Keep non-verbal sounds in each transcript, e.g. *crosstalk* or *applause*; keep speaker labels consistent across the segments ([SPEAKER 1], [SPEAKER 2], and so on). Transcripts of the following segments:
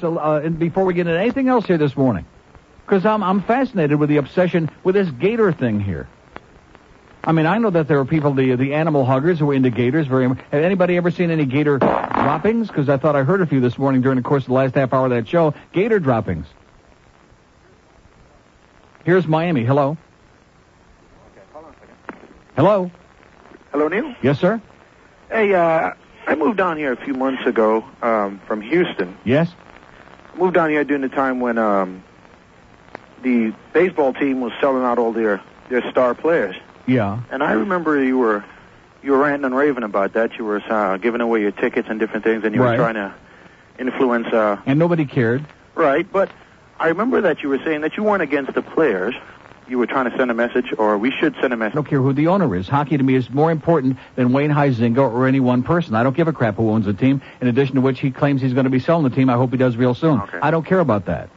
[SPEAKER 1] So, uh, and before we get into anything else here this morning, because I'm I'm fascinated with the obsession with this gator thing here. I mean, I know that there are people the the animal huggers who are into gators. Very. Have anybody ever seen any gator droppings? Because I thought I heard a few this morning during the course of the last half hour of that show. Gator droppings. Here's Miami. Hello. Hello.
[SPEAKER 2] Hello, Neil.
[SPEAKER 1] Yes, sir.
[SPEAKER 2] Hey, uh, I moved down here a few months ago um, from Houston.
[SPEAKER 1] Yes.
[SPEAKER 2] Moved down here during the time when um, the baseball team was selling out all their their star players,
[SPEAKER 1] Yeah.
[SPEAKER 2] and I remember you were you were ranting and raving about that. You were uh, giving away your tickets and different things, and you
[SPEAKER 1] Right.
[SPEAKER 2] were trying to influence. Uh,
[SPEAKER 1] And nobody cared.
[SPEAKER 2] right, but I remember that you were saying that you weren't against the players. You were trying to send a message, or we should send a
[SPEAKER 1] I
[SPEAKER 2] message.
[SPEAKER 1] don't care who the owner is. Hockey to me is more important than Wayne Huizinga or any one person. I don't give a crap who owns the team. In addition to which, he claims he's going to be selling the team. I hope he does real soon.
[SPEAKER 2] Okay.
[SPEAKER 1] I don't care about that.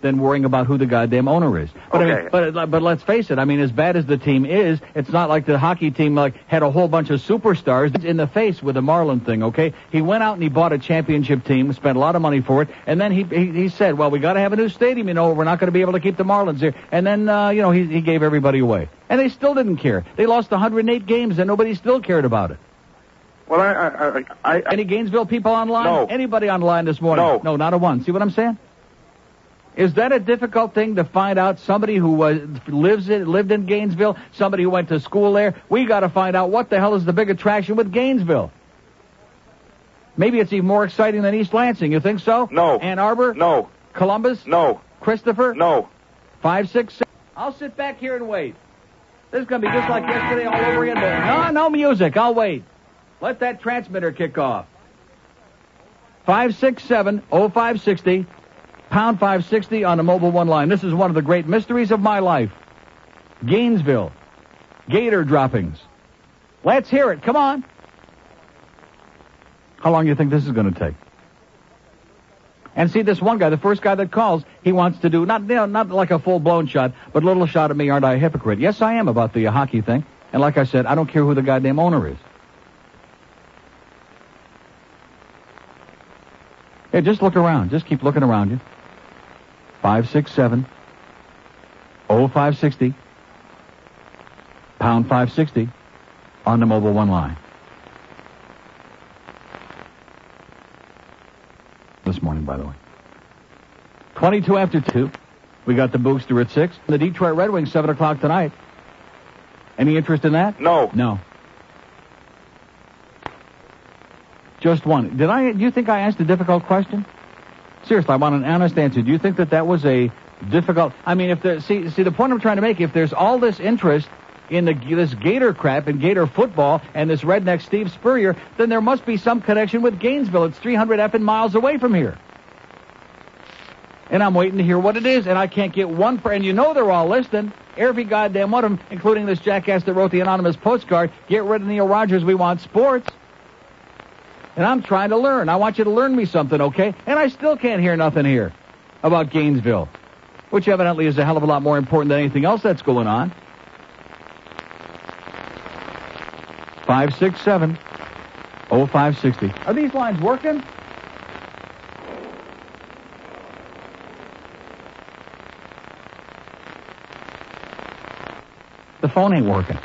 [SPEAKER 1] Than worrying about who the goddamn owner is. But I mean,
[SPEAKER 2] Okay.
[SPEAKER 1] but but let's face it. I mean, as bad as the team is, it's not like the hockey team like had a whole bunch of superstars in the face with the Marlin thing. Okay, he went out and he bought a championship team, spent a lot of money for it, and then he he, he said, "Well, we got to have a new stadium. You know, we're not going to be able to keep the Marlins here." And then uh, you know he he gave everybody away, and they still didn't care. They lost 108 games, and nobody still cared about it.
[SPEAKER 2] Well, I, I, I, I,
[SPEAKER 1] Any Gainesville people online?
[SPEAKER 2] No.
[SPEAKER 1] Anybody online this morning?
[SPEAKER 2] No.
[SPEAKER 1] No, not a one. See what I'm saying? Is that a difficult thing to find out? Somebody who uh, lives in, lived in Gainesville, somebody who went to school there. We got to find out what the hell is the big attraction with Gainesville. Maybe it's even more exciting than East Lansing. You think so?
[SPEAKER 2] No.
[SPEAKER 1] Ann Arbor,
[SPEAKER 2] no,
[SPEAKER 1] Columbus,
[SPEAKER 2] no,
[SPEAKER 1] Christopher,
[SPEAKER 2] no.
[SPEAKER 1] five, six, six. I'll sit back here and wait. This is going to be just like yesterday all over again. but No, no music. I'll wait. Let that transmitter kick off. 567 0560, pound 560 on the mobile one line. This is one of the great mysteries of my life. Gainesville, gator droppings. Let's hear it. Come on. How long do you think this is going to take? And see, this one guy, the first guy that calls, he wants to do not you know, not like a full blown shot, but a little shot at me. Aren't I a hypocrite? Yes, I am about the uh, hockey thing. And like I said, I don't care who the goddamn owner is. Yeah, just look around. Just keep looking around you. Five six seven. Oh five sixty. Pound five sixty, on the mobile one line. this morning, by the way. 22 after 2. We got the Booster at 6. The Detroit Red Wings, 7 o'clock tonight. Any interest in that?
[SPEAKER 2] No.
[SPEAKER 1] No. Just one. Did I? Do you think I asked a difficult question? Seriously, I want an honest answer. Do you think that that was a difficult? I mean, if the see see the point I'm trying to make, if there's all this interest in the this Gator crap and Gator football and this redneck Steve Spurrier, then there must be some connection with Gainesville. It's 300 effing miles away from here. And I'm waiting to hear what it is, and I can't get one. Per- and you know they're all listening. Every goddamn one of them, including this jackass that wrote the anonymous postcard. Get rid of Neil Rogers. We want sports. And I'm trying to learn. I want you to learn me something, okay? And I still can't hear nothing here about Gainesville, which evidently is a hell of a lot more important than anything else that's going on. Five six seven, oh five sixty. Are these lines working? The phone ain't working.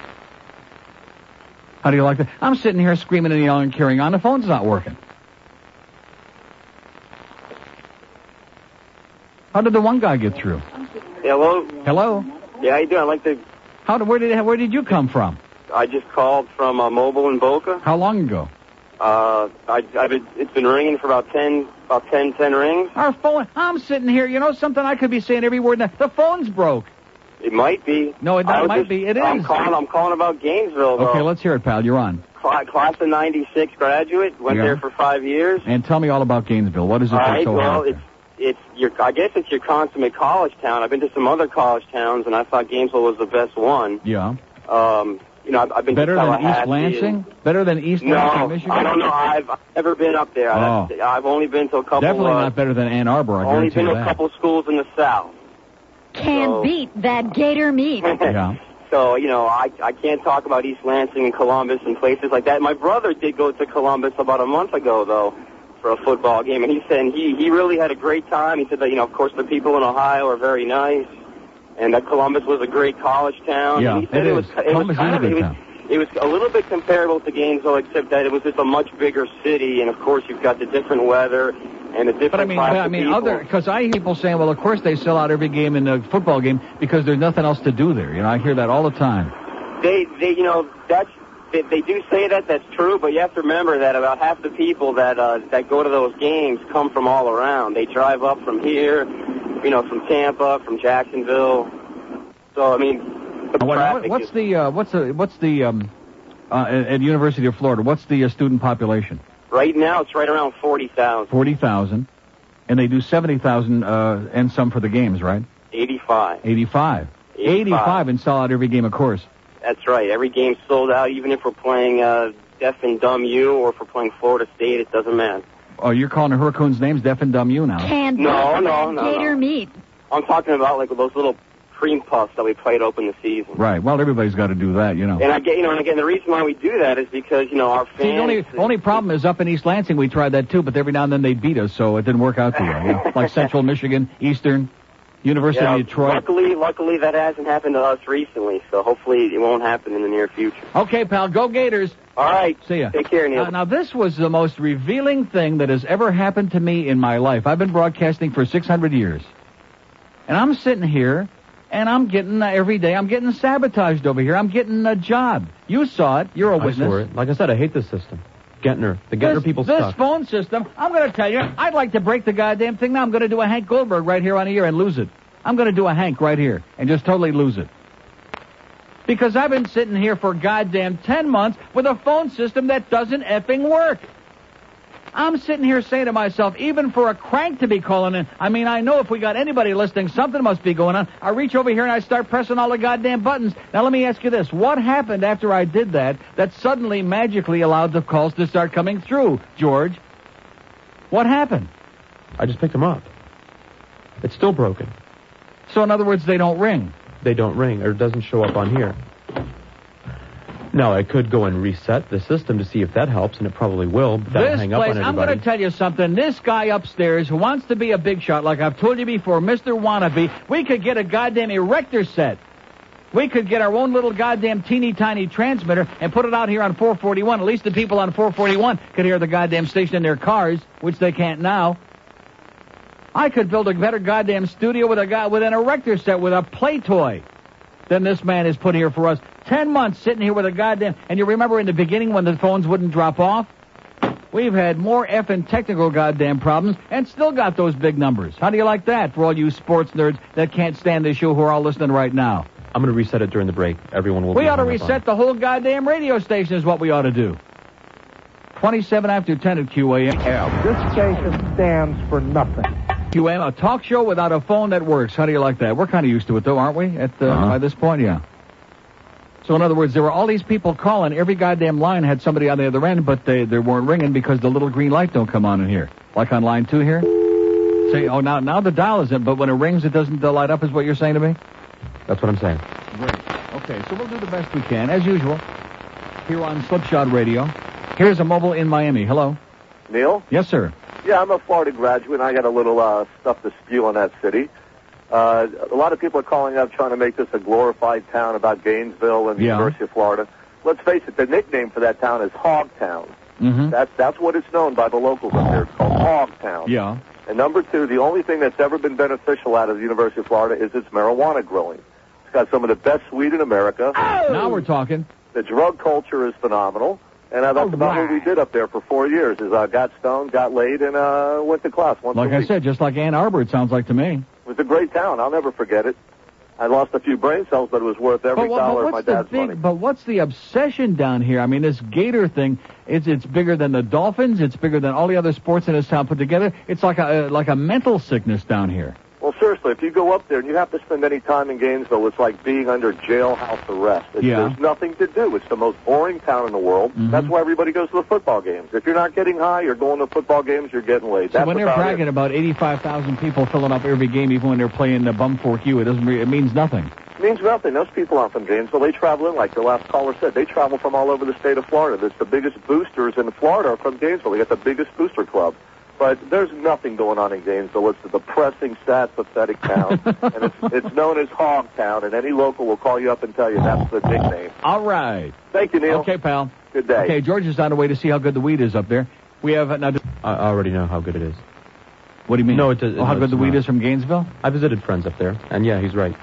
[SPEAKER 1] How do you like that? I'm sitting here screaming and yelling and carrying on. The phone's not working. How did the one guy get through?
[SPEAKER 3] Hello.
[SPEAKER 1] Hello?
[SPEAKER 3] Yeah, how you doing? I like to.
[SPEAKER 1] How did, where did where did you come from?
[SPEAKER 3] I just called from uh, mobile in Boca.
[SPEAKER 1] How long ago?
[SPEAKER 3] Uh, I, I've been, it's been ringing for about ten, about ten, ten rings.
[SPEAKER 1] Our phone. I'm sitting here. You know something? I could be saying every word. now. The phone's broke.
[SPEAKER 3] It might be.
[SPEAKER 1] No, it
[SPEAKER 3] I was
[SPEAKER 1] might
[SPEAKER 3] just-
[SPEAKER 1] be. It
[SPEAKER 3] I'm
[SPEAKER 1] is.
[SPEAKER 3] calling. I'm calling about Gainesville.
[SPEAKER 1] Okay,
[SPEAKER 3] though.
[SPEAKER 1] let's hear it, pal. You're on.
[SPEAKER 3] Cla- class of '96 graduate. Went
[SPEAKER 1] Yeah.
[SPEAKER 3] there for five years.
[SPEAKER 1] And tell me all about Gainesville. What is it
[SPEAKER 3] All
[SPEAKER 1] that's
[SPEAKER 3] right.
[SPEAKER 1] so
[SPEAKER 3] Well,
[SPEAKER 1] hard?
[SPEAKER 3] it's it's your. I guess it's your consummate college town. I've been to some other college towns, and I thought Gainesville was the best one.
[SPEAKER 1] yeah.
[SPEAKER 3] Um, you know, I've, I've been
[SPEAKER 1] Better
[SPEAKER 3] to
[SPEAKER 1] than
[SPEAKER 3] Tallahassee
[SPEAKER 1] East
[SPEAKER 3] and-
[SPEAKER 1] Lansing? Better than East
[SPEAKER 3] No,
[SPEAKER 1] Lansing, Michigan?
[SPEAKER 3] I don't know. I've I've never been up there.
[SPEAKER 1] Oh.
[SPEAKER 3] That's- I've only been to a couple.
[SPEAKER 1] Definitely
[SPEAKER 3] uh,
[SPEAKER 1] not better than Ann Arbor, I
[SPEAKER 3] Only
[SPEAKER 1] guarantee
[SPEAKER 3] been to
[SPEAKER 1] you
[SPEAKER 3] a
[SPEAKER 1] that.
[SPEAKER 3] couple schools in the south.
[SPEAKER 4] Can't
[SPEAKER 3] So-
[SPEAKER 4] beat that gator meat.
[SPEAKER 1] *laughs* Yeah.
[SPEAKER 3] So you know, I I can't talk about East Lansing and Columbus and places like that. My brother did go to Columbus about a month ago though, for a football game, and he said he he really had a great time. He said that you know, of course, the people in Ohio are very nice, and that Columbus was a great college town.
[SPEAKER 1] Yeah,
[SPEAKER 3] and he said
[SPEAKER 1] it
[SPEAKER 3] it, was
[SPEAKER 1] is.
[SPEAKER 3] it was
[SPEAKER 1] Columbus
[SPEAKER 3] kind
[SPEAKER 1] is
[SPEAKER 3] of
[SPEAKER 1] a good
[SPEAKER 3] it was,
[SPEAKER 1] town.
[SPEAKER 3] it was a little bit comparable to Gainesville, except that it was just a much bigger city, and of course, you've got the different weather and the different.
[SPEAKER 1] But I mean,
[SPEAKER 3] class
[SPEAKER 1] I
[SPEAKER 3] of
[SPEAKER 1] mean,
[SPEAKER 3] people.
[SPEAKER 1] other because I hear people saying, well, of course they sell out every game in the football game because there's nothing else to do there. You know, I hear that all the time.
[SPEAKER 3] They, they, you know, that's they, they do say that. That's true, but you have to remember that about half the people that uh, that go to those games come from all around. They drive up from here, you know, from Tampa, from Jacksonville. So I mean, the
[SPEAKER 1] What- what-
[SPEAKER 3] traffic
[SPEAKER 1] what's
[SPEAKER 3] is,
[SPEAKER 1] the uh, what's the what's the um, uh, at at University of Florida? What's the uh, student population?
[SPEAKER 3] right now it's right around forty thousand,
[SPEAKER 1] Forty thousand, and they do seventy thousand uh, and some for the games, right?
[SPEAKER 3] eighty-five.
[SPEAKER 1] Eighty-five.
[SPEAKER 3] 85.
[SPEAKER 1] Eighty-five and sell out every game, of course.
[SPEAKER 3] That's right. Every game's sold out, even if we're playing uh, Deaf and Dumb U or if we're playing Florida State. It doesn't matter.
[SPEAKER 1] Oh, you're calling the Hurricanes names deaf and dumb you now.
[SPEAKER 5] Canned
[SPEAKER 3] No, no, no,
[SPEAKER 5] gator
[SPEAKER 3] no.
[SPEAKER 5] meat.
[SPEAKER 3] I'm talking about like those little cream puffs that we played open the season.
[SPEAKER 1] Right. Well, everybody's got to do that, you know.
[SPEAKER 3] And I get, you know, and again, the reason why we do that is because you know our fans.
[SPEAKER 1] See, the only, only problem is up in East Lansing we tried that too, but every now and then they beat us, so it didn't work out too well. You
[SPEAKER 3] *laughs*
[SPEAKER 1] know, like Central Michigan, Eastern,
[SPEAKER 3] you
[SPEAKER 1] University
[SPEAKER 3] know,
[SPEAKER 1] of Detroit.
[SPEAKER 3] Luckily, luckily that hasn't happened to us recently, so hopefully it won't happen in the near future.
[SPEAKER 1] Okay, pal, go Gators.
[SPEAKER 3] All right,
[SPEAKER 1] See ya. Uh,
[SPEAKER 3] Take care, Neil.
[SPEAKER 1] Now, now, this was the most revealing thing that has ever happened to me in my life. I've been broadcasting for 600 years. And I'm sitting here, and I'm getting, uh, every day, I'm getting sabotaged over here. I'm getting a job. You saw it. You're a
[SPEAKER 6] I
[SPEAKER 1] witness.
[SPEAKER 6] swore it. Like I said, I hate this system. Gettner. The Gettner
[SPEAKER 1] this,
[SPEAKER 6] people
[SPEAKER 1] this
[SPEAKER 6] suck.
[SPEAKER 1] phone system, I'm going to tell you, I'd like to break the goddamn thing now. I'm going to do a Hank Goldberg right here on the air and lose it. I'm going to do a Hank right here and just totally lose it. Because I've been sitting here for goddamn 10 months with a phone system that doesn't effing work. I'm sitting here saying to myself, even for a crank to be calling in, I mean, I know if we got anybody listening, something must be going on. I reach over here and I start pressing all the goddamn buttons. Now, let me ask you this. What happened after I did that that suddenly magically allowed the calls to start coming through, George? What happened?
[SPEAKER 6] I just picked them up. It's still broken.
[SPEAKER 1] So, in other words, they don't ring.
[SPEAKER 6] They don't ring or it doesn't show up on here. Now, I could go and reset the system to see if that helps, and it probably will, but that'll
[SPEAKER 1] this
[SPEAKER 6] hang
[SPEAKER 1] place,
[SPEAKER 6] up on
[SPEAKER 1] I'm going
[SPEAKER 6] everybody.
[SPEAKER 1] to tell you something. This guy upstairs who wants to be a big shot, like I've told you before, Mr. Wannabe, we could get a goddamn erector set. We could get our own little goddamn teeny tiny transmitter and put it out here on 441. At least the people on 441 could hear the goddamn station in their cars, which they can't now. I could build a better goddamn studio with a guy with an erector set with a play toy than this man has put here for us. Ten months sitting here with a goddamn. And you remember in the beginning when the phones wouldn't drop off? We've had more effing technical goddamn problems and still got those big numbers. How do you like that for all you sports nerds that can't stand this show who are all listening right now?
[SPEAKER 6] I'm going to reset it during the break. Everyone will
[SPEAKER 1] We
[SPEAKER 6] be
[SPEAKER 1] ought to
[SPEAKER 6] hung up on
[SPEAKER 1] reset
[SPEAKER 6] it.
[SPEAKER 1] the whole goddamn radio station is what we ought to do. 27 after 10 at QAM.
[SPEAKER 7] This station stands for nothing.
[SPEAKER 1] QAM, a talk show without a phone that works. How do you like that? We're kind of used to it though, aren't we? At uh,
[SPEAKER 6] Uh-huh.
[SPEAKER 1] By this point, yeah. So in other words, there were all these people calling. Every goddamn line had somebody on the other end, but they, they weren't ringing because the little green light don't come on in here. Like on line two here. Say, oh, now now the dial is in, but when it rings, it doesn't uh, light up. Is what you're saying to me?
[SPEAKER 6] That's what I'm saying.
[SPEAKER 1] Great. Okay, so we'll do the best we can, as usual, here on Slipshod Radio. Here's a mobile in Miami. Hello.
[SPEAKER 8] Neil?
[SPEAKER 1] Yes, sir.
[SPEAKER 8] Yeah, I'm a Florida graduate, and I got a little uh, stuff to spew on that city. Uh, a lot of people are calling up trying to make this a glorified town about Gainesville and the
[SPEAKER 1] Yeah.
[SPEAKER 8] University of Florida. Let's face it, the nickname for that town is Hogtown.
[SPEAKER 1] Mm-hmm.
[SPEAKER 8] That's that's what it's known by the locals up there. It's called Hogtown.
[SPEAKER 2] *laughs*
[SPEAKER 1] Yeah.
[SPEAKER 8] And number two, the only thing that's ever been beneficial out of the University of Florida is its marijuana growing. It's got some of the best weed in America.
[SPEAKER 1] Now we're talking.
[SPEAKER 8] The drug culture is phenomenal. And uh, that's
[SPEAKER 1] All
[SPEAKER 8] about
[SPEAKER 1] right.
[SPEAKER 8] what we did up there for four years is uh, got stoned, got laid, and uh, went to class once
[SPEAKER 1] Like
[SPEAKER 8] a
[SPEAKER 1] I
[SPEAKER 8] week.
[SPEAKER 1] said, just like Ann Arbor, it sounds like to me.
[SPEAKER 8] It was a great town. I'll never forget it. I lost a few brain cells, but it was worth every
[SPEAKER 1] But, what- but
[SPEAKER 8] dollar of my
[SPEAKER 1] what's the
[SPEAKER 8] dad's
[SPEAKER 1] big?
[SPEAKER 8] money.
[SPEAKER 1] But what's the obsession down here? I mean, this Gator thing. It's it's bigger than the Dolphins. It's bigger than all the other sports in this town put together. It's like a uh, like a mental sickness down here.
[SPEAKER 8] Well, seriously, if you go up there and you have to spend any time in Gainesville, it's like being under jailhouse arrest. It's,
[SPEAKER 1] Yeah. Mm-hmm.
[SPEAKER 8] There's nothing to do. It's the most boring town in the world. That's why everybody goes to the football games. If you're not getting high, you're going to football games, you're getting laid.
[SPEAKER 1] So
[SPEAKER 8] That's
[SPEAKER 1] when they're
[SPEAKER 8] about
[SPEAKER 1] bragging
[SPEAKER 8] it.
[SPEAKER 1] about 85,000 people filling up every game, even when they're playing the Bumfork U, it doesn't. Re- it means nothing.
[SPEAKER 8] It means nothing. Those people aren't from Gainesville. They travel in, like the last caller said. They travel from all over the state of Florida. That's the biggest boosters in Florida are from Gainesville. They got the biggest booster club.
[SPEAKER 9] But there's nothing going on in Gainesville. It's a depressing, sad, pathetic town,
[SPEAKER 1] *laughs*
[SPEAKER 9] and it's, it's known as Hog Town. And any local will call you up and tell you that's the nickname.
[SPEAKER 1] All right.
[SPEAKER 9] Thank you, Neil.
[SPEAKER 1] Okay, pal.
[SPEAKER 9] Good day.
[SPEAKER 1] Okay, George is on the way to see how good the weed is up there. We have uh, now.
[SPEAKER 6] I I already know how good it is.
[SPEAKER 1] What do you mean?
[SPEAKER 6] No, it does-
[SPEAKER 1] Oh, how
[SPEAKER 6] no,
[SPEAKER 1] good
[SPEAKER 6] it's
[SPEAKER 1] the weed
[SPEAKER 6] not.
[SPEAKER 1] is from Gainesville?
[SPEAKER 6] I visited friends up there, and yeah, he's right.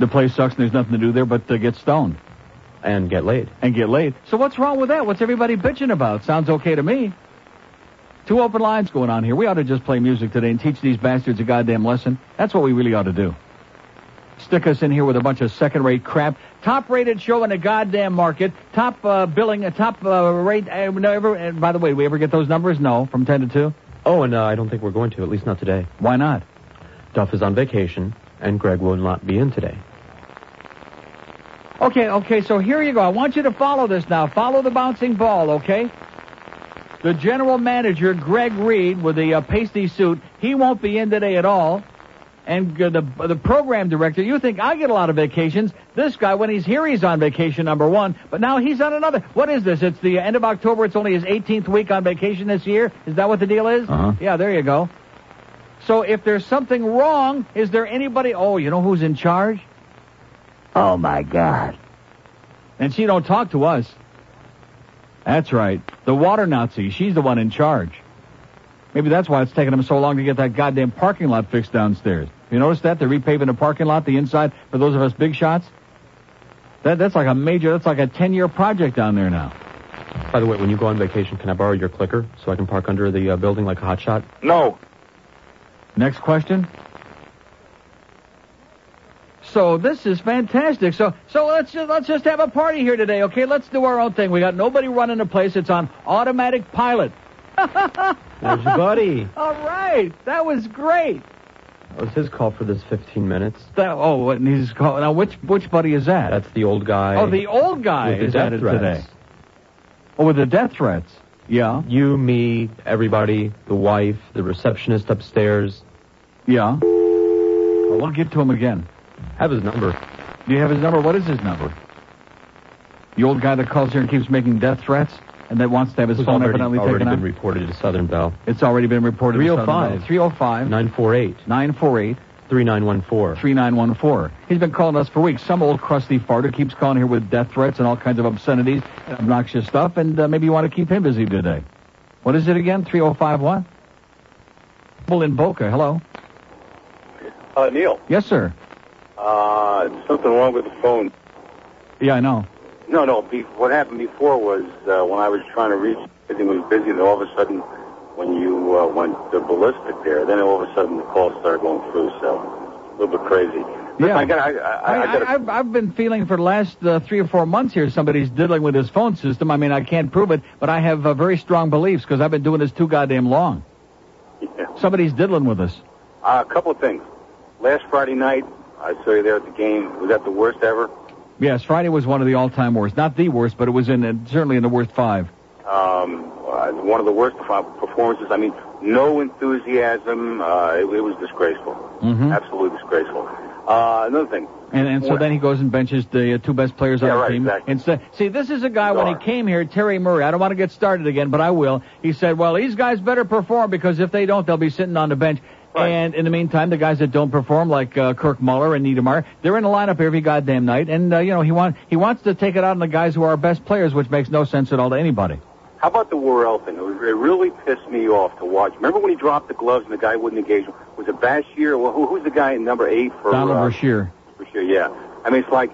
[SPEAKER 1] The place sucks and there's nothing to do there but to get stoned
[SPEAKER 6] And get laid.
[SPEAKER 1] and get laid. So what's wrong with that? What's everybody bitching about? Sounds okay to me. Two open lines going on here. We ought to just play music today and teach these bastards a goddamn lesson. That's what we really ought to do. Stick us in here with a bunch of second-rate crap. Top-rated show in the goddamn market. Top uh, billing, uh, top uh, rate. Uh, no, ever, and by the way, we ever get those numbers? No, from ten to two.
[SPEAKER 6] Oh, and uh, I don't think we're going to, at least not today.
[SPEAKER 1] Why not?
[SPEAKER 6] Duff is on vacation, and Greg will not be in today.
[SPEAKER 1] Okay, okay, so here you go. I want you to follow this now. Follow the bouncing ball, okay? The general manager, Greg Reed, with the uh, pasty suit, he won't be in today at all. And uh, the the program director, you think I get a lot of vacations. This guy, when he's here, he's on vacation number one, but now he's on another. What is this? It's the end of October. It's only his 18th week on vacation this year. Is that what the deal is?
[SPEAKER 10] Uh-huh.
[SPEAKER 1] Yeah, there you go. So if there's something wrong, is there anybody? Oh, you know who's in charge?
[SPEAKER 10] Oh my God.
[SPEAKER 1] And she don't talk to us. That's right. The water Nazi. She's the one in charge. Maybe that's why it's taking them so long to get that goddamn parking lot fixed downstairs. You notice that? They're repaving the parking lot, the inside, for those of us big shots. That, that's like a major, that's like a 10-year project down there now.
[SPEAKER 6] By the way, when you go on vacation, can I borrow your clicker so I can park under the uh, building like a hotshot?
[SPEAKER 9] No.
[SPEAKER 1] Next question. So this is fantastic. So so let's just, let's just have a party here today, okay? Let's do our own thing. We got nobody running the place. It's on automatic pilot. *laughs*
[SPEAKER 6] There's your buddy.
[SPEAKER 1] All right, that was great.
[SPEAKER 6] That was his Oh, call for this 15 minutes.
[SPEAKER 1] That oh, what and he's called now. Which which buddy is that?
[SPEAKER 6] That's the old guy.
[SPEAKER 1] oh, the old guy
[SPEAKER 6] with the
[SPEAKER 1] is
[SPEAKER 6] death
[SPEAKER 1] at it
[SPEAKER 6] threats.
[SPEAKER 1] today. Oh, with the death threats. Yeah,
[SPEAKER 6] You, me, everybody, the wife, the receptionist upstairs.
[SPEAKER 1] yeah. Oh, we'll get to him again.
[SPEAKER 6] Have his number.
[SPEAKER 1] Do you have his number? What is his number? The old guy that calls here and keeps making death threats and that wants to have his
[SPEAKER 6] Who's
[SPEAKER 1] phone
[SPEAKER 6] already,
[SPEAKER 1] evidently
[SPEAKER 6] already
[SPEAKER 1] taken
[SPEAKER 6] been
[SPEAKER 1] out.
[SPEAKER 6] reported to Southern Bell.
[SPEAKER 1] it's already been reported.
[SPEAKER 6] 305.
[SPEAKER 1] 305
[SPEAKER 6] 948
[SPEAKER 1] 948
[SPEAKER 6] 3914.
[SPEAKER 1] 3914. He's been calling us for weeks. Some old crusty fart who keeps calling here with death threats and all kinds of obscenities and obnoxious stuff, and uh, maybe you want to keep him busy today. What is it again? 305 what? Bull in Boca. Hello.
[SPEAKER 9] Uh, Neil,
[SPEAKER 1] Yes, sir.
[SPEAKER 9] uh, something wrong with the phone.
[SPEAKER 1] Yeah, I know.
[SPEAKER 9] No, no. Be- what happened before was uh, when I was trying to reach, everything was busy, and all of a sudden, when you uh, went the ballistic there, then all of a sudden the calls started going through. So a little bit crazy.
[SPEAKER 1] Yeah.
[SPEAKER 9] I got. I, I, I,
[SPEAKER 1] I,
[SPEAKER 9] got.
[SPEAKER 1] I, I've, I've been feeling for the last uh, three or four months here somebody's diddling with his phone system. I mean, I can't prove it, but I have uh, very strong beliefs because I've been doing this too goddamn long.
[SPEAKER 9] Yeah.
[SPEAKER 1] Somebody's diddling with us.
[SPEAKER 9] Uh, a couple of things. Last Friday night, I saw you there at the game. Was that the worst ever?
[SPEAKER 1] Yes, Friday was one of the all-time worst. Not the worst, but it was in uh, certainly in the worst five.
[SPEAKER 9] Um, uh, one of the worst perf- performances. I mean, no enthusiasm. Uh, it, it was disgraceful.
[SPEAKER 1] Mhm.
[SPEAKER 9] Absolutely disgraceful. Uh, another thing.
[SPEAKER 1] And, and so
[SPEAKER 9] Well-
[SPEAKER 1] then he goes and benches the uh, two best players on
[SPEAKER 9] Yeah,
[SPEAKER 1] the
[SPEAKER 9] right,
[SPEAKER 1] team.
[SPEAKER 9] exactly.
[SPEAKER 1] And so, see, this is a guy when he
[SPEAKER 9] Darn.
[SPEAKER 1] came here, Terry Murray. I don't want to get started again, but I will. He said, "Well, these guys better perform because if they don't, they'll be sitting on the bench."
[SPEAKER 9] Right.
[SPEAKER 1] And in the meantime, the guys that don't perform, like uh, Kirk Muller and Niedermeyer, they're in the lineup every goddamn night. And uh, you know, he want he wants to take it out on the guys who are our best players, which makes no sense at all to anybody.
[SPEAKER 9] How about the Worrell thing? It, was, it really pissed me off to watch. Remember when he dropped the gloves and the guy wouldn't engage him? Was it Bashir? Well, who, who's the guy at number eight for
[SPEAKER 1] Donald
[SPEAKER 9] uh,
[SPEAKER 1] Brashear.
[SPEAKER 9] Brashear? Yeah. I mean, it's like,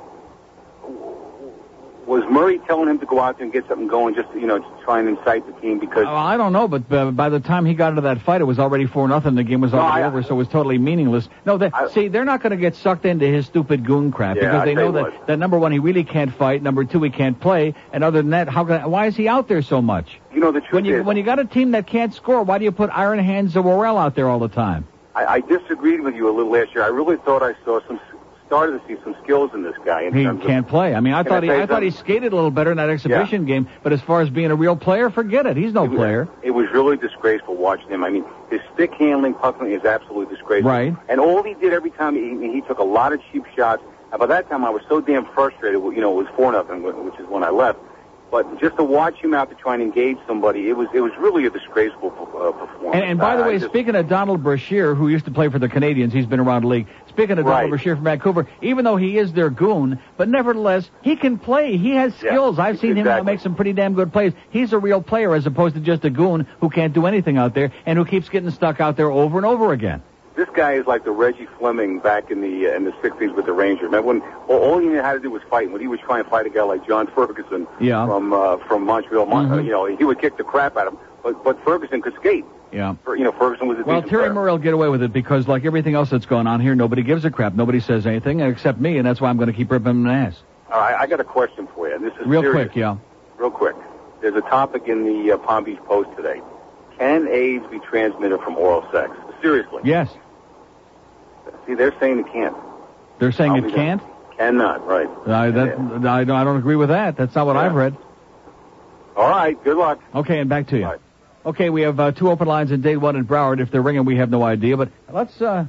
[SPEAKER 9] was Murray telling him to go out there and get something going just to, you know, to try and incite the team? Because
[SPEAKER 1] Well, I don't know, but uh, by the time he got into that fight, it was already four nothing. The game was already
[SPEAKER 9] I-
[SPEAKER 1] over, so it was totally meaningless. No, they,
[SPEAKER 9] I-
[SPEAKER 1] see, they're not going to get sucked into his stupid goon crap
[SPEAKER 9] Yeah,
[SPEAKER 1] because
[SPEAKER 9] I
[SPEAKER 1] they
[SPEAKER 9] tell
[SPEAKER 1] know
[SPEAKER 9] you
[SPEAKER 1] that
[SPEAKER 9] what.
[SPEAKER 1] that number one, he really can't fight. Number two, he can't play. And other than that, how can, why is he out there so much?
[SPEAKER 9] you know the truth
[SPEAKER 1] When you
[SPEAKER 9] is,
[SPEAKER 1] when you got a team that can't score, why do you put Iron Hands Zorrell out there all the time?
[SPEAKER 9] I, I disagreed with you a little last year. I really thought I saw some started to see some skills in this guy. um, In
[SPEAKER 1] He
[SPEAKER 9] terms
[SPEAKER 1] can't play. I mean, I
[SPEAKER 9] Can I
[SPEAKER 1] thought he
[SPEAKER 9] tell you
[SPEAKER 1] I thought he skated a little better in that exhibition game, but as far as being a real player, forget it. He's no
[SPEAKER 9] Of,
[SPEAKER 1] player.
[SPEAKER 9] It was really disgraceful watching him. I mean, his stick handling, puckling is absolutely disgraceful.
[SPEAKER 1] Right.
[SPEAKER 9] And all he did every time he, he took a lot of cheap shots. And by that time, I was so damn frustrated. You know, it was four nothing, which is when I left. But just to watch him out to try and engage somebody, it was it was really a disgraceful uh, performance.
[SPEAKER 1] And, and by the
[SPEAKER 9] I- I
[SPEAKER 1] way,
[SPEAKER 9] just-
[SPEAKER 1] speaking of Donald Brashear, who used to play for the Canadians, he's been around the league. Speaking of Donald
[SPEAKER 9] Right.
[SPEAKER 1] Brashear from Vancouver, even though he is their goon, but nevertheless, he can play. He has
[SPEAKER 9] Yeah,
[SPEAKER 1] skills. I've seen him
[SPEAKER 9] exactly.
[SPEAKER 1] make some pretty damn good plays. He's a real player as opposed to just a goon who can't do anything out there and who keeps getting stuck out there over and over again.
[SPEAKER 9] This guy is like the Reggie Fleming back in the uh, in the '60s with the Rangers. Remember when all, all he knew how to do was fight. When he was trying to fight a guy like John Ferguson
[SPEAKER 1] Yeah.
[SPEAKER 9] from uh, from Montreal, Mon-
[SPEAKER 1] Mhm.
[SPEAKER 9] uh, you know, he would kick the crap out of him. But but Ferguson could skate.
[SPEAKER 1] Yeah.
[SPEAKER 9] Fer- You know, Ferguson was a
[SPEAKER 1] Well,
[SPEAKER 9] decent
[SPEAKER 1] Terry
[SPEAKER 9] player.
[SPEAKER 1] Murray will get away with it because, like everything else that's going on here, nobody gives a crap. Nobody says anything except me, and that's why I'm going to keep ripping him an ass.
[SPEAKER 9] All right, I got a question for you, and this is
[SPEAKER 1] Real
[SPEAKER 9] serious.
[SPEAKER 1] quick, yeah.
[SPEAKER 9] Real quick. There's a topic in the uh, Palm Beach Post today. Can AIDS be transmitted from oral sex? Seriously.
[SPEAKER 1] Yes.
[SPEAKER 9] See, they're saying it can't.
[SPEAKER 1] They're saying
[SPEAKER 9] I'll
[SPEAKER 1] it
[SPEAKER 9] be there.
[SPEAKER 1] can't.
[SPEAKER 9] Cannot, right.
[SPEAKER 1] I, that, I, don't- I don't agree with that. That's not what
[SPEAKER 9] Yeah.
[SPEAKER 1] I've read.
[SPEAKER 9] All right, good luck.
[SPEAKER 1] Okay, and back to you.
[SPEAKER 9] All right.
[SPEAKER 1] Okay, we have uh, two open lines in day one in Broward. If they're ringing, we have no idea. But let's. Uh...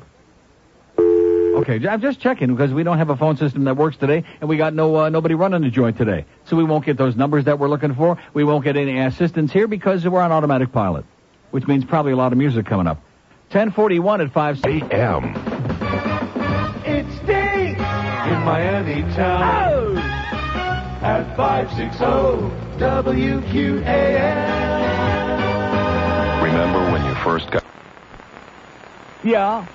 [SPEAKER 1] Okay, j- I'm just checking because we don't have a phone system that works today, and we got no uh, nobody running the joint today, so we won't get those numbers that we're looking for. We won't get any assistance here because we're on automatic pilot, which means probably a lot of music coming up. 10:41 at five.
[SPEAKER 11] AM.
[SPEAKER 12] It stinks in Miami town. At 560 WQAM.
[SPEAKER 11] Remember when you first got.
[SPEAKER 1] Yeah.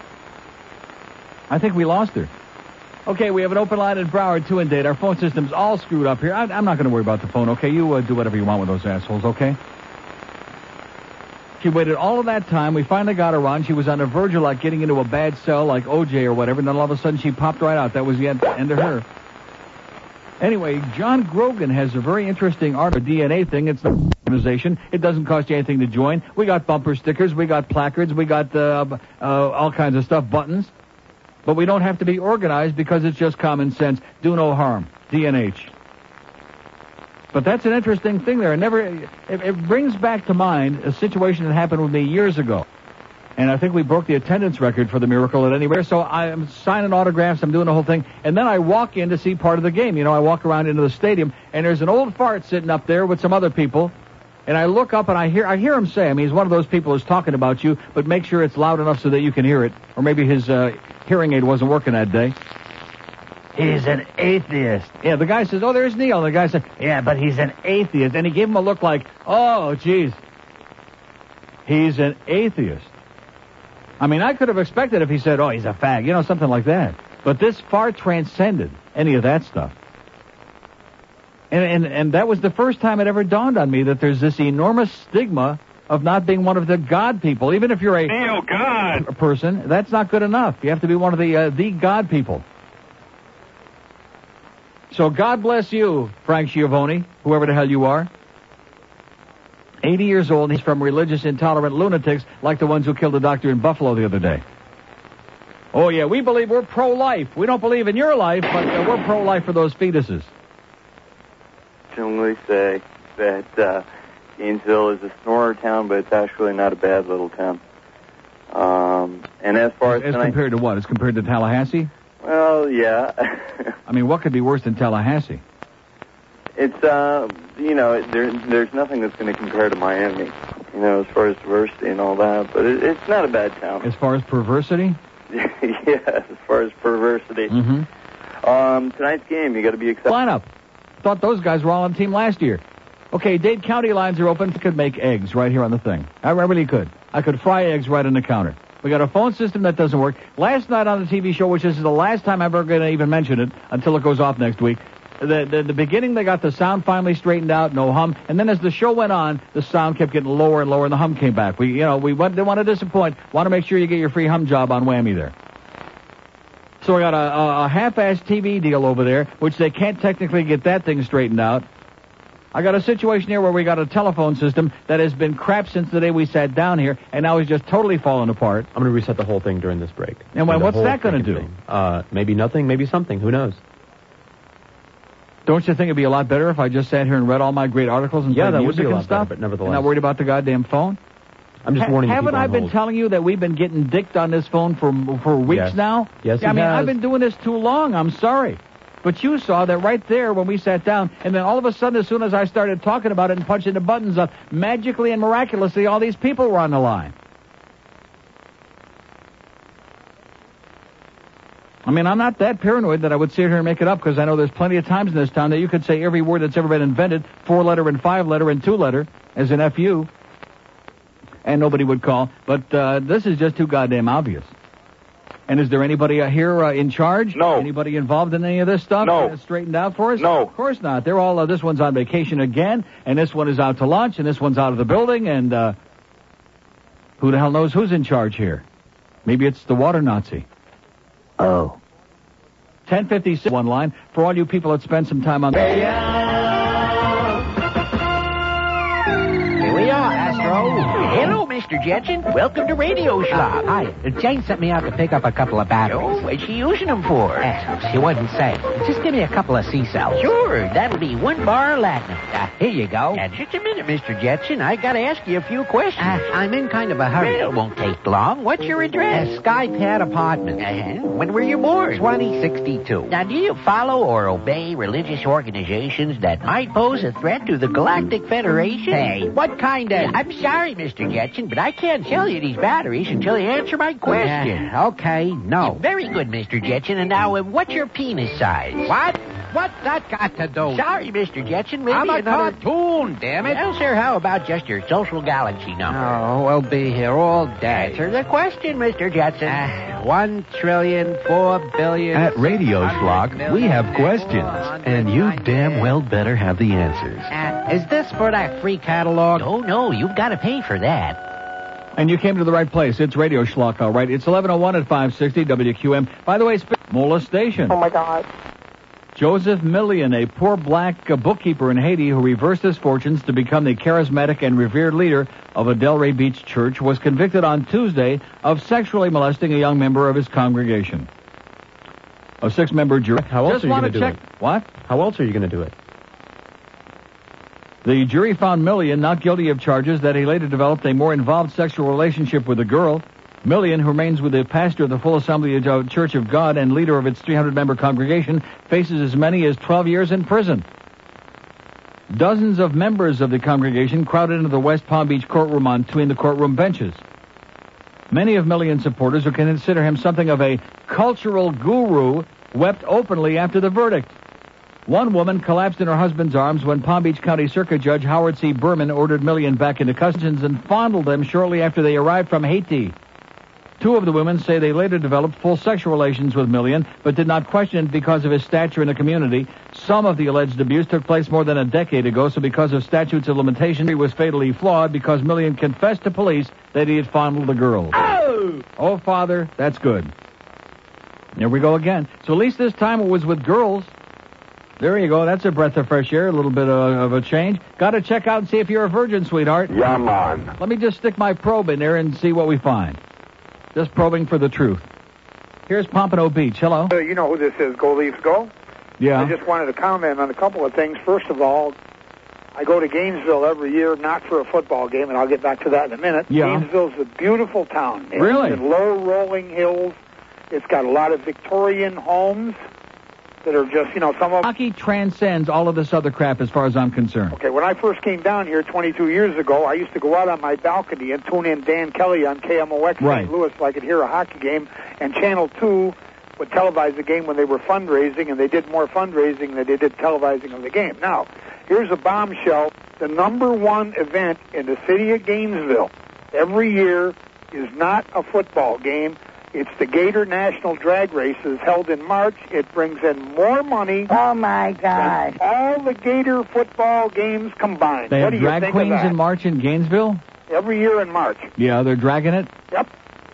[SPEAKER 1] I think we lost her. Okay, we have an open line in Broward, two and date. Our phone system's all screwed up here. I, I'm not going to worry about the phone, okay? You uh, do whatever you want with those assholes, okay? She waited all of that time. We finally got her on. She was on the verge of like getting into a bad cell, like OJ or whatever. And then all of a sudden, she popped right out. That was the end, end of her. Anyway, John Grogan has a very interesting art of DNA thing. It's the organization. It doesn't cost you anything to join. We got bumper stickers, we got placards, we got uh, b- uh, all kinds of stuff, buttons. But we don't have to be organized because it's just common sense. Do no harm. DNH. But that's an interesting thing there. It never it, it brings back to mind a situation that happened with me years ago. And I think we broke the attendance record for the miracle at anywhere. So I'm signing autographs, I'm doing the whole thing, and then I walk in to see part of the game. You know, I walk around into the stadium, and there's an old fart sitting up there with some other people. And I look up and I hear I hear him say. I mean, he's one of those people who's talking about you, but make sure it's loud enough so that you can hear it. Or maybe his uh, hearing aid wasn't working that day.
[SPEAKER 10] He's an atheist.
[SPEAKER 1] Yeah, the guy says, "Oh, there's Neil." And the guy said,
[SPEAKER 10] Yeah, but he's an
[SPEAKER 1] atheist, and he gave him a look like, oh, geez, he's an atheist. I mean, I could have expected if he said, oh, he's a fag, you know, something like that. But this far transcended any of that stuff. And, and, and that was the first time it ever dawned on me that there's this enormous stigma of not being one of the God people. Even if you're a
[SPEAKER 12] Neil God.
[SPEAKER 1] a person, that's not good enough. You have to be one of the uh, the God people. So God bless you, Frank Schiavone, whoever the hell you are. 80 years old, and he's from religious intolerant lunatics like the ones who killed the doctor in Buffalo the other day. Oh, yeah, we believe we're pro life. We don't believe in your life, but uh, we're pro life for those fetuses.
[SPEAKER 13] jokingly say that uh, Gainesville is a snorer town, but it's actually not a bad little town. Um, and as far as,
[SPEAKER 1] As
[SPEAKER 13] tonight,
[SPEAKER 1] compared to what? As compared to Tallahassee?
[SPEAKER 13] well, yeah, *laughs*
[SPEAKER 1] I mean, what could be worse than Tallahassee?
[SPEAKER 13] it's uh, you know there there's nothing that's going to compare to Miami, you know, as far as diversity and all that. But it, it's not a bad town. *laughs*
[SPEAKER 1] As far as perversity?
[SPEAKER 13] yeah, as far as perversity.
[SPEAKER 1] Mm-hmm.
[SPEAKER 13] Um, tonight's game, you got to be excited.
[SPEAKER 1] lineup. Thought those guys were all on the team last year. Okay, Dade County lines are open. Could make eggs right here on the thing. I really could. I could fry eggs right on the counter. We got a phone system that doesn't work. Last night on the TV show, which is the last time I'm ever going to even mention it until it goes off next week. The, the the beginning they got the sound finally straightened out, no hum, and then as the show went on, the sound kept getting lower and lower, and the hum came back. We you know we went, didn't want to disappoint. Want to make sure you get your free hum job on Whammy there. So we got a, a, a half-assed TV deal over there, which they can't technically get that thing straightened out. I got a situation here where we got a telephone system that has been crap since the day we sat down here, and now is just totally falling apart.
[SPEAKER 6] I'm going to reset the whole thing during this break.
[SPEAKER 1] And why-
[SPEAKER 6] The
[SPEAKER 1] what's
[SPEAKER 6] whole
[SPEAKER 1] that gonna
[SPEAKER 6] freaking
[SPEAKER 1] do?
[SPEAKER 6] thing. Uh, maybe nothing, maybe something. Who knows?
[SPEAKER 1] Don't you think it'd be a lot better if I just sat here and read all my great articles and
[SPEAKER 6] Yeah,
[SPEAKER 1] played
[SPEAKER 6] that would
[SPEAKER 1] music
[SPEAKER 6] be a
[SPEAKER 1] and
[SPEAKER 6] lot
[SPEAKER 1] stuff?
[SPEAKER 6] better, but nevertheless.
[SPEAKER 1] not worried about the goddamn phone.
[SPEAKER 6] I'm just
[SPEAKER 1] Ha-
[SPEAKER 6] warning you.
[SPEAKER 1] haven't
[SPEAKER 6] people on
[SPEAKER 1] I been
[SPEAKER 6] hold.
[SPEAKER 1] telling you that we've been getting dicked on this phone for for weeks
[SPEAKER 6] Yes.
[SPEAKER 1] now?
[SPEAKER 6] Yes,
[SPEAKER 1] I
[SPEAKER 6] he
[SPEAKER 1] mean
[SPEAKER 6] has.
[SPEAKER 1] I've been doing this too long. I'm sorry. But you saw that right there when we sat down, and then all of a sudden, as soon as I started talking about it and punching the buttons up, magically and miraculously, all these people were on the line. I mean, I'm not that paranoid that I would sit here and make it up because I know there's plenty of times in this town that you could say every word that's ever been invented, four letter and five letter and two letter, as an FU, and nobody would call. But uh, this is just too goddamn obvious. And is there anybody uh, here uh, in charge? No. Anybody involved in any of this stuff?
[SPEAKER 14] No.
[SPEAKER 1] Get it Straightened out for us? No. Of course not. They're all, uh, this one's on vacation again, and this one is out to lunch, and this one's out of the building, and uh, who the hell knows who's in charge here? Maybe it's the water Nazi. Oh. 1056 one line for all you people that spend some time on
[SPEAKER 15] Here we are, Astro. Hello, Mr. Jetson. Welcome to Radio Shop. hi. Jane sent me out to pick up a couple of batteries. Oh, what's she using them for? she wouldn't say. Just give me a couple of sea cells. Sure, that'll be one bar of latinum. Uh, here you go. just a minute, Mr. Jetson. I gotta ask you a few questions. Uh, I'm in kind of a hurry. it won't take long. What's your address? Skypad Apartments. Uh-huh. When were you born? 2062. Now, do you follow or obey religious organizations that might pose a threat to the Galactic Federation? Hey, what kind of... I'm sorry, Mr. Jetson, but I can't sell you these batteries until you answer my question. okay, no. Very good, Mr. Jetson. And now, uh, what's your penis size? What? What's that got to do? Sorry, Mr. Jetson. Maybe
[SPEAKER 8] I'm a
[SPEAKER 15] another... cartoon, damn it. Well, sir, how about just your social galaxy number?
[SPEAKER 8] Oh, we'll be here all day.
[SPEAKER 15] Answer the question, Mr. Jetson. Uh,
[SPEAKER 8] One trillion, four billion.
[SPEAKER 16] At Radio Schlock, we have questions, and you damn well better have the answers.
[SPEAKER 15] Uh, is this for that free catalog? Oh, no, you've got to pay for that.
[SPEAKER 1] And you came to the right place. It's Radio Schlock, all right. It's 1101 at 560 WQM. By the way, sp- molestation. Oh, my God. Joseph Millian, a poor black uh, bookkeeper in Haiti who reversed his fortunes to become the charismatic and revered leader of a Delray Beach church, was convicted on Tuesday of sexually molesting a young member of his congregation. A six-member jury.
[SPEAKER 6] How else
[SPEAKER 1] Just
[SPEAKER 6] are you
[SPEAKER 1] want
[SPEAKER 6] going to
[SPEAKER 1] to
[SPEAKER 6] do
[SPEAKER 1] check
[SPEAKER 6] it?
[SPEAKER 1] What?
[SPEAKER 6] How else are you going to do it?
[SPEAKER 1] The jury found Millian not guilty of charges that he later developed a more involved sexual relationship with a girl. Millian, who remains with the pastor of the Full Assembly of Church of God and leader of its 300 member congregation, faces as many as 12 years in prison. Dozens of members of the congregation crowded into the West Palm Beach courtroom on between the courtroom benches. Many of Millian's supporters, who consider him something of a cultural guru, wept openly after the verdict. One woman collapsed in her husband's arms when Palm Beach County Circuit Judge Howard C. Berman ordered Millian back into custody and fondled them shortly after they arrived from Haiti. Two of the women say they later developed full sexual relations with Millian, but did not question it because of his stature in the community. Some of the alleged abuse took place more than a decade ago, so because of statutes of limitation, he was fatally flawed because Millian confessed to police that he had fondled the girl. Oh! Oh, father, that's good. There we go again. So at least this time it was with girls. There you go. That's a breath of fresh air, a little bit of, of a change. Got to check out and see if you're a virgin, sweetheart.
[SPEAKER 9] Yeah, man.
[SPEAKER 1] Let me just stick my probe in there and see what we find. Just probing for the truth. Here's Pompano Beach. Hello.
[SPEAKER 2] Uh, you know who this is. Go Leafs Go. I
[SPEAKER 1] Yeah.
[SPEAKER 2] just wanted to comment on a couple of things. First of all, I go to Gainesville every year, not for a football game, and I'll get back to that in a minute.
[SPEAKER 1] Yeah.
[SPEAKER 2] Gainesville's a beautiful town. It's
[SPEAKER 1] Really?
[SPEAKER 2] in low rolling hills. It's got a lot of Victorian homes that are just, you know, some of
[SPEAKER 1] Hockey transcends all of this other crap as far as I'm concerned.
[SPEAKER 2] Okay, when I first came down here 22 years ago, I used to go out on my balcony and tune in Dan Kelly on KMOX
[SPEAKER 1] Right.
[SPEAKER 2] St. Louis so I could hear a hockey game, and Channel 2 would televise the game when they were fundraising, and they did more fundraising than they did televising of the game. Now, here's a bombshell. The number one event in the city of Gainesville every year is not a football game. It's the Gator National Drag Races held in March. It brings in more money. Oh my God! all the Gator football games combined.
[SPEAKER 1] They
[SPEAKER 2] what
[SPEAKER 1] have
[SPEAKER 2] do you
[SPEAKER 1] drag
[SPEAKER 2] think
[SPEAKER 1] queens
[SPEAKER 2] of that?
[SPEAKER 1] in March in Gainesville?
[SPEAKER 2] every year in March,
[SPEAKER 1] Yeah, they're dragging it?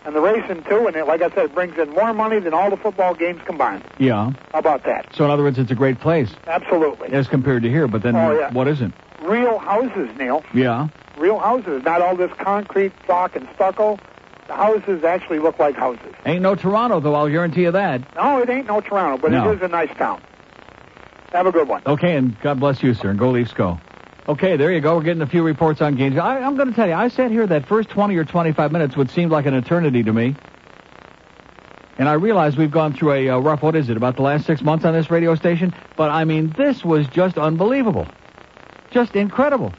[SPEAKER 2] and the racing too. And it, like I said, it brings in more money than all the football games combined.
[SPEAKER 1] Yeah.
[SPEAKER 2] How about that?
[SPEAKER 1] So, in other words, it's a great place
[SPEAKER 2] Absolutely.
[SPEAKER 1] as compared to here, but then
[SPEAKER 2] Oh, yeah.
[SPEAKER 1] what isn't?
[SPEAKER 2] Real houses, Neil.
[SPEAKER 1] Yeah.
[SPEAKER 2] Real houses, not all this concrete, block, and stucco. The houses actually look like houses.
[SPEAKER 1] Ain't no Toronto, though, I'll guarantee you that.
[SPEAKER 2] No, it ain't no Toronto, but
[SPEAKER 1] No.
[SPEAKER 2] it is a nice town. Have a good one.
[SPEAKER 1] Okay, and God bless you, sir, and go Leafs go. Okay, there you go. We're getting a few reports on games. I, I'm going to tell you, I sat here that first 20 or 25 minutes, which seemed like an eternity to me. And I realize we've gone through a uh, rough, what is it, about the last six months on this radio station? But I mean, this was just unbelievable. Just incredible.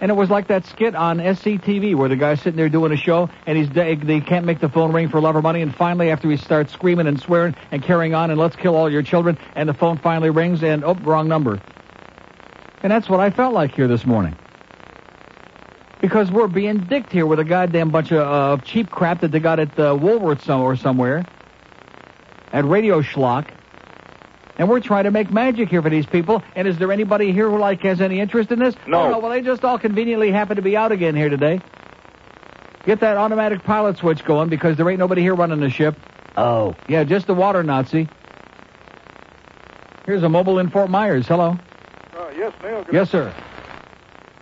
[SPEAKER 1] And it was like that skit on SCTV where the guy's sitting there doing a show and he's de- they can't make the phone ring for love or money. And finally, after he starts screaming and swearing and carrying on and let's kill all your children, and the phone finally rings and oh, wrong number. And that's what I felt like here this morning. Because we're being dicked here with a goddamn bunch of uh, cheap crap that they got at uh, Woolworth some- or somewhere, at Radio Schlock. And we're trying to make magic here for these people. And is there anybody here who like has any interest in this?
[SPEAKER 12] No.
[SPEAKER 1] Oh, no well, they just all conveniently happen to be out again here today. Get that automatic pilot switch going because there ain't nobody here running the ship. Oh. Yeah, just the water Nazi. Here's a mobile in Fort Myers. Hello.
[SPEAKER 14] Uh, yes, Neil. Good-
[SPEAKER 1] Yes, sir.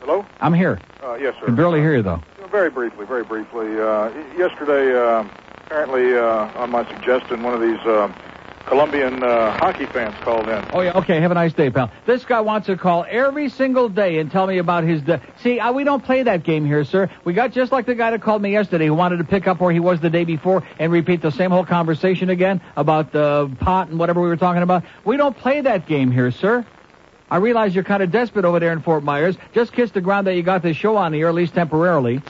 [SPEAKER 14] Hello?
[SPEAKER 1] I'm here.
[SPEAKER 14] Uh, yes, sir.
[SPEAKER 1] I barely hear you though.
[SPEAKER 14] Very briefly, very briefly. Uh, y- yesterday, uh, apparently, uh, on my suggestion, one of these uh, Colombian uh, hockey fans called in.
[SPEAKER 1] Oh yeah. Okay. Have a nice day, pal. This guy wants to call every single day and tell me about his. De- See, I, we don't play that game here, sir. We got just like the guy that called me yesterday who wanted to pick up where he was the day before and repeat the same whole conversation again about the pot and whatever we were talking about. We don't play that game here, sir. I realize you're kind of desperate over there in Fort Myers. Just kiss the ground that you got this show on the air, at least temporarily.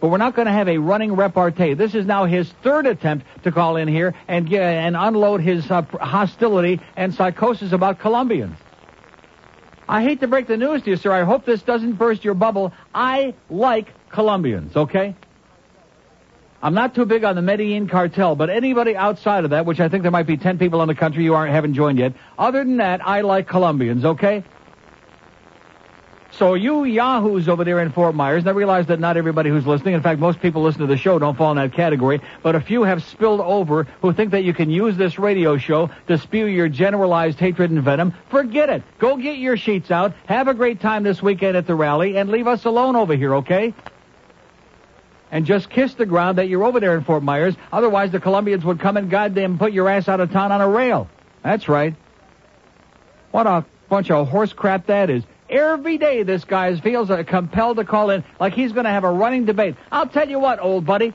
[SPEAKER 1] But we're not going to have a running repartee. This is now his third attempt to call in here and ge- and unload his uh, pr- hostility and psychosis about Colombians. I hate to break the news to you, sir. I hope this doesn't burst your bubble. I like Colombians, okay? I'm not too big on the Medellin cartel, but anybody outside of that, which I think there might be 10 people in the country you aren't haven't joined yet, other than that, I like Colombians, okay? So you yahoos over there in Fort Myers, and I realize that not everybody who's listening, in fact, most people listen to the show don't fall in that category, but a few have spilled over who think that you can use this radio show to spew your generalized hatred and venom. Forget it. Go get your sheets out. Have a great time this weekend at the rally, and leave us alone over here, okay? and just kiss the ground that you're over there in Fort Myers. Otherwise, the Colombians would come and goddamn put your ass out of town on a rail. That's right. What a bunch of horse crap that is. Every day this guy is- feels uh, compelled to call in like he's going to have a running debate. I'll tell you what, old buddy.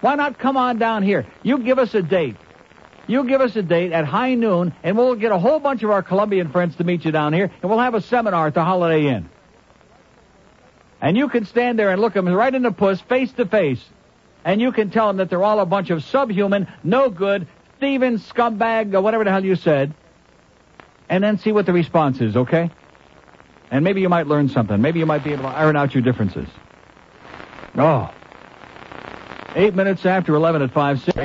[SPEAKER 1] Why not come on down here? You give us a date. You give us a date at high noon, and we'll get a whole bunch of our Colombian friends to meet you down here, and we'll have a seminar at the Holiday Inn. And you can stand there and look them right in the puss, face to face. And you can tell them that they're all a bunch of subhuman, no good, thieving scumbag, or whatever the hell you said. And then see what the response is, okay? And maybe you might learn something. Maybe you might be able to iron out your differences. Oh. Eight minutes after 11 at 5 6.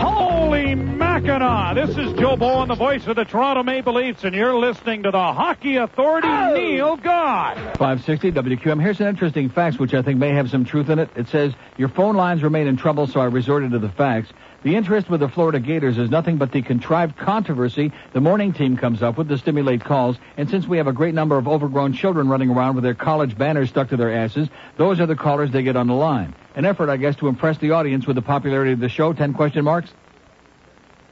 [SPEAKER 12] Holy Mackinac! This is Joe Bowen, the voice of the Toronto Maple Leafs, and you're listening to the Hockey Authority, Neil God.
[SPEAKER 1] 560 WQM. Here's an interesting fact which I think may have some truth in it. It says, Your phone lines remain in trouble, so I resorted to the facts. The interest with the Florida Gators is nothing but the contrived controversy the morning team comes up with to stimulate calls. And since we have a great number of overgrown children running around with their college banners stuck to their asses, those are the callers they get on the line. An effort, I guess, to impress the audience with the popularity of the show. Ten question marks.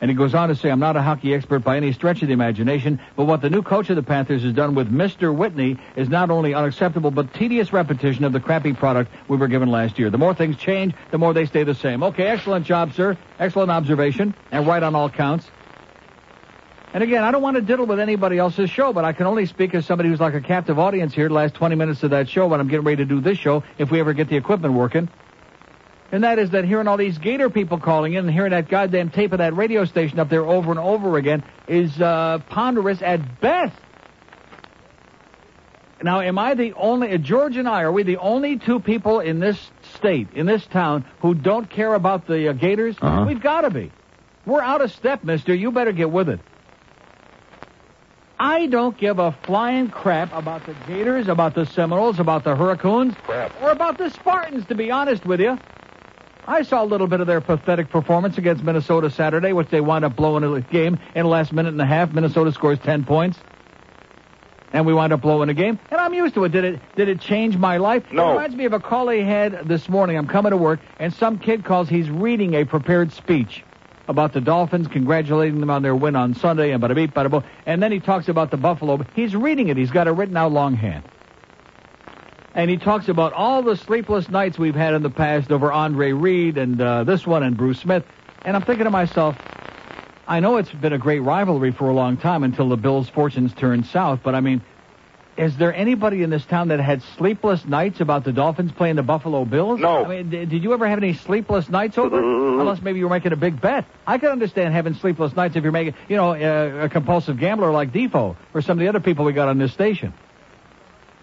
[SPEAKER 1] And he goes on to say, I'm not a hockey expert by any stretch of the imagination, but what the new coach of the Panthers has done with Mr. Whitney is not only unacceptable, but tedious repetition of the crappy product we were given last year. The more things change, the more they stay the same. Okay, excellent job, sir. Excellent observation, and right on all counts. And again, I don't want to diddle with anybody else's show, but I can only speak as somebody who's like a captive audience here the last 20 minutes of that show when I'm getting ready to do this show, if we ever get the equipment working. And that is that hearing all these Gator people calling in and hearing that goddamn tape of that radio station up there over and over again is uh, ponderous at best. Now, am I the only, uh, George and I, are we the only two people in this state, in this town, who don't care about the uh, Gators? We've got to be. We're out of step, mister. You better get with it. I don't give a flying crap about the Gators, about the Seminoles, about the Hurricanes, or about the Spartans, to be honest with you. I saw a little bit of their pathetic performance against Minnesota Saturday, which they wound up blowing a game in the last minute and a half. Minnesota scores 10 points. And we wound up blowing a game, and I'm used to it. Did it did it change my life?
[SPEAKER 12] No.
[SPEAKER 1] It reminds me of a call I had this morning. I'm coming to work, and some kid calls. He's reading a prepared speech about the Dolphins, congratulating them on their win on Sunday, and bada beep, bada boom. And then he talks about the Buffalo. He's reading it. He's got it written out longhand. And he talks about all the sleepless nights we've had in the past over Andre Reed and uh, this one and Bruce Smith. And I'm thinking to myself, I know it's been a great rivalry for a long time until the Bills' fortunes turned south, but I mean, is there anybody in this town that had sleepless nights about the Dolphins playing the Buffalo Bills?
[SPEAKER 17] No.
[SPEAKER 1] I mean, d- did you ever have any sleepless nights over?
[SPEAKER 18] *laughs*
[SPEAKER 1] it? Unless maybe you were making a big bet. I can understand having sleepless nights if you're making, you know, uh, a compulsive gambler like Defoe or some of the other people we got on this station.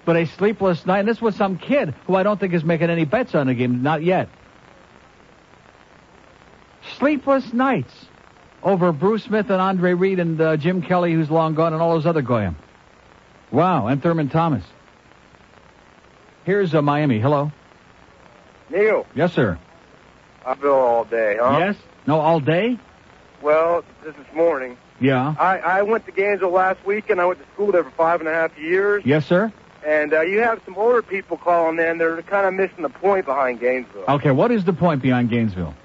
[SPEAKER 1] But a sleepless night, and this was some kid who I don't think is making any bets on the game, not yet. Sleepless nights over Bruce Smith and Andre Reed and uh, Jim Kelly, who's long gone, and all those other goyim. Wow, and Thurman Thomas. Here's uh, Miami. Hello.
[SPEAKER 18] Neil,
[SPEAKER 1] Yes, sir.
[SPEAKER 18] I've been all day, huh?
[SPEAKER 1] Yes. No, all day?
[SPEAKER 18] Well, this is morning.
[SPEAKER 1] Yeah.
[SPEAKER 18] I, I went to Gainesville last week, and I went to school there for five and a half years.
[SPEAKER 1] Yes, sir.
[SPEAKER 18] And uh, you have some older people calling in. They're kind of missing the point behind Gainesville.
[SPEAKER 1] Okay, what is the point behind Gainesville?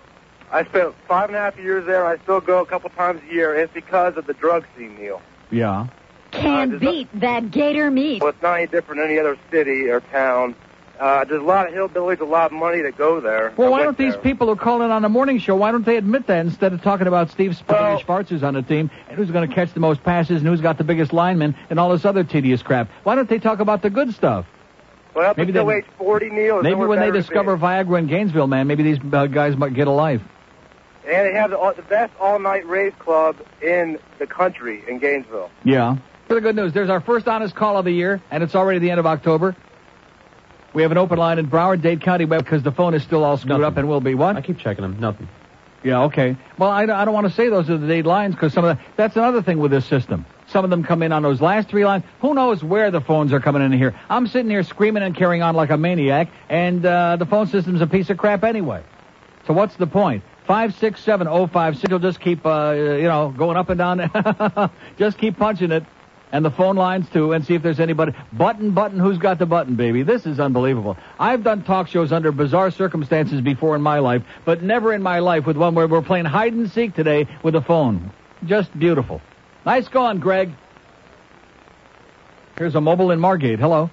[SPEAKER 18] I spent five and a half years there. I still go a couple times a year. It's because of the drug scene, Neil. Uh,
[SPEAKER 1] Yeah.
[SPEAKER 4] Can beat that gator meat.
[SPEAKER 18] Well, it's not any different than any other city or town. Uh, there's a lot of hillbillies, a lot of money that go there.
[SPEAKER 1] Well,
[SPEAKER 18] I
[SPEAKER 1] why
[SPEAKER 18] went
[SPEAKER 1] don't these
[SPEAKER 18] there.
[SPEAKER 1] people who call in on the morning show, why don't they admit that instead of talking about Steve Spanish Farts who's on the team and who's going to catch the most passes and who's got the biggest lineman and all this other tedious crap? Why don't they talk about the good stuff?
[SPEAKER 18] Well, up
[SPEAKER 1] Maybe
[SPEAKER 18] until
[SPEAKER 1] they-
[SPEAKER 18] age 40, Neil. there's
[SPEAKER 1] Maybe
[SPEAKER 18] nowhere
[SPEAKER 1] when they
[SPEAKER 18] better to be.
[SPEAKER 1] discover Viagra in Gainesville, man, maybe these uh, guys might get a life.
[SPEAKER 18] And they have the, the best all-night rave club in the country in Gainesville.
[SPEAKER 1] Yeah. For the good news, there's our first honest call of the year, and it's already the end of October. We have an open line in Broward, Dade County, because the phone is still all screwed up and will be what? I keep checking them. Nothing. Yeah, okay. Well, I, I don't want to say those are the Dade lines because some of the, that's another thing with this system. Some of them come in on those last three lines. Who knows where the phones are coming in here? I'm sitting here screaming and carrying on like a maniac, and uh, the phone system's a piece of crap anyway. So what's the point? Five six seven oh five six. You'll just keep uh, you know going up and down. *laughs* just keep punching it, and the phone lines too, and see if there's anybody. Button, button. Who's got the button, baby? This is unbelievable. I've done talk shows under bizarre circumstances before in my life, but never in my life with one where we're playing hide and seek today with a phone. Just beautiful. Nice going, Greg. Here's a mobile in Margate. Hello.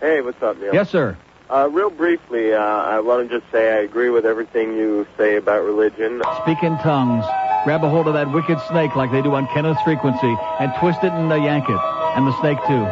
[SPEAKER 9] Hey, what's up, Neil?
[SPEAKER 1] Yes, sir.
[SPEAKER 9] Uh, real briefly, uh, I want to just say I agree with everything you say about religion.
[SPEAKER 1] Speak in tongues. Grab a hold of that wicked snake like they do on Kenneth's frequency and twist it and uh, yank it. And the snake too.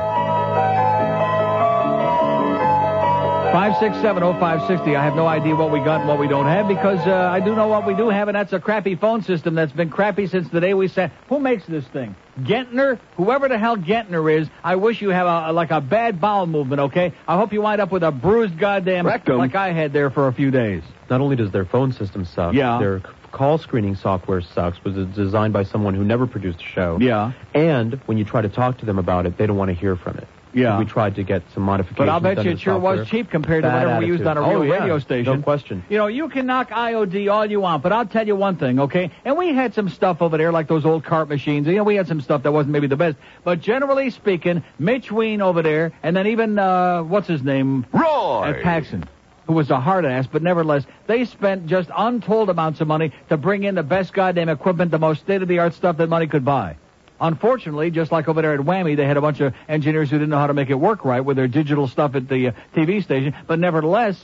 [SPEAKER 1] 5670560. oh, I have no idea what we got and what we don't have because uh, I do know what we do have and that's a crappy phone system that's been crappy since the day we sat. Who makes this thing? Gentner? Whoever the hell Gentner is, I wish you have a, like a bad bowel movement, okay? I hope you wind up with a bruised goddamn
[SPEAKER 6] Rectum.
[SPEAKER 1] like I had there for a few days.
[SPEAKER 6] Not only does their phone system suck,
[SPEAKER 1] Yeah.
[SPEAKER 6] their c- call screening software sucks, was designed by someone who never produced a show.
[SPEAKER 1] Yeah.
[SPEAKER 6] And when you try to talk to them about it, they don't want to hear from it.
[SPEAKER 1] Yeah.
[SPEAKER 6] We tried to get some modifications.
[SPEAKER 1] But I'll bet
[SPEAKER 6] done
[SPEAKER 1] you
[SPEAKER 6] to
[SPEAKER 1] it
[SPEAKER 6] the
[SPEAKER 1] sure was
[SPEAKER 6] software.
[SPEAKER 1] cheap compared to
[SPEAKER 6] Bad
[SPEAKER 1] whatever we used on
[SPEAKER 6] attitude.
[SPEAKER 1] a real
[SPEAKER 6] Oh, yeah.
[SPEAKER 1] radio station.
[SPEAKER 6] No question.
[SPEAKER 1] You know, you can knock IOD all you want, but I'll tell you one thing, okay? And we had some stuff over there, like those old cart machines. You know, we had some stuff that wasn't maybe the best. But generally speaking, Mitch Ween over there, and then even, uh, what's his name? Roy! At Paxson. Who was a hard ass, but nevertheless, they spent just untold amounts of money to bring in the best goddamn equipment, the most state of the art stuff that money could buy. Unfortunately, just like over there at Whammy, they had a bunch of engineers who didn't know how to make it work right with their digital stuff at the uh, TV station. But nevertheless,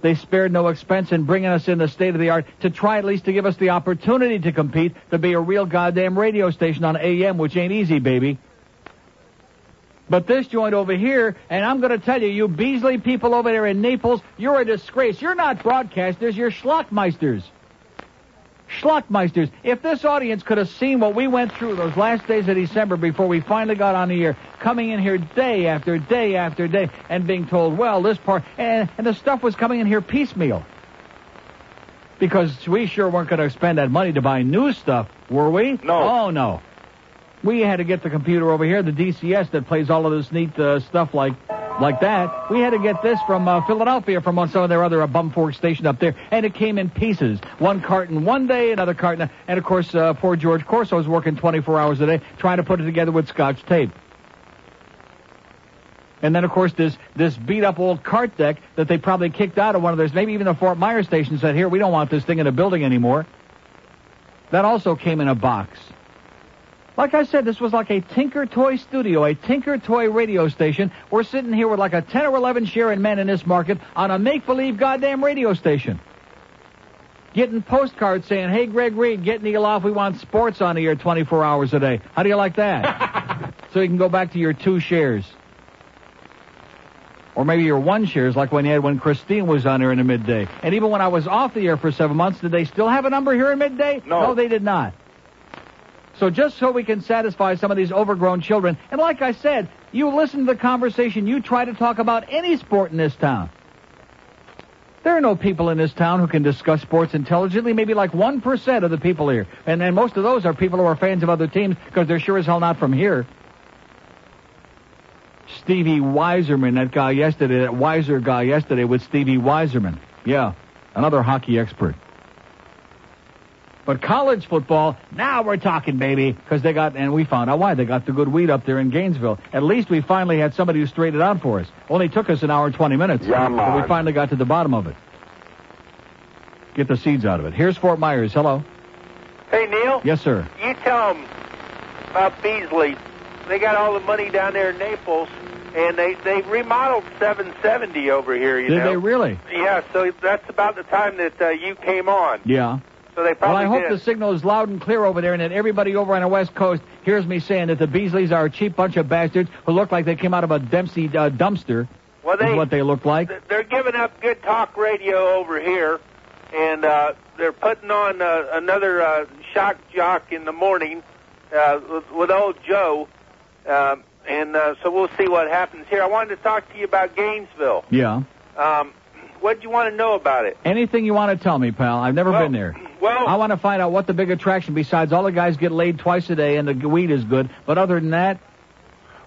[SPEAKER 1] they spared no expense in bringing us in the state of the art to try at least to give us the opportunity to compete to be a real goddamn radio station on AM, which ain't easy, baby. But this joint over here, and I'm going to tell you, you Beasley people over there in Naples, you're a disgrace. You're not broadcasters, you're schlockmeisters. Schlockmeisters, if this audience could have seen what we went through those last days of December before we finally got on the air, coming in here day after day after day and being told, well, this part, and, and the stuff was coming in here piecemeal. Because we sure weren't going to spend that money to buy new stuff, were we? No. Oh, no. We had to get the computer over here, the DCS that plays all of this neat uh, stuff like like that. We had to get this from uh, Philadelphia from on some of their other uh, bumfork station up there, and it came in pieces. One carton one day, another carton, and of course, uh, poor George Corso was working 24 hours a day trying to put it together with Scotch tape. And then, of course, this this beat up old cart deck that they probably kicked out of one of those, maybe even the Fort Myers station said, "Here, we don't want this thing in the building anymore." That also came in a box. Like I said, this was like a Tinker Toy studio, a Tinker Toy radio station. We're sitting here with like a 10 or 11 share in men in this market on a make believe goddamn radio station. getting postcards saying, hey, Greg Reed, get Neil off. We want sports on the air 24 hours a day. How do you like that? so you can go back to your two shares. Or maybe your one shares, like when you had when Christine was on here in the midday. And even when I was off the air for seven months, did they still have a number here in midday? No. No, they did not. So just so we can satisfy some of these overgrown children, and like I said, you listen to the conversation, you try to talk about any sport in this town. There are no people in this town who can discuss sports intelligently, maybe like 1% of the people here. And, and most of those are people who are fans of other teams because they're sure as hell not from here. Stevie Weiserman, that guy yesterday, that Wiser guy yesterday with Stevie Weiserman. Yeah, another hockey expert. But college football, now we're talking, baby, because they got, and we found out why they got the good weed up there in Gainesville. At least we finally had somebody who straightened it out for us. Only took us an hour and 20 minutes.
[SPEAKER 18] Yeah,
[SPEAKER 1] but we
[SPEAKER 18] man.
[SPEAKER 1] finally got to the bottom of it. Get the seeds out of it. Here's Fort Myers. Hello.
[SPEAKER 19] Hey, Neil,
[SPEAKER 1] Yes, sir.
[SPEAKER 19] you tell them about Beasley. They got all the money down there in Naples, and they they remodeled 770 over here. You
[SPEAKER 1] Did
[SPEAKER 19] know.
[SPEAKER 1] they really?
[SPEAKER 19] Yeah, so that's about the time that uh, you came on.
[SPEAKER 1] Yeah.
[SPEAKER 19] So they
[SPEAKER 1] Well,
[SPEAKER 19] probably
[SPEAKER 1] I hope
[SPEAKER 19] did.
[SPEAKER 1] the signal is loud and clear over there and that everybody over on the West Coast hears me saying that the Beasleys are a cheap bunch of bastards who look like they came out of a Dempsey uh, dumpster.
[SPEAKER 19] Well, they-
[SPEAKER 1] is what they look like.
[SPEAKER 19] They're giving up good talk radio over here, and uh, they're putting on uh, another uh, shock jock in the morning uh, with, with old Joe. Um, and uh, so we'll see what happens here. I wanted to talk to you about Gainesville.
[SPEAKER 1] Yeah.
[SPEAKER 19] Um, what do you want to know about it?
[SPEAKER 1] Anything you want to tell me, pal. I've never been there.
[SPEAKER 19] Well,
[SPEAKER 1] I want to find out what the big attraction besides all the guys get laid twice a day and the weed is good. But other than that,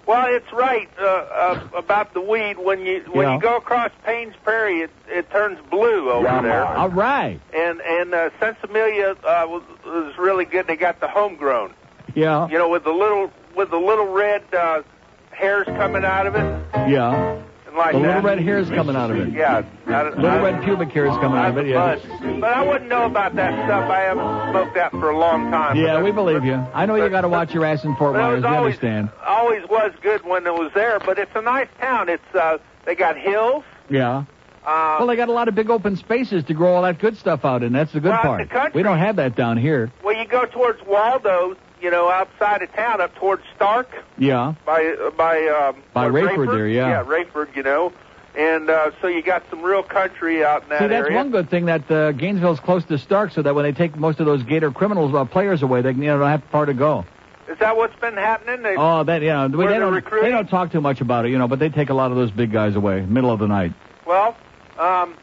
[SPEAKER 19] Well, it's right uh, uh, about the weed. When you when
[SPEAKER 1] Yeah.
[SPEAKER 19] you go across Payne's Prairie, it, it turns blue over there.
[SPEAKER 1] all right.
[SPEAKER 19] And and uh, Sensimilia uh, was, was really good. They got the homegrown.
[SPEAKER 1] Yeah.
[SPEAKER 19] You know, with the little with the little red uh, hairs coming out of it
[SPEAKER 1] Yeah.
[SPEAKER 19] and like
[SPEAKER 1] the
[SPEAKER 19] that.
[SPEAKER 1] little red hair is coming out of it.
[SPEAKER 19] Yeah. I don't-
[SPEAKER 1] Little
[SPEAKER 19] I-
[SPEAKER 1] red pubic hair is coming out of it. Yeah.
[SPEAKER 19] But I wouldn't know about that stuff. I haven't smoked that for a long time.
[SPEAKER 1] Yeah,
[SPEAKER 19] But
[SPEAKER 1] we believe you. I know you got to watch your ass in Fort
[SPEAKER 19] but I
[SPEAKER 1] Myers.
[SPEAKER 19] was
[SPEAKER 1] We
[SPEAKER 19] always-
[SPEAKER 1] understand.
[SPEAKER 19] it always was good when it was there. But it's a nice town. It's uh, they got hills.
[SPEAKER 1] Yeah.
[SPEAKER 19] Uh,
[SPEAKER 1] Well, they got a lot of big open spaces to grow all that good stuff out in. That's the good
[SPEAKER 19] Well, out in
[SPEAKER 1] part.
[SPEAKER 19] the country.
[SPEAKER 1] we don't have that down here.
[SPEAKER 19] Well, you go towards Waldo, you know, outside of town, up towards Stark
[SPEAKER 1] Yeah.
[SPEAKER 19] by by um,
[SPEAKER 1] By
[SPEAKER 19] or
[SPEAKER 1] Rayford there, yeah.
[SPEAKER 19] yeah, Rayford, you know, and uh, so you got some real country out in that
[SPEAKER 1] See, that's
[SPEAKER 19] area.
[SPEAKER 1] one good thing that uh, Gainesville's close to Stark, so that when they take most of those Gator criminals uh, players away, they can, you know don't have far to go.
[SPEAKER 19] Is that what's been happening? They,
[SPEAKER 1] Oh, that yeah, we,
[SPEAKER 19] where
[SPEAKER 1] they
[SPEAKER 19] they're
[SPEAKER 1] don't
[SPEAKER 19] recruiting?
[SPEAKER 1] they don't talk too much about it, you know, but they take a lot of those big guys away middle of the night. *laughs*
[SPEAKER 19] Well, um,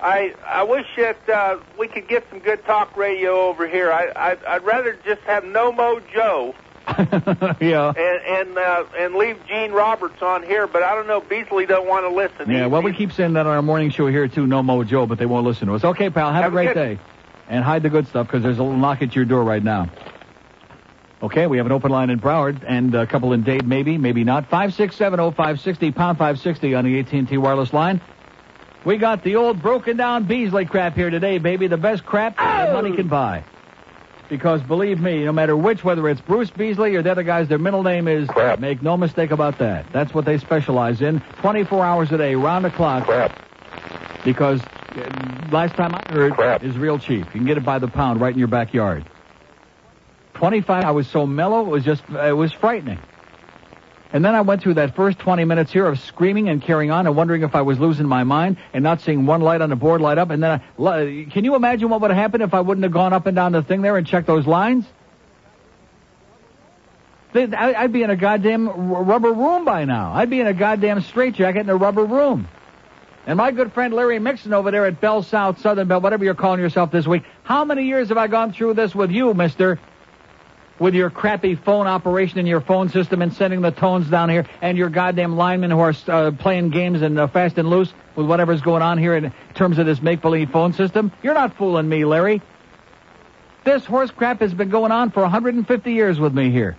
[SPEAKER 19] I I wish that uh, we could get some good talk radio over here. I, I I'd rather just have No Mo Joe
[SPEAKER 1] *laughs* yeah.
[SPEAKER 19] and and uh, and leave Gene Roberts on here, but I don't know. Beasley don't want to listen.
[SPEAKER 1] Yeah,
[SPEAKER 19] He-
[SPEAKER 1] well, we keep saying that on our morning show here too, no mo Joe, but they won't listen to us. Okay, pal, have,
[SPEAKER 19] Have
[SPEAKER 1] a
[SPEAKER 19] a
[SPEAKER 1] great
[SPEAKER 19] good-
[SPEAKER 1] day, and hide the good stuff because there's a little knock at your door right now. Okay, we have an open line in Broward and a couple in Dade, maybe, maybe not. Five six seven oh five sixty pound five sixty on the AT and T wireless line. We got the old broken down Beasley crap here today, baby. The best crap that money can buy. Because believe me, no matter which, whether it's Bruce Beasley or the other guys, their middle name is crap. Make no mistake about that. That's what they specialize in, 24 hours a day, round the clock. Crap. Because uh, last time I heard, crap is real cheap. You can get it by the pound right in your backyard. 25. I was so mellow, it was just, it was frightening. And then I went through that first 20 minutes here of screaming and carrying on and wondering if I was losing my mind and not seeing one light on the board light up. And then I, li- can you imagine what would have happened if I wouldn't have gone up and down the thing there and checked those lines? They- I- I'd be in a goddamn r- rubber room by now. I'd be in a goddamn straitjacket in a rubber room. And my good friend Larry Mixon over there at Bell South, Southern Bell, whatever you're calling yourself this week, how many years have I gone through this with you, mister? with your crappy phone operation and your phone system and sending the tones down here and your goddamn linemen who are uh, playing games and uh, fast and loose with whatever's going on here in terms of this make-believe phone system. You're not fooling me, Larry. This horse crap has been going on for 150 years with me here.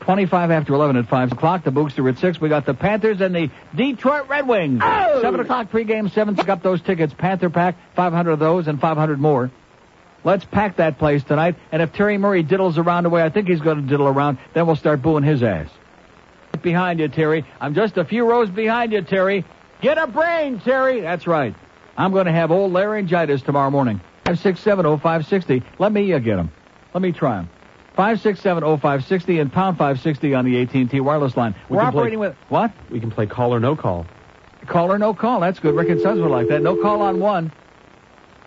[SPEAKER 1] 25 after 11 at 5 o'clock. The Books are at 6. We got the Panthers and the Detroit Red Wings. 7 o'clock pregame, 7. Pick up those tickets. Panther pack, 500 of those and 500 more. Let's pack that place tonight. And if Terry Murray diddles around the way I think he's going to diddle around, then we'll start booing his ass. Behind you, Terry. I'm just a few rows behind you, Terry. Get a brain, Terry. That's right. I'm going to have old laryngitis tomorrow morning. 5670560. Let me uh, get him. Let me try him. 5670560 and pound 560 on the AT&T wireless line.
[SPEAKER 6] We
[SPEAKER 1] We're
[SPEAKER 6] can play-
[SPEAKER 1] operating with what?
[SPEAKER 6] We can play call or no call.
[SPEAKER 1] Call or no call. That's good. Rick and Sons were like that. No call on one.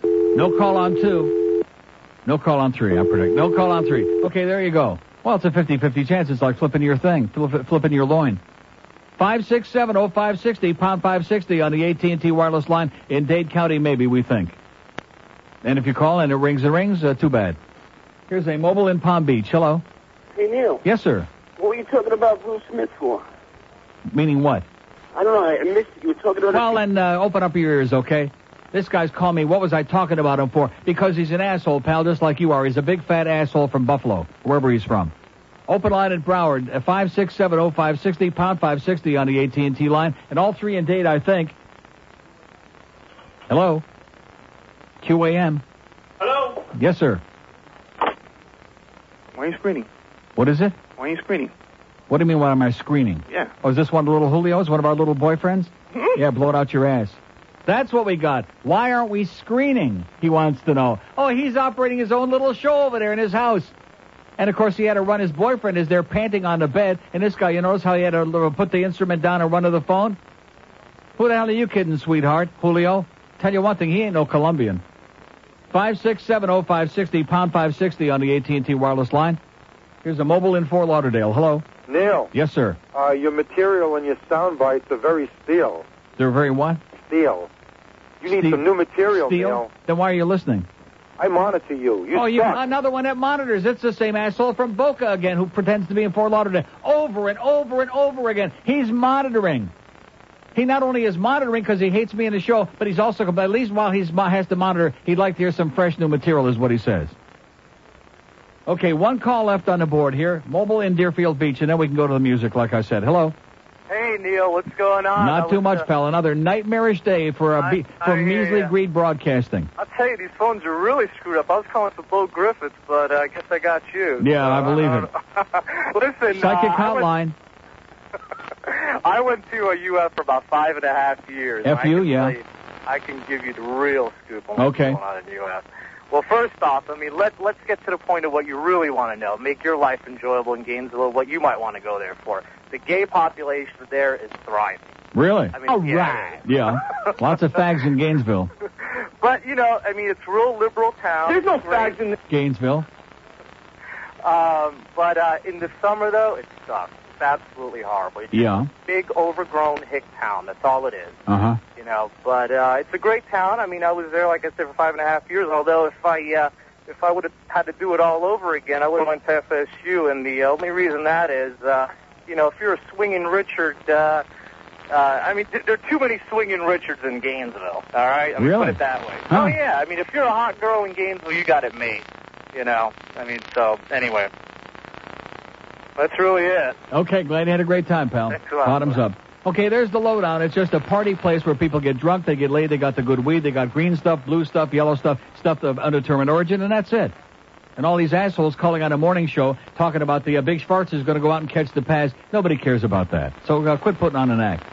[SPEAKER 1] No call on two. No call on three, I predict. No call on three. Okay, there you go. Well, it's a 50-50 chance. It's like flipping your thing, flip- flipping your loin. 5670560, pound 560 on the AT&T wireless line in Dade County, maybe, we think. And if you call and it rings and rings, uh, too bad. Here's a mobile in Palm Beach. Hello.
[SPEAKER 20] Hey Neil,
[SPEAKER 1] Yes, sir.
[SPEAKER 20] what were you talking about Bruce Smith for?
[SPEAKER 1] Meaning what?
[SPEAKER 20] I don't know. I missed it. You were talking about.
[SPEAKER 1] Well, and uh, open up your ears, okay? This guy's calling me. What was I talking about him for? Because he's an asshole, pal, just like you are. He's a big fat asshole from Buffalo, wherever he's from. Open line at Broward, uh, five six seven oh five sixty pound five sixty on the AT and T line, and all three in date, I think. Hello. QAM.
[SPEAKER 21] Hello.
[SPEAKER 1] Yes, sir.
[SPEAKER 21] Why are you screening?
[SPEAKER 1] What is it?
[SPEAKER 21] Why are you screening?
[SPEAKER 1] What do you mean? Why am I screening?
[SPEAKER 21] Yeah.
[SPEAKER 1] Oh, is this one of the little Julio's? One of our little boyfriends? yeah, blow it out your ass. That's what we got. Why aren't we screening? He wants to know. Oh, he's operating his own little show over there in his house. And of course, he had to run. His boyfriend is there panting on the bed. And this guy, you notice how he had to l- put the instrument down and run to the phone? Who the hell are you kidding, sweetheart? Julio? Tell you one thing, he ain't no Colombian. Five six seven oh five sixty pound five sixty on the AT and T wireless line. Here's a mobile in Fort Lauderdale. Hello.
[SPEAKER 22] Neil,
[SPEAKER 1] Yes, sir.
[SPEAKER 22] uh, your material and your sound bites are very steel.
[SPEAKER 1] They're very what?
[SPEAKER 22] Steel. You need
[SPEAKER 1] Steel-
[SPEAKER 22] some new material, Neil.
[SPEAKER 1] Then why are you listening?
[SPEAKER 22] I monitor you. You
[SPEAKER 1] oh, you
[SPEAKER 22] suck.
[SPEAKER 1] another one that monitors. It's the same asshole from Boca again who pretends to be in Fort Lauderdale over and over and over again. He's monitoring. He not only is monitoring because he hates me in the show, but he's also compl- at least while he's mo- has to monitor, he'd like to hear some fresh new material, is what he says. Okay, one call left on the board here. Mobile in Deerfield Beach, and then we can go to the music, like I said. Hello.
[SPEAKER 18] Hey Neil, what's going on? I
[SPEAKER 1] Not
[SPEAKER 18] was,
[SPEAKER 1] too much,
[SPEAKER 18] uh,
[SPEAKER 1] pal. Another nightmarish day for a be-
[SPEAKER 18] I
[SPEAKER 1] for
[SPEAKER 18] hear
[SPEAKER 1] measly
[SPEAKER 18] ya.
[SPEAKER 1] greed broadcasting.
[SPEAKER 18] I'll tell you, these phones are really screwed up. I was calling for Bill Griffiths, but uh, I guess I got you.
[SPEAKER 1] Yeah, I believe it.
[SPEAKER 18] *laughs* Listen,
[SPEAKER 1] Psychic
[SPEAKER 18] uh, I, went,
[SPEAKER 1] hotline.
[SPEAKER 18] I went to a UF for about five and a half years. and I
[SPEAKER 1] FU,
[SPEAKER 18] can
[SPEAKER 1] yeah.
[SPEAKER 18] tell you- I can give you the real scoop on what's
[SPEAKER 1] Okay.
[SPEAKER 18] going on in UF. Well, first off, I mean, let, let's get to the point of what you really want to know. Make your life enjoyable in Gainesville, what you might want to go there for. The gay population there is thriving.
[SPEAKER 1] Really?
[SPEAKER 18] I mean, All yeah, right.
[SPEAKER 1] Yeah. Lots of fags in Gainesville.
[SPEAKER 18] But, you know, I mean, it's a real liberal town. There's no fags in
[SPEAKER 1] Gainesville.
[SPEAKER 18] Um, but uh, in the summer, though, it sucks. It's absolutely horrible. It's
[SPEAKER 1] Yeah.
[SPEAKER 18] a big, overgrown hick town. That's all it is,
[SPEAKER 1] Uh huh.
[SPEAKER 18] you know. But uh, it's a great town. I mean, I was there, like I said, for five and a half years. Although, if I uh, if I would have had to do it all over again, I would have went to FSU. And the only reason that is, uh, you know, if you're a swinging Richard, uh, uh, I mean, th- there are too many swinging Richards in Gainesville. All right, I mean,
[SPEAKER 1] Really?
[SPEAKER 18] put it that way.
[SPEAKER 1] Huh.
[SPEAKER 18] Oh yeah, I mean, if you're a hot girl in Gainesville, you got it made. You know, I mean, so anyway. That's really it.
[SPEAKER 1] Okay, glad you had a great time, pal.
[SPEAKER 18] Oh, a lot.
[SPEAKER 1] Bottoms up. Okay, there's the lowdown. It's just a party place where people get drunk, they get laid, they got the good weed, they got green stuff, blue stuff, yellow stuff, stuff of undetermined origin, and that's it. And all these assholes calling on a morning show talking about the uh, Big Schwartz is going to go out and catch the pass. Nobody cares about that. So uh, quit putting on an act.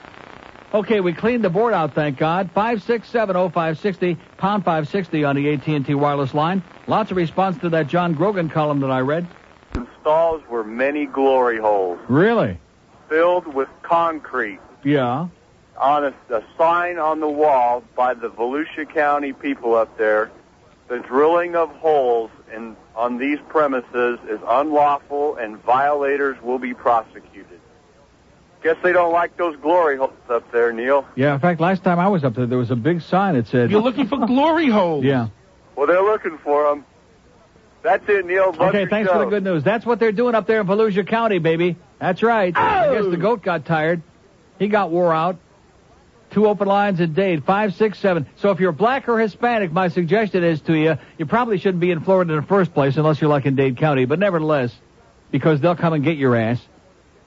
[SPEAKER 1] Okay, we cleaned the board out, thank God. Five six seven oh five sixty pound five sixty on the AT and T wireless line. Lots of response to that John Grogan column that I read.
[SPEAKER 22] Stalls were many glory holes
[SPEAKER 1] Really?
[SPEAKER 22] filled with concrete
[SPEAKER 1] Yeah.
[SPEAKER 22] on a, a sign on the wall by the Volusia County people up there. The drilling of holes in, on these premises is unlawful and violators will be prosecuted. Guess they don't like those glory holes up there, Neil.
[SPEAKER 1] Yeah, in fact, last time I was up there, there was a big sign that said.
[SPEAKER 22] You're looking
[SPEAKER 1] for glory holes. Yeah.
[SPEAKER 22] Well, they're looking for them. That's it, Neil. Love
[SPEAKER 1] Okay,
[SPEAKER 22] your
[SPEAKER 1] thanks
[SPEAKER 22] show.
[SPEAKER 1] for the good news. That's what they're doing up there in Volusia County, baby. That's right. I guess the goat got tired. He got wore out. Two open lines a day, five, six, seven. So if you're black or Hispanic, my suggestion is to you, you probably shouldn't be in Florida in the first place unless you're like in Dade County, but nevertheless, because they'll come and get your ass.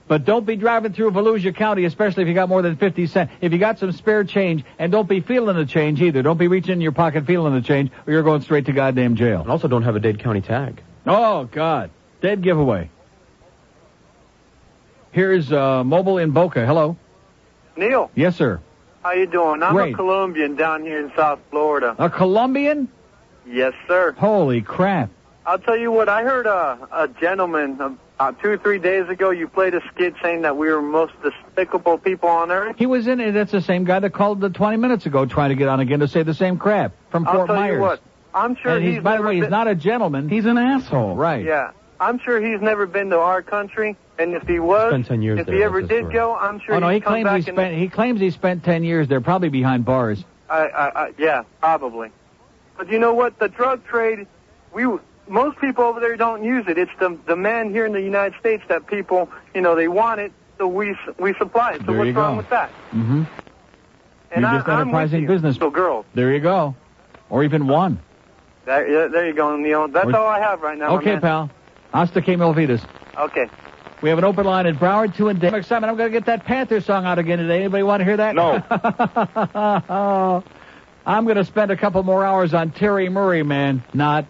[SPEAKER 1] But don't be driving through Volusia County, especially if you got more than 50 cents. If you got some spare change, and don't be feeling the change either. Don't be reaching in your pocket feeling the change, or you're going straight to goddamn jail. And also don't have a Dade County tag. Oh, God. Dead giveaway. Here's uh, Mobile in Boca. Hello.
[SPEAKER 18] Neil,
[SPEAKER 1] Yes, sir.
[SPEAKER 18] How you doing? I'm
[SPEAKER 1] Great.
[SPEAKER 18] a Colombian down here in South Florida.
[SPEAKER 1] A Colombian?
[SPEAKER 18] Yes, sir.
[SPEAKER 1] Holy crap.
[SPEAKER 18] I'll tell you what. I heard a, a gentleman about two or three days ago. You played a skit saying that we were the most despicable people on earth.
[SPEAKER 1] He was in it. That's the same guy that called the 20 minutes ago trying to get on again to say the same crap from
[SPEAKER 18] I'll
[SPEAKER 1] Fort
[SPEAKER 18] tell
[SPEAKER 1] Myers.
[SPEAKER 18] you what. I'm sure
[SPEAKER 1] and he's, by the
[SPEAKER 18] never
[SPEAKER 1] way, he's
[SPEAKER 18] been-
[SPEAKER 1] not a gentleman. He's an asshole. Right.
[SPEAKER 18] Yeah, I'm sure he's never been to our country, and if he was,
[SPEAKER 1] Spent 10 years
[SPEAKER 18] if
[SPEAKER 1] there,
[SPEAKER 18] he
[SPEAKER 1] that's
[SPEAKER 18] ever
[SPEAKER 1] his
[SPEAKER 18] did
[SPEAKER 1] story.
[SPEAKER 18] go, I'm sure
[SPEAKER 1] oh no,
[SPEAKER 18] he'd
[SPEAKER 1] he
[SPEAKER 18] come
[SPEAKER 1] claims
[SPEAKER 18] back
[SPEAKER 1] he
[SPEAKER 18] and
[SPEAKER 1] spent. He claims he spent 10 years. They're probably behind bars.
[SPEAKER 18] I, I, I, yeah, probably. But you know what? The drug trade, we most people over there don't use it. It's the the man here in the United States that people, you know, they want it, so we s- we supply it. So
[SPEAKER 1] There
[SPEAKER 18] what's
[SPEAKER 1] you go.
[SPEAKER 18] wrong with that?
[SPEAKER 1] Mm-hmm.
[SPEAKER 18] And
[SPEAKER 1] You're
[SPEAKER 18] I,
[SPEAKER 1] just
[SPEAKER 18] I'm
[SPEAKER 1] enterprising
[SPEAKER 18] with you.
[SPEAKER 1] business.
[SPEAKER 18] So girls,
[SPEAKER 1] There you go. Or even one.
[SPEAKER 18] that, yeah, there you go, Neil. That's
[SPEAKER 1] Or-
[SPEAKER 18] all I have right now. my
[SPEAKER 1] okay,
[SPEAKER 18] man.
[SPEAKER 1] pal. Hasta que me olvides.
[SPEAKER 18] Okay.
[SPEAKER 1] We have an open line in Broward, two in Denver. Simon, I'm going to get that Panther song out again today. Anybody want to hear that? No. *laughs* I'm going to spend a couple more hours on Terry Murray, man. Not.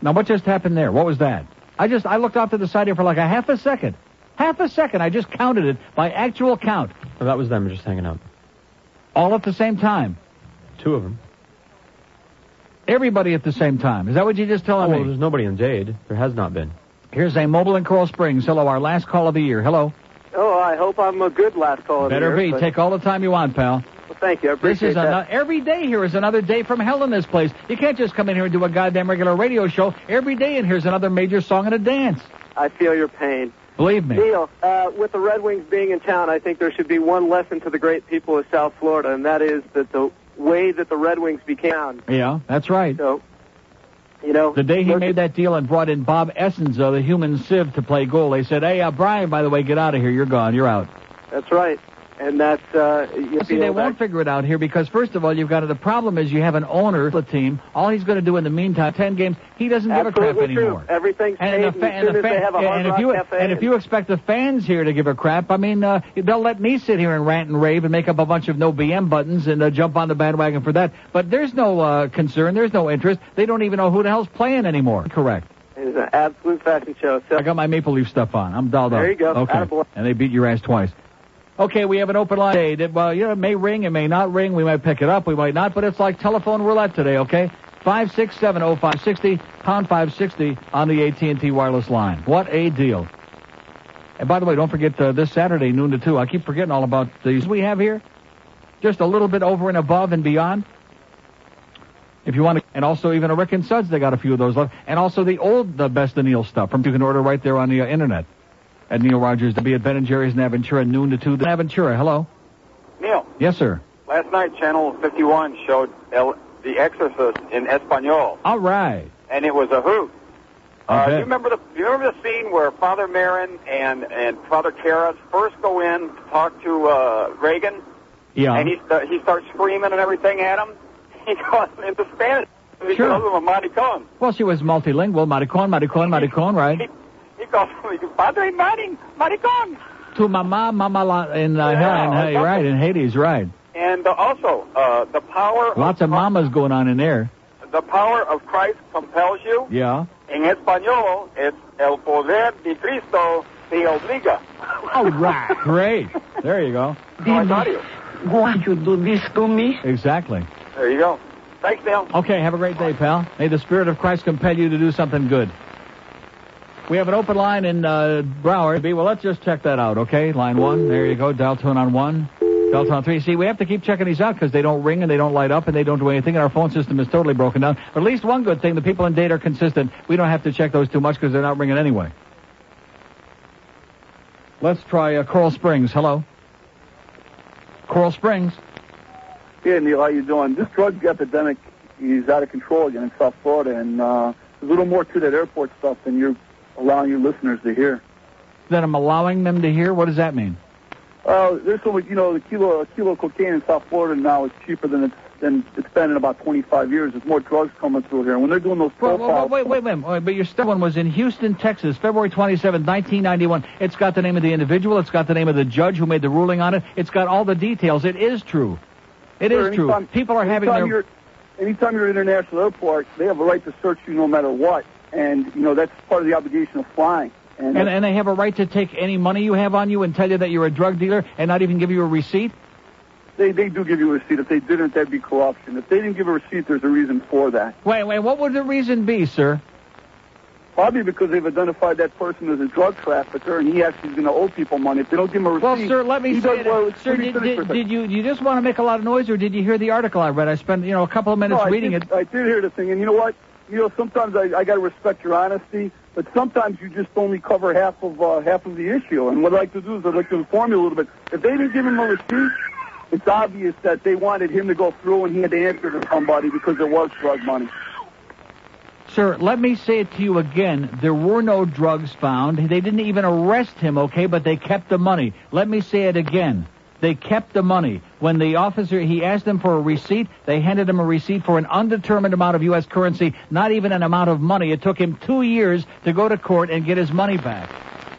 [SPEAKER 1] Now, what just happened there? What was that? I just I looked off to the side here for like a half a second. Half a second. I just counted it by actual count,
[SPEAKER 23] Oh, that was them just hanging out.
[SPEAKER 1] all at the same time.
[SPEAKER 23] Two of them.
[SPEAKER 1] Everybody at the same time. Is that what you just told
[SPEAKER 23] Oh,
[SPEAKER 1] me?
[SPEAKER 23] well, there's nobody in Dade. There has not been.
[SPEAKER 1] Here's a mobile in Coral Springs. Hello, our last call of the year. Hello.
[SPEAKER 24] Oh, I hope I'm a good last caller.
[SPEAKER 1] Better
[SPEAKER 24] here,
[SPEAKER 1] be.
[SPEAKER 24] but-
[SPEAKER 1] Take all the time you want, pal.
[SPEAKER 24] Well, thank you. I
[SPEAKER 1] This
[SPEAKER 24] appreciate
[SPEAKER 1] is
[SPEAKER 24] that.
[SPEAKER 1] another, every day here is another day from hell in this place. You can't just come in here and do a goddamn regular radio show. Every day in here is another major song and a dance.
[SPEAKER 24] I feel your pain.
[SPEAKER 1] Believe me.
[SPEAKER 24] Neil, uh, with the Red Wings being in town, I think there should be one lesson to the great people of South Florida, and that is that the way that the Red Wings became,
[SPEAKER 1] Yeah, that's right.
[SPEAKER 24] So, you know,
[SPEAKER 1] The day he made that deal and brought in Bob Essens of the Human Civ to play goal, they said, "Hey, uh, Brian, by the way, get out of here. You're gone. You're out."
[SPEAKER 24] that's right. And that's, uh, you
[SPEAKER 1] See,
[SPEAKER 24] feel
[SPEAKER 1] they
[SPEAKER 24] that-
[SPEAKER 1] won't figure it out here because first of all, you've got the problem is you have an owner, the team. All he's going to do in the meantime, ten games, he doesn't give a crap
[SPEAKER 24] Absolutely true.
[SPEAKER 1] anymore.
[SPEAKER 24] Everything's
[SPEAKER 1] And the
[SPEAKER 24] paid
[SPEAKER 1] fa-
[SPEAKER 24] as soon
[SPEAKER 1] and the
[SPEAKER 24] as
[SPEAKER 1] fa-
[SPEAKER 24] they have a Hard
[SPEAKER 1] and if
[SPEAKER 24] Rock
[SPEAKER 1] you
[SPEAKER 24] Cafe.
[SPEAKER 1] and if you expect the fans here to give a crap, I mean, uh, they'll let me sit here and rant and rave and make up a bunch of no BM buttons and uh, jump on the bandwagon for that. But there's no uh, concern, there's no interest. They don't even know who the hell's playing anymore. Correct.
[SPEAKER 24] It is an absolute fashion show. So
[SPEAKER 1] I got my Maple Leaf stuff on. I'm dolled up.
[SPEAKER 24] There you go.
[SPEAKER 1] Okay.
[SPEAKER 24] Attaboy.
[SPEAKER 1] And they beat your ass twice. Okay, we have an open line today that, well, you know, it may ring, it may not ring. We might pick it up, we might not, but it's like telephone roulette today, okay? 5670560, pound 560 on the AT&T wireless line. What a deal. And by the way, don't forget uh, this Saturday, noon to 2. I keep forgetting all about these we have here. Just a little bit over and above and beyond. If you want to, and also even a Rick and Suds, they got a few of those left. And also the old, the best of Neil stuff from you can order right there on the uh, internet at Neil Rogers to be at Ben and Jerry's in Aventura, noon to two. in Aventura, hello.
[SPEAKER 3] Neil,
[SPEAKER 1] Yes, sir.
[SPEAKER 3] last night Channel 51 showed El, The Exorcist in Espanol,
[SPEAKER 1] All right.
[SPEAKER 3] and it was a hoot.
[SPEAKER 1] I
[SPEAKER 3] Uh,
[SPEAKER 1] bet.
[SPEAKER 3] you remember the you remember the scene where Father Marin and and Father Karras first go in to talk to uh, Reagan,
[SPEAKER 1] Yeah.
[SPEAKER 3] and he st- he starts screaming and everything at him. *laughs* He calls him into Spanish. He "Oh,
[SPEAKER 1] Sure.
[SPEAKER 3] calls him a maricon.
[SPEAKER 1] Well, she was multilingual, maricon, maricon, maricon, right?
[SPEAKER 3] He calls him Padre Marin, maricon.
[SPEAKER 1] To mama, mama la, in uh, hell, in, hey, right, in Hades, right.
[SPEAKER 3] And uh, also uh, the power
[SPEAKER 1] Lots of mamas going on in there.
[SPEAKER 3] the power of Christ compels you.
[SPEAKER 1] Yeah.
[SPEAKER 3] En español es el poder de Cristo te obliga. *laughs*
[SPEAKER 1] All right. Great. There you go.
[SPEAKER 3] Why
[SPEAKER 1] you do this to me? Exactly.
[SPEAKER 3] There you go. Thanks, Neil.
[SPEAKER 1] Okay, have a great day, pal. May the Spirit of Christ compel you to do something good. We have an open line in uh, Broward. Well, let's just check that out, okay? Line one, there you go. Dial tone on one, dial tone on three. See, we have to keep checking these out because they don't ring and they don't light up and they don't do anything, and our phone system is totally broken down. But at least one good thing: the people in date are consistent. We don't have to check those too much because they're not ringing anyway. Let's try uh, Coral Springs. Hello, Coral Springs.
[SPEAKER 25] Hey Neil, how you doing? This drug epidemic is out of control again in South Florida, and uh, there's a little more to that airport stuff than you're allowing your listeners to hear.
[SPEAKER 1] Then I'm allowing them to hear. What does that mean?
[SPEAKER 25] Uh, there's so much, you know, the kilo a kilo of cocaine in South Florida now is cheaper than it's than it's been in about 25 years. There's more drugs coming through here, and when they're doing those
[SPEAKER 1] Well,
[SPEAKER 25] profiles,
[SPEAKER 1] well, well, wait, wait, wait, wait. But your step one was in Houston, Texas, February 27, 1991. It's got the name of the individual. It's got the name of the judge who made the ruling on it. It's got all the details. It is true. It is
[SPEAKER 25] Sir,
[SPEAKER 1] true.
[SPEAKER 25] anytime-
[SPEAKER 1] People are having
[SPEAKER 25] anytime
[SPEAKER 1] their.
[SPEAKER 25] You're, anytime you're at an international airport, they have a right to search you no matter what, and you know that's part of the obligation of flying. And,
[SPEAKER 1] And, and they have a right to take any money you have on you and tell you that you're a drug dealer and not even give you a receipt?
[SPEAKER 25] they they do give you a receipt. If they didn't, that'd be corruption. If they didn't give a receipt, there's a reason for that.
[SPEAKER 1] Wait, wait, what would the reason be, sir?
[SPEAKER 25] Probably because they've identified that person as a drug trafficker, and he actually is going to owe people money. If they don't give him a receipt,
[SPEAKER 1] Well, sir, let me
[SPEAKER 25] he
[SPEAKER 1] say
[SPEAKER 25] does-
[SPEAKER 1] it.
[SPEAKER 25] well,
[SPEAKER 1] sir,
[SPEAKER 25] let me finish
[SPEAKER 1] did,
[SPEAKER 25] for a
[SPEAKER 1] did,
[SPEAKER 25] second.
[SPEAKER 1] did you you just want to make a lot of noise, or did you hear the article I read? I spent you know a couple of minutes
[SPEAKER 25] No, I
[SPEAKER 1] reading
[SPEAKER 25] did,
[SPEAKER 1] it.
[SPEAKER 25] I did hear the thing, and you know what? You know, sometimes I, I got to respect your honesty, but sometimes you just only cover half of uh, half of the issue. And what I like to do is I like to inform you a little bit. If they didn't give him a receipt, it's obvious that they wanted him to go through, and he had to answer to somebody because there was drug money.
[SPEAKER 1] Sir, let me say it to you again. There were no drugs found. They didn't even arrest him, okay, but they kept the money. Let me say it again. They kept the money. When the officer, he asked them for a receipt, they handed him a receipt for an undetermined amount of U.S. currency, not even an amount of money. It took him two years to go to court and get his money back.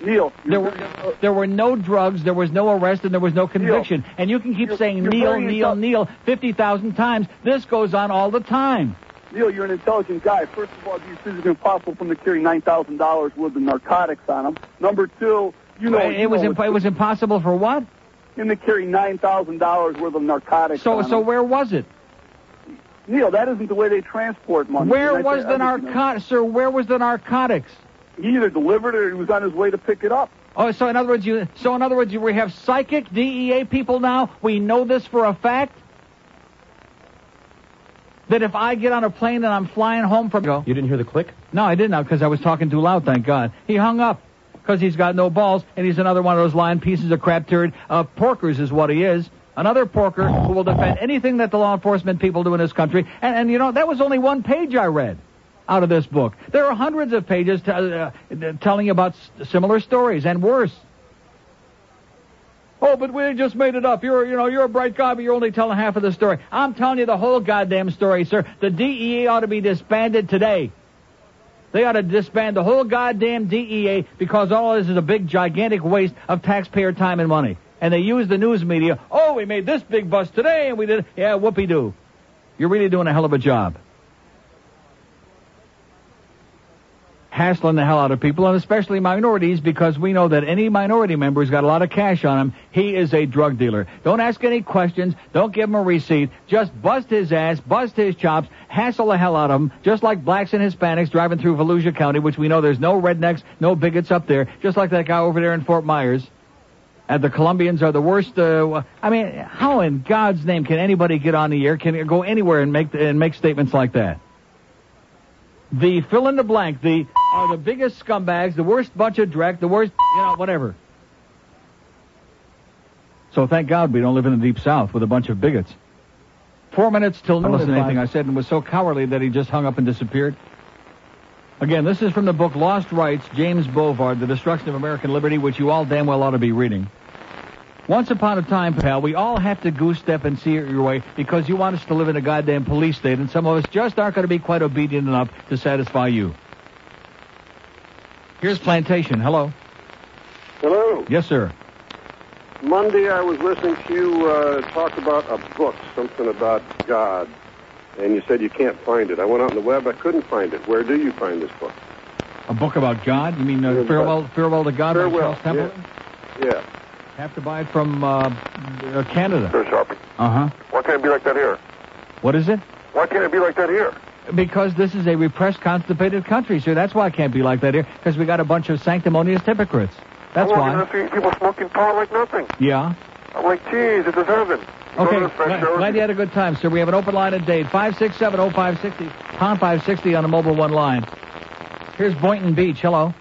[SPEAKER 25] Neil,
[SPEAKER 1] there were, there were no drugs, there was no arrest, and there was no conviction. and you can keep saying
[SPEAKER 25] you're
[SPEAKER 1] Neil,
[SPEAKER 25] very
[SPEAKER 1] Neil, Neil 50,000 times. This goes on all the time.
[SPEAKER 25] Neil, you're an intelligent guy. First of all, do you think it's impossible for him to carry nine thousand dollars worth of narcotics on him? Number two, you know
[SPEAKER 1] Well, it
[SPEAKER 25] you
[SPEAKER 1] was
[SPEAKER 25] know,
[SPEAKER 1] imp- it was impossible for what?
[SPEAKER 25] him to carry nine thousand dollars worth of narcotics.
[SPEAKER 1] So
[SPEAKER 25] on
[SPEAKER 1] so
[SPEAKER 25] him.
[SPEAKER 1] where was it?
[SPEAKER 25] Neil, that isn't the way they transport money.
[SPEAKER 1] Where
[SPEAKER 25] And I
[SPEAKER 1] was
[SPEAKER 25] think
[SPEAKER 1] the
[SPEAKER 25] others know.
[SPEAKER 1] narcotics, sir? Where was the narcotics?
[SPEAKER 25] He either delivered it or he was on his way to pick it up.
[SPEAKER 1] Oh, so in other words, you so in other words, you, we have psychic DEA people now. We know this for a fact. That if I get on a plane and I'm flying home from go.
[SPEAKER 6] You didn't hear the click?
[SPEAKER 1] No, I didn't because I was talking too loud. Thank God. He hung up because he's got no balls and he's another one of those lying pieces of crap turd uh, porkers is what he is. Another porker who will defend anything that the law enforcement people do in this country. And, and you know that was only one page I read out of this book. There are hundreds of pages t- uh, telling you about s- similar stories and worse. Oh, but we just made it up. You're, you know, you're a bright guy, but you're only telling half of the story. I'm telling you the whole goddamn story, sir. The DEA ought to be disbanded today. They ought to disband the whole goddamn DEA because all this is a big, gigantic waste of taxpayer time and money. And they use the news media. Oh, we made this big bust today, and we did. Yeah, whoopee doo. You're really doing a hell of a job. hassling the hell out of people, and especially minorities, because we know that any minority member who's got a lot of cash on him, he is a drug dealer. Don't ask any questions. Don't give him a receipt. Just bust his ass, bust his chops, hassle the hell out of him, just like blacks and Hispanics driving through Volusia County, which we know there's no rednecks, no bigots up there, just like that guy over there in Fort Myers. And the Colombians are the worst. Uh, I mean, how in God's name can anybody get on the air, can go anywhere and make and make statements like that? the fill in the blank, the are the biggest scumbags, the worst bunch of dreck, the worst, you know, whatever. So thank God we don't live in the deep south with a bunch of bigots. Four minutes till noon is
[SPEAKER 6] Unless
[SPEAKER 1] anything I said, and was so cowardly that he just hung up and disappeared. Again, this is from the book Lost Rights, James Bovard, The Destruction of American Liberty, which you all damn well ought to be reading. Once upon a time, pal, we all have to goose step and see it your way because you want us to live in a goddamn police state, and some of us just aren't going to be quite obedient enough to satisfy you. Here's Plantation. Hello.
[SPEAKER 3] Hello.
[SPEAKER 1] Yes, sir.
[SPEAKER 3] Monday, I was listening to you uh, talk about a book, something about God, and you said you can't find it. I went out on the web, I couldn't find it. Where do you find this book?
[SPEAKER 1] A book about God? You mean uh, Farewell Farewell to God
[SPEAKER 3] Farewell,
[SPEAKER 1] by Charles Templeton?
[SPEAKER 3] Yeah.
[SPEAKER 1] Have to buy it from uh, uh, Canada.
[SPEAKER 26] Sure, Sharpie.
[SPEAKER 1] Uh huh.
[SPEAKER 26] Why can't it be like that here?
[SPEAKER 1] What is it?
[SPEAKER 26] Why can't it be like that here?
[SPEAKER 1] Because this is a repressed, constipated country, sir. That's why it can't be like that here, because we got a bunch of sanctimonious hypocrites. That's
[SPEAKER 26] I'm walking
[SPEAKER 1] why.
[SPEAKER 26] in the street, people smoking pot like nothing.
[SPEAKER 1] Yeah.
[SPEAKER 26] I'm like, geez, this is heaven. You
[SPEAKER 1] Okay,
[SPEAKER 26] Go to the fresh
[SPEAKER 1] glad,
[SPEAKER 26] air.
[SPEAKER 1] glad you had a good time, sir. We have an open line at date, 5670560, pound 560 on a mobile one line. Here's Boynton Beach. Hello.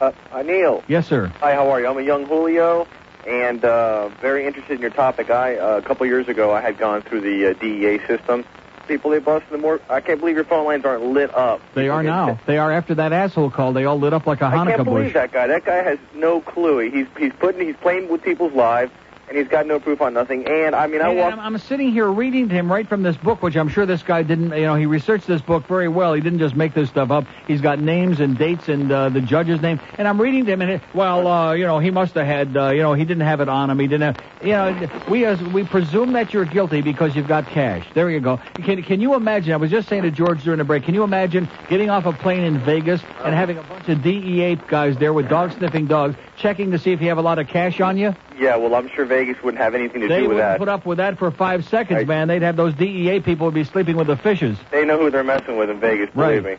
[SPEAKER 10] Uh, uh, Neil.
[SPEAKER 1] Yes, sir.
[SPEAKER 10] Hi, how are you? I'm a young Julio, and uh, very interested in your topic. I uh, a couple years ago, I had gone through the uh, DEA system. People they bust in the more. I can't believe your phone lines aren't lit up.
[SPEAKER 1] They are now. They are after that asshole call. They all lit up like a
[SPEAKER 10] I
[SPEAKER 1] Hanukkah
[SPEAKER 10] can't believe
[SPEAKER 1] bush.
[SPEAKER 10] that guy. That guy has no clue. He's he's putting he's playing with people's lives, and he's got no proof on nothing. And I mean, I
[SPEAKER 1] And
[SPEAKER 10] walked.
[SPEAKER 1] I'm, I'm sitting here reading to him right from this book, which I'm sure this guy didn't, you know, he researched this book very well. He didn't just make this stuff up. He's got names and dates and uh, the judge's name. And I'm reading to him, and, it, well, uh, you know, he must have had, uh, you know, he didn't have it on him. He didn't have, you know, we as we presume that you're guilty because you've got cash. There you go. Can, can you imagine? I was just saying to George during the break, can you imagine getting off a plane in Vegas and having a bunch of DEA guys there with dog sniffing dogs checking to see if you have a lot of cash on you?
[SPEAKER 10] Yeah, well, I'm sure Vegas wouldn't have anything to
[SPEAKER 1] They
[SPEAKER 10] do with
[SPEAKER 1] wouldn't
[SPEAKER 10] that.
[SPEAKER 1] put up with that for five seconds, man. They'd have those DEA people would be sleeping with the fishes.
[SPEAKER 10] They know who they're messing with in Vegas, believe me.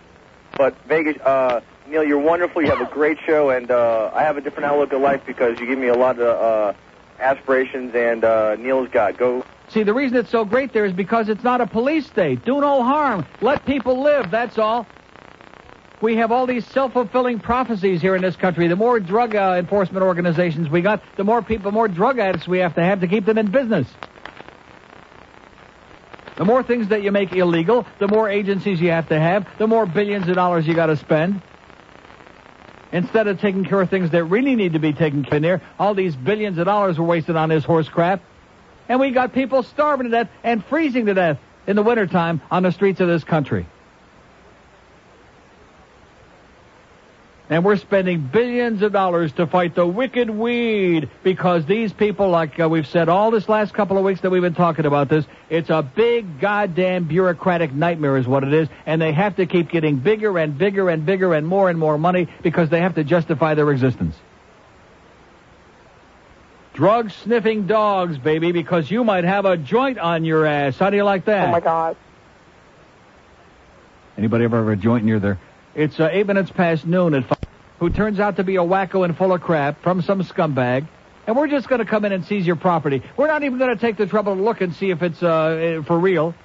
[SPEAKER 10] But Vegas, uh, Neil, you're wonderful. You have a great show, and uh, I have a different outlook at life because you give me a lot of uh, aspirations, and uh, Neil's got go.
[SPEAKER 1] See, the reason it's so great there is because it's not a police state. Do no harm. Let people live. That's all. We have all these self-fulfilling prophecies here in this country. The more drug uh, enforcement organizations we got, the more people, more drug addicts we have to have to keep them in business. The more things that you make illegal, the more agencies you have to have, the more billions of dollars you got to spend. Instead of taking care of things that really need to be taken care of, there, all these billions of dollars were wasted on this horse crap. And we got people starving to death and freezing to death in the wintertime on the streets of this country. And we're spending billions of dollars to fight the wicked weed because these people, like uh, we've said all this last couple of weeks that we've been talking about this, it's a big goddamn bureaucratic nightmare is what it is. And they have to keep getting bigger and bigger and bigger and more and more money because they have to justify their existence. Drug sniffing dogs, baby, because you might have a joint on your ass. How do you like that?
[SPEAKER 11] Oh my God.
[SPEAKER 1] Anybody ever have a joint near there? It's uh, eight minutes past noon at five, who turns out to be a wacko and full of crap from some scumbag. And we're just going to come in and seize your property. We're not even going to take the trouble to look and see if it's uh, eh, for real.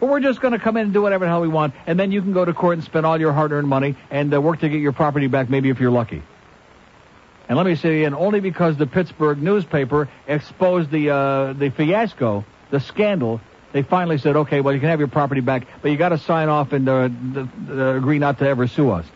[SPEAKER 1] But we're just going to come in and do whatever the hell we want. And then you can go to court and spend all your hard-earned money and uh, work to get your property back, maybe if you're lucky. And let me say again, only because the Pittsburgh newspaper exposed the uh, the fiasco, the scandal, they finally said, okay, well, you can have your property back, but you got to sign off and uh, d- d- agree not to ever sue us.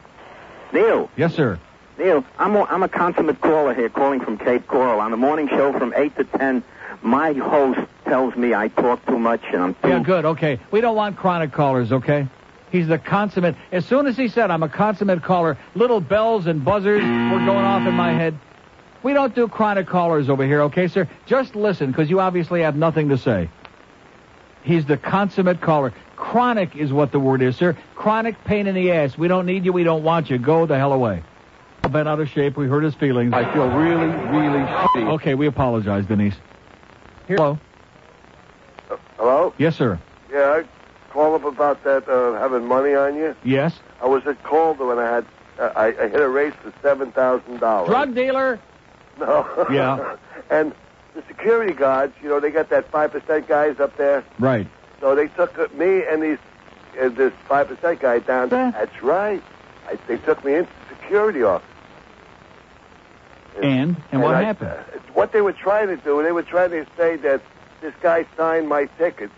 [SPEAKER 13] Neil,
[SPEAKER 1] Yes, sir.
[SPEAKER 13] Neil, I'm a, I'm a consummate caller here, calling from Cape Coral on the morning show from eight to ten. My host tells me I talk too much, and I'm
[SPEAKER 1] Yeah, good. Okay, we don't want chronic callers. Okay, he's the consummate. As soon as he said, "I'm a consummate caller," little bells and buzzers were going off in my head. We don't do chronic callers over here. Okay, sir. Just listen, because you obviously have nothing to say. He's the consummate caller. Chronic is what the word is, sir. Chronic pain in the ass. We don't need you. We don't want you. Go the hell away. I've been out of shape. We hurt his feelings. I feel really, really shitty. Okay, we apologize, Denise. Here- Hello.
[SPEAKER 26] Hello?
[SPEAKER 1] Yes, sir.
[SPEAKER 26] Yeah, I called up about that uh, having money on you.
[SPEAKER 1] Yes.
[SPEAKER 26] I was at Calder when I had uh, I, I hit a race for seven thousand dollars.
[SPEAKER 1] Drug dealer.
[SPEAKER 26] No.
[SPEAKER 1] Yeah.
[SPEAKER 26] *laughs* and the security guards, you know, they got that five percent guys up there.
[SPEAKER 1] Right.
[SPEAKER 26] So they took me and these uh, this five percent guy down. That's right. I, they took me into security office.
[SPEAKER 1] And and what
[SPEAKER 26] I- uh,
[SPEAKER 1] happened?
[SPEAKER 26] What they were trying to do, they were trying to say that this guy signed my tickets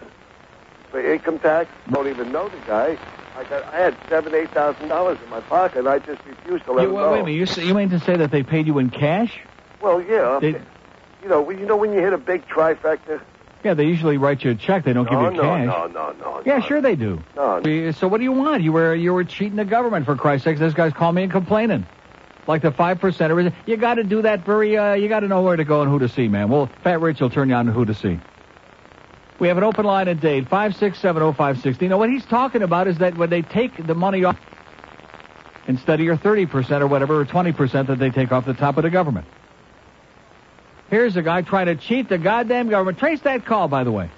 [SPEAKER 26] for income tax. Don't even know the guy. I got I had seven eight thousand dollars in my pocket. and I just refused to let
[SPEAKER 1] You,
[SPEAKER 26] him
[SPEAKER 1] wait,
[SPEAKER 26] know.
[SPEAKER 1] wait a minute. You, s- you mean to say that they paid you in cash?
[SPEAKER 26] Well, yeah.
[SPEAKER 1] They-
[SPEAKER 26] you know, when- you know when you hit a big trifecta.
[SPEAKER 1] yeah, they usually write you a check. They don't
[SPEAKER 26] no,
[SPEAKER 8] Oh,
[SPEAKER 1] give you
[SPEAKER 26] no,
[SPEAKER 1] cash.
[SPEAKER 26] no, no, no.
[SPEAKER 1] yeah, sure they do.
[SPEAKER 26] Uh, No.
[SPEAKER 1] We- So what do you want? You were you were cheating the government for Christ's sakes. This guy's calling me and complaining, like the five percenters. You got to do that very. Uh, you got to know where to go and who to see, man. Well, Fat Rich will turn you on to who to see. We have an open line at date five six seven oh five sixty. Now what he's talking about is that when they take the money off instead of your thirty percent or whatever or twenty percent that they take off the top of the government. Here's a guy trying to cheat the goddamn government. Trace that call, by the way.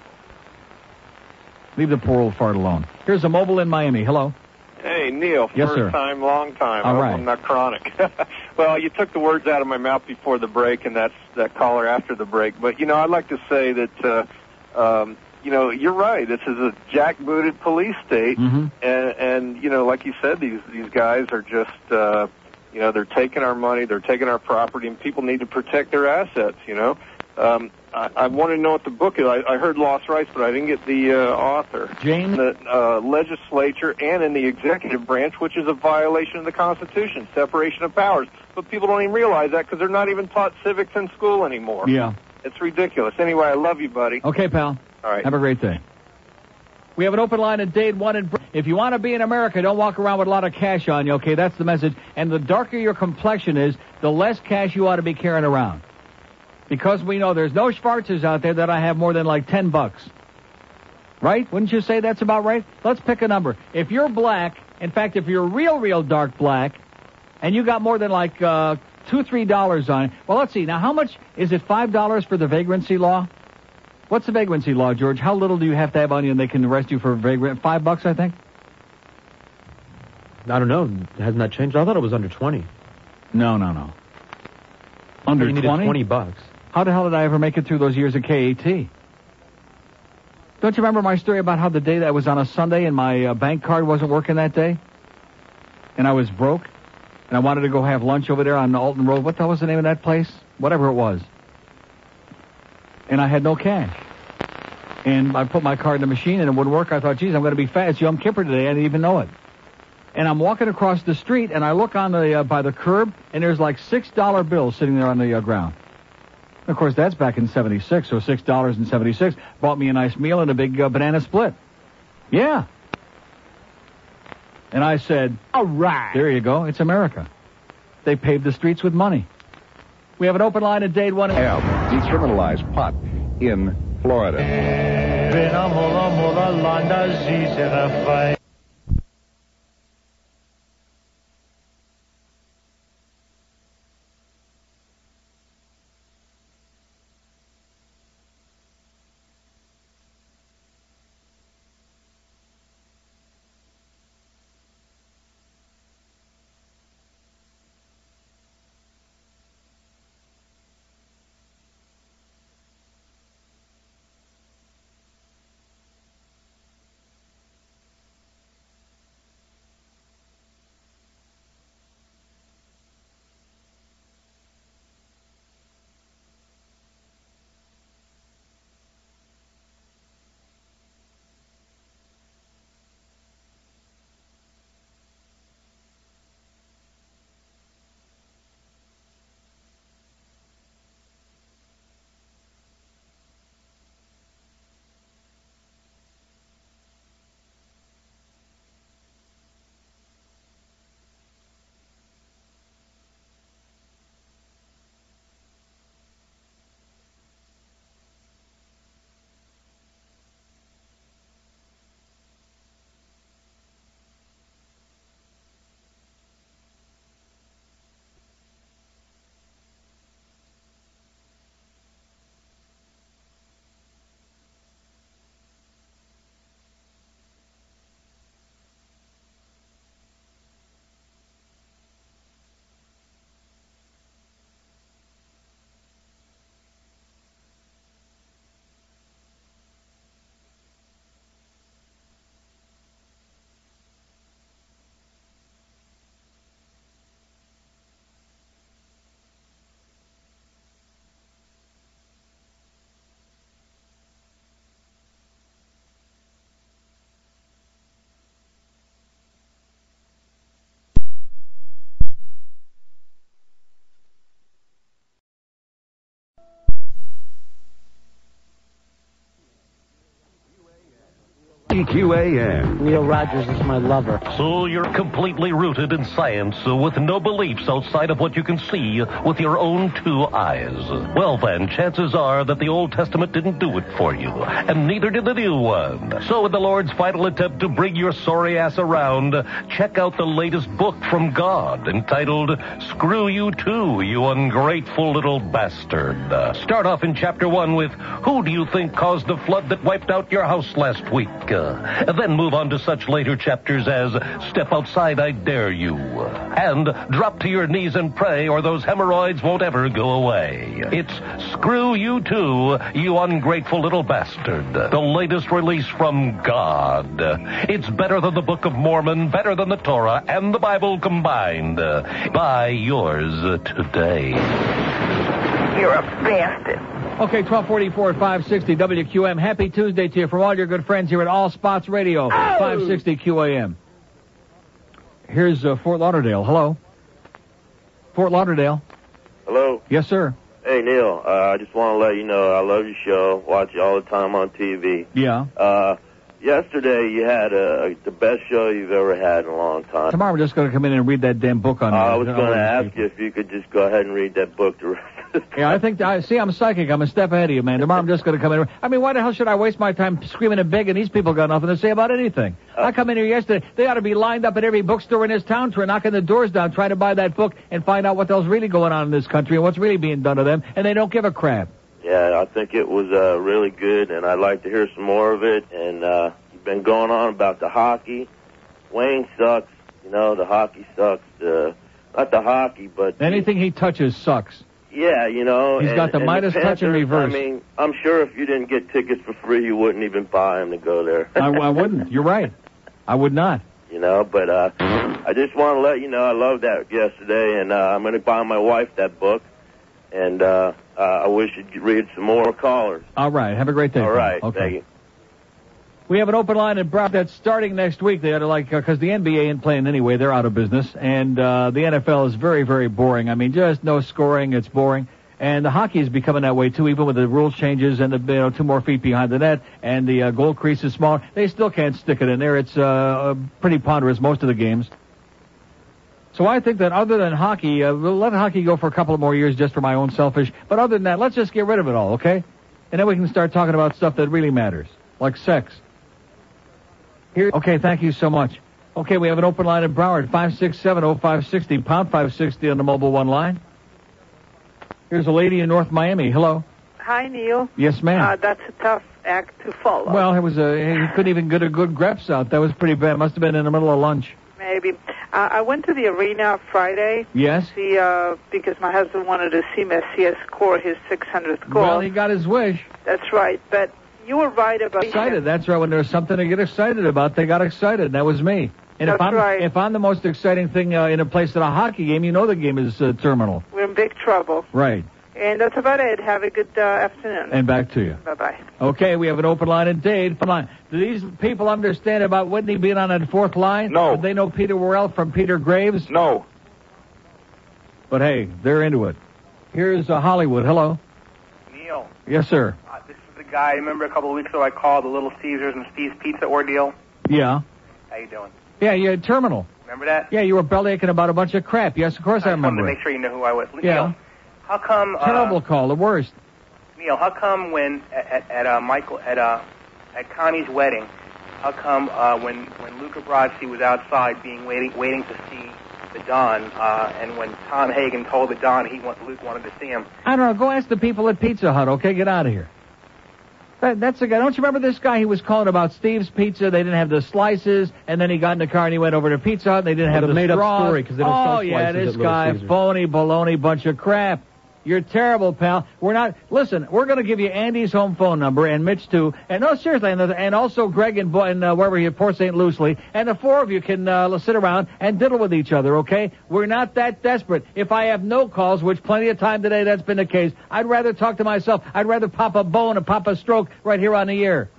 [SPEAKER 1] Leave the poor old fart alone. Here's a mobile in Miami. Hello.
[SPEAKER 8] Hey, Neil.
[SPEAKER 1] Yes,
[SPEAKER 8] first
[SPEAKER 1] sir.
[SPEAKER 8] time, long time.
[SPEAKER 1] All
[SPEAKER 8] I hope
[SPEAKER 1] right.
[SPEAKER 8] I'm not chronic. *laughs* well, you took the words out of my mouth before the break, and that's that caller after the break. But you know, I'd like to say that uh, um, you know you're right. This is a jackbooted police state,
[SPEAKER 1] Mm-hmm.
[SPEAKER 8] and, and you know, like you said, these these guys are just uh, you know they're taking our money, they're taking our property, and people need to protect their assets. You know. Um, I, I want to know what the book is. I, I heard Lost Rights, but I didn't get the uh, author.
[SPEAKER 1] James?
[SPEAKER 8] The uh, legislature and in the executive branch, which is a violation of the Constitution, separation of powers. But people don't even realize that because they're not even taught civics in school anymore.
[SPEAKER 1] Yeah.
[SPEAKER 8] It's ridiculous. Anyway, I love you, buddy.
[SPEAKER 1] Okay, pal.
[SPEAKER 8] All right.
[SPEAKER 1] Have a great day. We have an open line at Dade One. And if you want to be in America, don't walk around with a lot of cash on you. Okay, that's the message. And the darker your complexion is, the less cash you ought to be carrying around, because we know there's no Schwarzes out there that I have more than like ten bucks. Right? Wouldn't you say that's about right? Let's pick a number. If you're black, in fact, if you're real, real dark black, and you got more than like uh, two, three dollars on it. Well, let's see. Now, how much is it? Five dollars for the vagrancy law? What's the vagrancy law, George? How little do you have to have on you, and they can arrest you for vagrant? Five bucks, I think.
[SPEAKER 6] I don't know. Hasn't that changed? I thought it was under 20.
[SPEAKER 1] No, no, no. Under
[SPEAKER 6] you needed
[SPEAKER 1] 20?
[SPEAKER 6] 20 bucks.
[SPEAKER 1] How the hell did I ever make it through those years at KAT? Don't you remember my story about how the day that was on a Sunday and my uh, bank card wasn't working that day, and I was broke, and I wanted to go have lunch over there on Alton Road. What the hell was the name of that place? Whatever it was. And I had no cash. And I put my card in the machine and it wouldn't work. I thought, geez, I'm going to be fat. It's Yom Kippur today. I didn't even know it and I'm walking across the street, and I look on the uh, by the curb, and there's like six dollar bills sitting there on the uh, ground. Of course, that's back in '76, so six dollars and seventy-six bought me a nice meal and a big uh, banana split. Yeah. And I said, "All right, there you go. It's America. They paved the streets with money." We have an open line at Dade One.
[SPEAKER 11] Have decriminalized pot in Florida.
[SPEAKER 14] QAM.
[SPEAKER 15] Neil Rogers is my lover.
[SPEAKER 16] So you're completely rooted in science uh, with no beliefs outside of what you can see with your own two eyes. Well then, chances are that the Old Testament didn't do it for you, and neither did the new one. So in the Lord's final attempt to bring your sorry ass around, check out the latest book from God entitled Screw You Too, You Ungrateful Little Bastard. Uh, Start off in chapter one with Who do you think caused the flood that wiped out your house last week? Uh, then move on to such later chapters as Step Outside, I Dare You, uh, and Drop to Your Knees and Pray, or Those Hemorrhoids Won't Ever Go Away. It's Screw You Too, You Ungrateful Little Bastard, the latest release from God. It's better than the Book of Mormon, better than the Torah and the Bible combined. Uh, Buy yours today.
[SPEAKER 1] You're a bastard. Okay, 1244 at 560 WQM. Happy Tuesday to you from all your good friends here at All Spots Radio, 560 QAM. Here's uh, Fort Lauderdale. Hello. Fort Lauderdale.
[SPEAKER 27] Hello.
[SPEAKER 1] Yes, sir.
[SPEAKER 27] Hey Neil, uh, I just want to let you know I love your show. Watch you all the time on TV.
[SPEAKER 1] Yeah.
[SPEAKER 27] Uh,
[SPEAKER 4] yesterday you had uh the best show you've ever had in a long time.
[SPEAKER 1] Tomorrow we're just going to come in and read that damn book on.
[SPEAKER 4] Uh, I was
[SPEAKER 1] on
[SPEAKER 4] going
[SPEAKER 1] all
[SPEAKER 4] to
[SPEAKER 1] these
[SPEAKER 4] ask
[SPEAKER 1] people.
[SPEAKER 4] you if you could just go ahead and read that book. To
[SPEAKER 1] Yeah, I think I see. I'm psychic. I'm a step ahead of you, man. Tomorrow I'm just going to come in. I mean, why the hell should I waste my time screaming and begging? These people got nothing to say about anything.
[SPEAKER 4] Uh.
[SPEAKER 1] I come in here yesterday. They ought to be lined up at every bookstore in this town, trying knocking the doors down, trying to buy that book and find out what the hell's really going on in this country and what's really being done to them. And they don't give a crap.
[SPEAKER 4] yeah, I think it was uh, really good, and I'd like to hear some more of it. And uh, you've been going on about the hockey. Wayne sucks. You know, the hockey sucks. Uh, not the hockey, but
[SPEAKER 1] Anything he touches sucks.
[SPEAKER 4] Yeah, you know.
[SPEAKER 1] He's
[SPEAKER 4] and,
[SPEAKER 1] got the
[SPEAKER 4] and
[SPEAKER 1] Midas
[SPEAKER 4] Panthers,
[SPEAKER 1] touch in
[SPEAKER 4] I
[SPEAKER 1] reverse.
[SPEAKER 4] mean, I'm sure if you didn't get tickets for free, you wouldn't even buy them to go there.
[SPEAKER 1] I, I wouldn't. You're right. I would not.
[SPEAKER 4] *laughs* you know, but uh, I just want to let you know I loved that yesterday, and uh, I'm going to buy my wife that book, and uh, uh, I wish you'd read some more callers.
[SPEAKER 1] All right. Have a great day.
[SPEAKER 4] All
[SPEAKER 1] pal.
[SPEAKER 4] right,
[SPEAKER 1] Okay.
[SPEAKER 4] thank you.
[SPEAKER 1] We have an open line in Brown that's starting next week. They ought to like because the NBA ain't playing anyway; they're out of business, and uh, the NFL is very, very boring. I mean, just no scoring; it's boring. And the hockey is becoming that way too, even with the rule changes and the you know two more feet behind the net and the uh, goal crease is smaller. They still can't stick it in there. It's uh, uh, pretty ponderous most of the games. So I think that other than hockey, uh, we'll let hockey go for a couple of more years just for my own selfish. But other than that, let's just get rid of it all, okay? And then we can start talking about stuff that really matters, like sex. Here, okay, thank you so much. Okay, we have an open line in Broward, five six seven oh five sixty pound 560 on the mobile one line. Here's a lady in North Miami. Hello.
[SPEAKER 12] Hi, Neil.
[SPEAKER 1] Yes, ma'am.
[SPEAKER 12] Uh, that's a tough act to follow.
[SPEAKER 1] Well, it was a, he couldn't even get a good greps out. That was pretty bad. Must have been in the middle of lunch.
[SPEAKER 12] Maybe. Uh, I went to the arena Friday.
[SPEAKER 1] Yes?
[SPEAKER 12] to See, uh, because my husband wanted to see Messias score his 600th goal.
[SPEAKER 1] Well, he got his wish.
[SPEAKER 12] That's right. But you were right about
[SPEAKER 1] Excited. That's right. When there's something to get excited about, they got excited. and That was me. And if
[SPEAKER 12] That's
[SPEAKER 1] I'm
[SPEAKER 12] right.
[SPEAKER 1] if I'm the most exciting thing uh, in a place at a hockey game, you know the game is uh, terminal.
[SPEAKER 12] We're in big trouble.
[SPEAKER 1] Right.
[SPEAKER 12] And that's about it. Have a good uh, afternoon.
[SPEAKER 1] And back to you.
[SPEAKER 12] Bye bye.
[SPEAKER 1] Okay, we have an open line in Dade. Come on. Do these people understand about Whitney being on that fourth line? No. Do they know Peter Worrell from Peter Graves?
[SPEAKER 28] No.
[SPEAKER 1] But hey, they're into it. Here's uh, Hollywood. Hello.
[SPEAKER 14] Neil,
[SPEAKER 1] Yes, sir.
[SPEAKER 14] uh, this is the guy. Remember a couple of weeks ago I called the Little Caesars and Steve's Pizza ordeal.
[SPEAKER 1] Yeah.
[SPEAKER 14] How you doing?
[SPEAKER 1] Yeah, you're at terminal.
[SPEAKER 14] Remember that?
[SPEAKER 1] Yeah, you were bellyaching about a bunch of crap. Yes, of course I,
[SPEAKER 14] Wanted to
[SPEAKER 1] remember. it.
[SPEAKER 14] make sure you know who I was.
[SPEAKER 1] Yeah.
[SPEAKER 14] Neil, how come? Uh,
[SPEAKER 1] Terrible call, the worst.
[SPEAKER 14] Neil, how come when at, at, at uh, Michael at uh, at Connie's wedding, how come uh, when when Luca Brasi was outside being waiting waiting to see the Don, uh, and when Tom Hagen told the Don he want, Luke wanted to see him,
[SPEAKER 1] I don't know. Go ask the people at Pizza Hut, okay? Get out of here. That, that's the guy. Don't you remember this guy? He was calling about Steve's Pizza. They didn't have the slices, and then he got in the car and he went over to Pizza Hut. And they didn't
[SPEAKER 6] Well,
[SPEAKER 1] have
[SPEAKER 6] the
[SPEAKER 1] the
[SPEAKER 6] made-up
[SPEAKER 1] straws.
[SPEAKER 6] story, 'cause they don't
[SPEAKER 1] oh,
[SPEAKER 6] sell
[SPEAKER 1] yeah,
[SPEAKER 6] slices at
[SPEAKER 1] this
[SPEAKER 6] Little
[SPEAKER 1] guy,
[SPEAKER 6] Caesars.
[SPEAKER 1] phony baloney bunch of crap. You're terrible, pal. We're not. Listen, we're going to give you Andy's home phone number and Mitch too, and no, seriously, and, and also Greg and, Bo- and uh, wherever you Port St. Lucie, and the four of you can uh, sit around and diddle with each other. Okay, we're not that desperate. If I have no calls, which plenty of time today that's been the case, I'd rather talk to myself. I'd rather pop a bone and pop a stroke right here on the air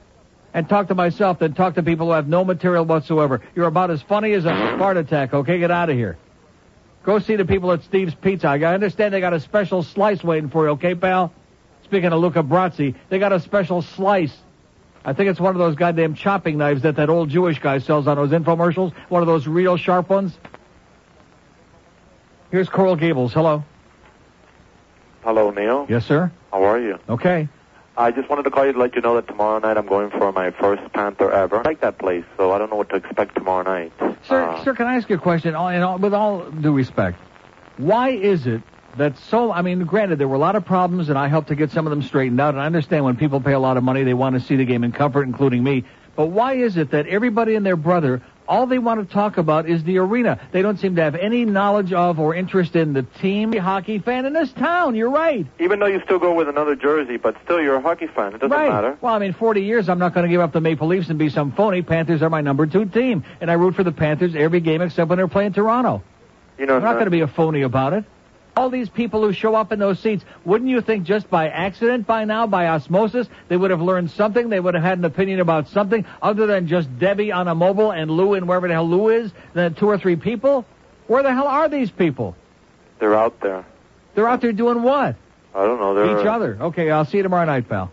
[SPEAKER 1] and talk to myself than talk to people who have no material whatsoever. You're about as funny as a heart attack, okay? Get out of here. Go see the people at Steve's Pizza. I understand they got a special slice waiting for you, okay, pal? Speaking of Luca Brazzi, they got a special slice. I think it's one of those goddamn chopping knives that that old Jewish guy sells on those infomercials. One of those real sharp ones. Here's Coral Gables. Hello.
[SPEAKER 15] Hello, Neil.
[SPEAKER 1] Yes, sir.
[SPEAKER 15] How are you?
[SPEAKER 1] Okay.
[SPEAKER 15] I just wanted to call you to let you know that tomorrow night I'm going for my first Panther ever. I like that place, so I don't know what to expect tomorrow night.
[SPEAKER 1] Sir,
[SPEAKER 15] Uh,
[SPEAKER 1] sir, can I ask you a question? All, in all, with all due respect, why is it that so? I mean, granted, there were a lot of problems, and I helped to get some of them straightened out. And I understand when people pay a lot of money, they want to see the game in comfort, including me. But why is it that everybody and their brother, all they want to talk about is the arena? They don't seem to have any knowledge of or interest in the team hockey fan in this town. You're right.
[SPEAKER 15] Even though you still go with another jersey, but still you're a hockey fan. It doesn't
[SPEAKER 1] right.
[SPEAKER 15] matter.
[SPEAKER 1] Well, I mean, 40 years, I'm not going to give up the Maple Leafs and be some phony. Panthers are my number two team, and I root for the Panthers every game except when they're playing Toronto.
[SPEAKER 15] You know,
[SPEAKER 1] I'm not
[SPEAKER 15] uh,
[SPEAKER 1] going to be a phony about it. All these people who show up in those seats, wouldn't you think just by accident by now, by osmosis, they would have learned something? They would have had an opinion about something other than just Debbie on a mobile and Lou and wherever the hell Lou is, the two or three people? Where the hell are these people?
[SPEAKER 15] they're out there.
[SPEAKER 1] They're out there doing what?
[SPEAKER 18] Oh,
[SPEAKER 15] I don't know. They're
[SPEAKER 1] Each other. Okay, I'll see you tomorrow night, pal.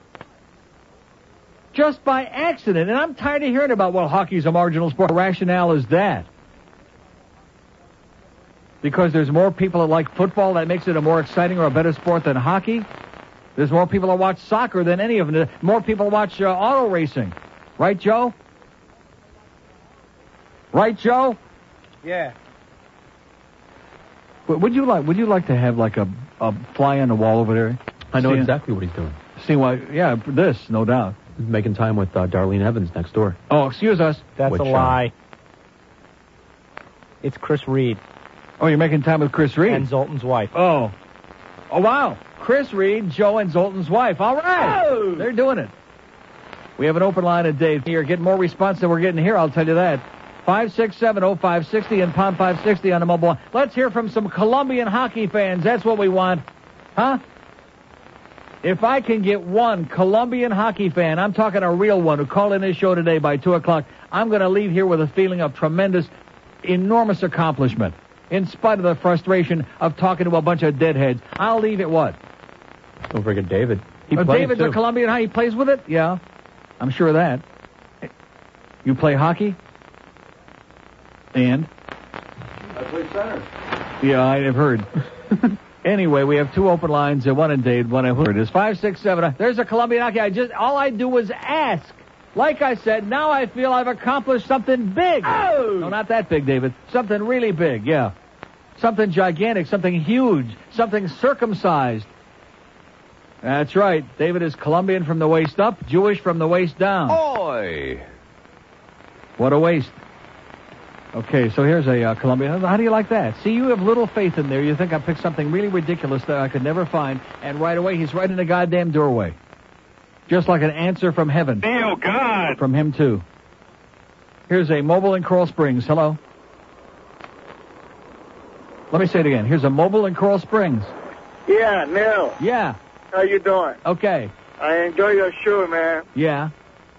[SPEAKER 1] just by accident. And I'm tired of hearing about, well, hockey's a marginal sport. The rationale is that. Because there's more people that like football, that makes it a more exciting or a better sport than hockey. There's more people that watch soccer than any of them. More people watch uh, auto racing. Right, Joe? Right, Joe?
[SPEAKER 2] Yeah.
[SPEAKER 1] W- Would you like Would you like to have like a, a fly on the wall over there?
[SPEAKER 6] I know
[SPEAKER 1] Seeing-
[SPEAKER 6] exactly what he's doing.
[SPEAKER 1] See why? Yeah, this, no doubt.
[SPEAKER 6] He's making time with uh, Darlene Evans next door.
[SPEAKER 1] Oh, excuse us.
[SPEAKER 6] That's Which, a lie.
[SPEAKER 2] It's Chris Reed.
[SPEAKER 1] Oh, you're making time with Chris Reed?
[SPEAKER 2] And Zoltan's wife.
[SPEAKER 1] Oh. Oh, wow. Chris Reed, Joe, and Zoltan's wife. All right.
[SPEAKER 2] Oh.
[SPEAKER 1] They're doing it. We have an open line of Dave here. Getting more response than we're getting here, I'll tell you that. 5670560 and pound 560 on the mobile. line. Let's hear from some Colombian hockey fans. That's what we want. Huh? If I can get one Colombian hockey fan, I'm talking a real one, who called in this show today by 2 o'clock, I'm going to leave here with a feeling of tremendous, enormous accomplishment. In spite of the frustration of talking to a bunch of deadheads, I'll leave at what?
[SPEAKER 6] Don't forget David. He
[SPEAKER 1] Oh,
[SPEAKER 6] played,
[SPEAKER 1] David's
[SPEAKER 6] too.
[SPEAKER 1] a Colombian. How he plays with it? Yeah, I'm sure of that. You play hockey? And?
[SPEAKER 25] I play center.
[SPEAKER 1] Yeah, I've heard. anyway, we have two open lines, uh, one in Dade, one in Hoover. It is five, six, seven. uh, There's a Colombian hockey. I just all I do was ask. Like I said, now I feel I've accomplished something big. Oh! No, not that big, David. Something really big. Yeah, something gigantic, something huge, something circumcised. That's right. David is Colombian from the waist up, Jewish from the waist down.
[SPEAKER 11] Oi!
[SPEAKER 1] What a waste. Okay, so here's a uh, Colombian. How do you like that? See, you have little faith in there. You think I picked something really ridiculous that I could never find, and right away he's right in the goddamn doorway. Just like an answer from heaven.
[SPEAKER 28] Oh, God.
[SPEAKER 1] From him, too. Here's a mobile in Coral Springs. Hello. Let me say it again. Here's a mobile in Coral Springs.
[SPEAKER 9] Yeah, Neil,
[SPEAKER 1] Yeah.
[SPEAKER 9] how you doing?
[SPEAKER 1] Okay.
[SPEAKER 9] I enjoy your show, man.
[SPEAKER 1] Yeah.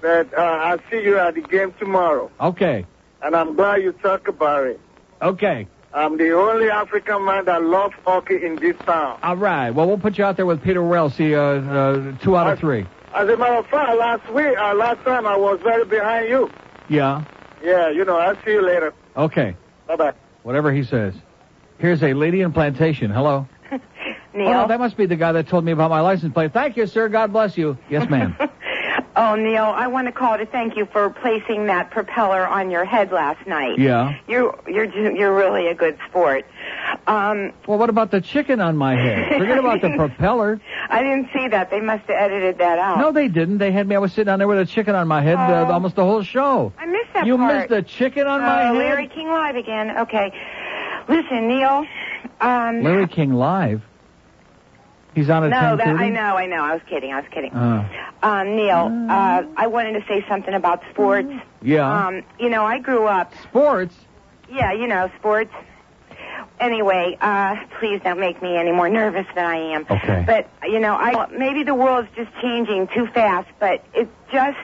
[SPEAKER 9] But uh, I'll see you at the game tomorrow,
[SPEAKER 1] Okay.
[SPEAKER 9] and I'm glad you talk about it.
[SPEAKER 1] Okay.
[SPEAKER 9] I'm the only African man that loves hockey in this town.
[SPEAKER 1] All right. Well, we'll put you out there with Peter Welsey, uh, uh, two out of three.
[SPEAKER 9] As a matter of fact, last week, uh, last time I was very behind you.
[SPEAKER 1] Yeah.
[SPEAKER 9] Yeah, you know. I'll see you later.
[SPEAKER 1] Okay.
[SPEAKER 9] Bye bye.
[SPEAKER 1] Whatever he says. Here's a lady in plantation. Hello.
[SPEAKER 17] *laughs* Neil.
[SPEAKER 1] Oh, no, that must be the guy that told me about my license plate. Thank you, sir. God bless you. Yes, ma'am.
[SPEAKER 17] Oh, Neil, I want to call to thank you for placing that propeller on your head last night.
[SPEAKER 1] yeah.
[SPEAKER 17] You're you're ju- you're really a good sport. *laughs* Um,
[SPEAKER 1] Well, what about the chicken on my head? Forget about
[SPEAKER 17] *laughs*
[SPEAKER 1] the propeller.
[SPEAKER 17] I didn't see that. They must have edited that out.
[SPEAKER 1] No, they didn't. They had me. I was sitting down there with a chicken on my head uh,
[SPEAKER 17] Oh.
[SPEAKER 1] almost the whole show.
[SPEAKER 17] I missed that
[SPEAKER 1] you
[SPEAKER 17] part.
[SPEAKER 1] missed the chicken on my
[SPEAKER 17] Uh,
[SPEAKER 1] head.
[SPEAKER 17] Larry King live again. Okay. Listen, Neil. Um,
[SPEAKER 1] Larry King live. He's on
[SPEAKER 17] no,
[SPEAKER 1] at
[SPEAKER 17] that
[SPEAKER 1] 10:30?
[SPEAKER 17] I know, I know. I was kidding. I was kidding.
[SPEAKER 1] Oh.
[SPEAKER 17] Um, Neil, uh, I wanted to say something about sports.
[SPEAKER 1] yeah.
[SPEAKER 17] Um, you know, I grew up.
[SPEAKER 1] Sports?
[SPEAKER 17] Yeah, you know, sports. Anyway, uh, please don't make me any more nervous than I am.
[SPEAKER 1] Okay.
[SPEAKER 17] But, you know, I maybe the world's just changing too fast, but it just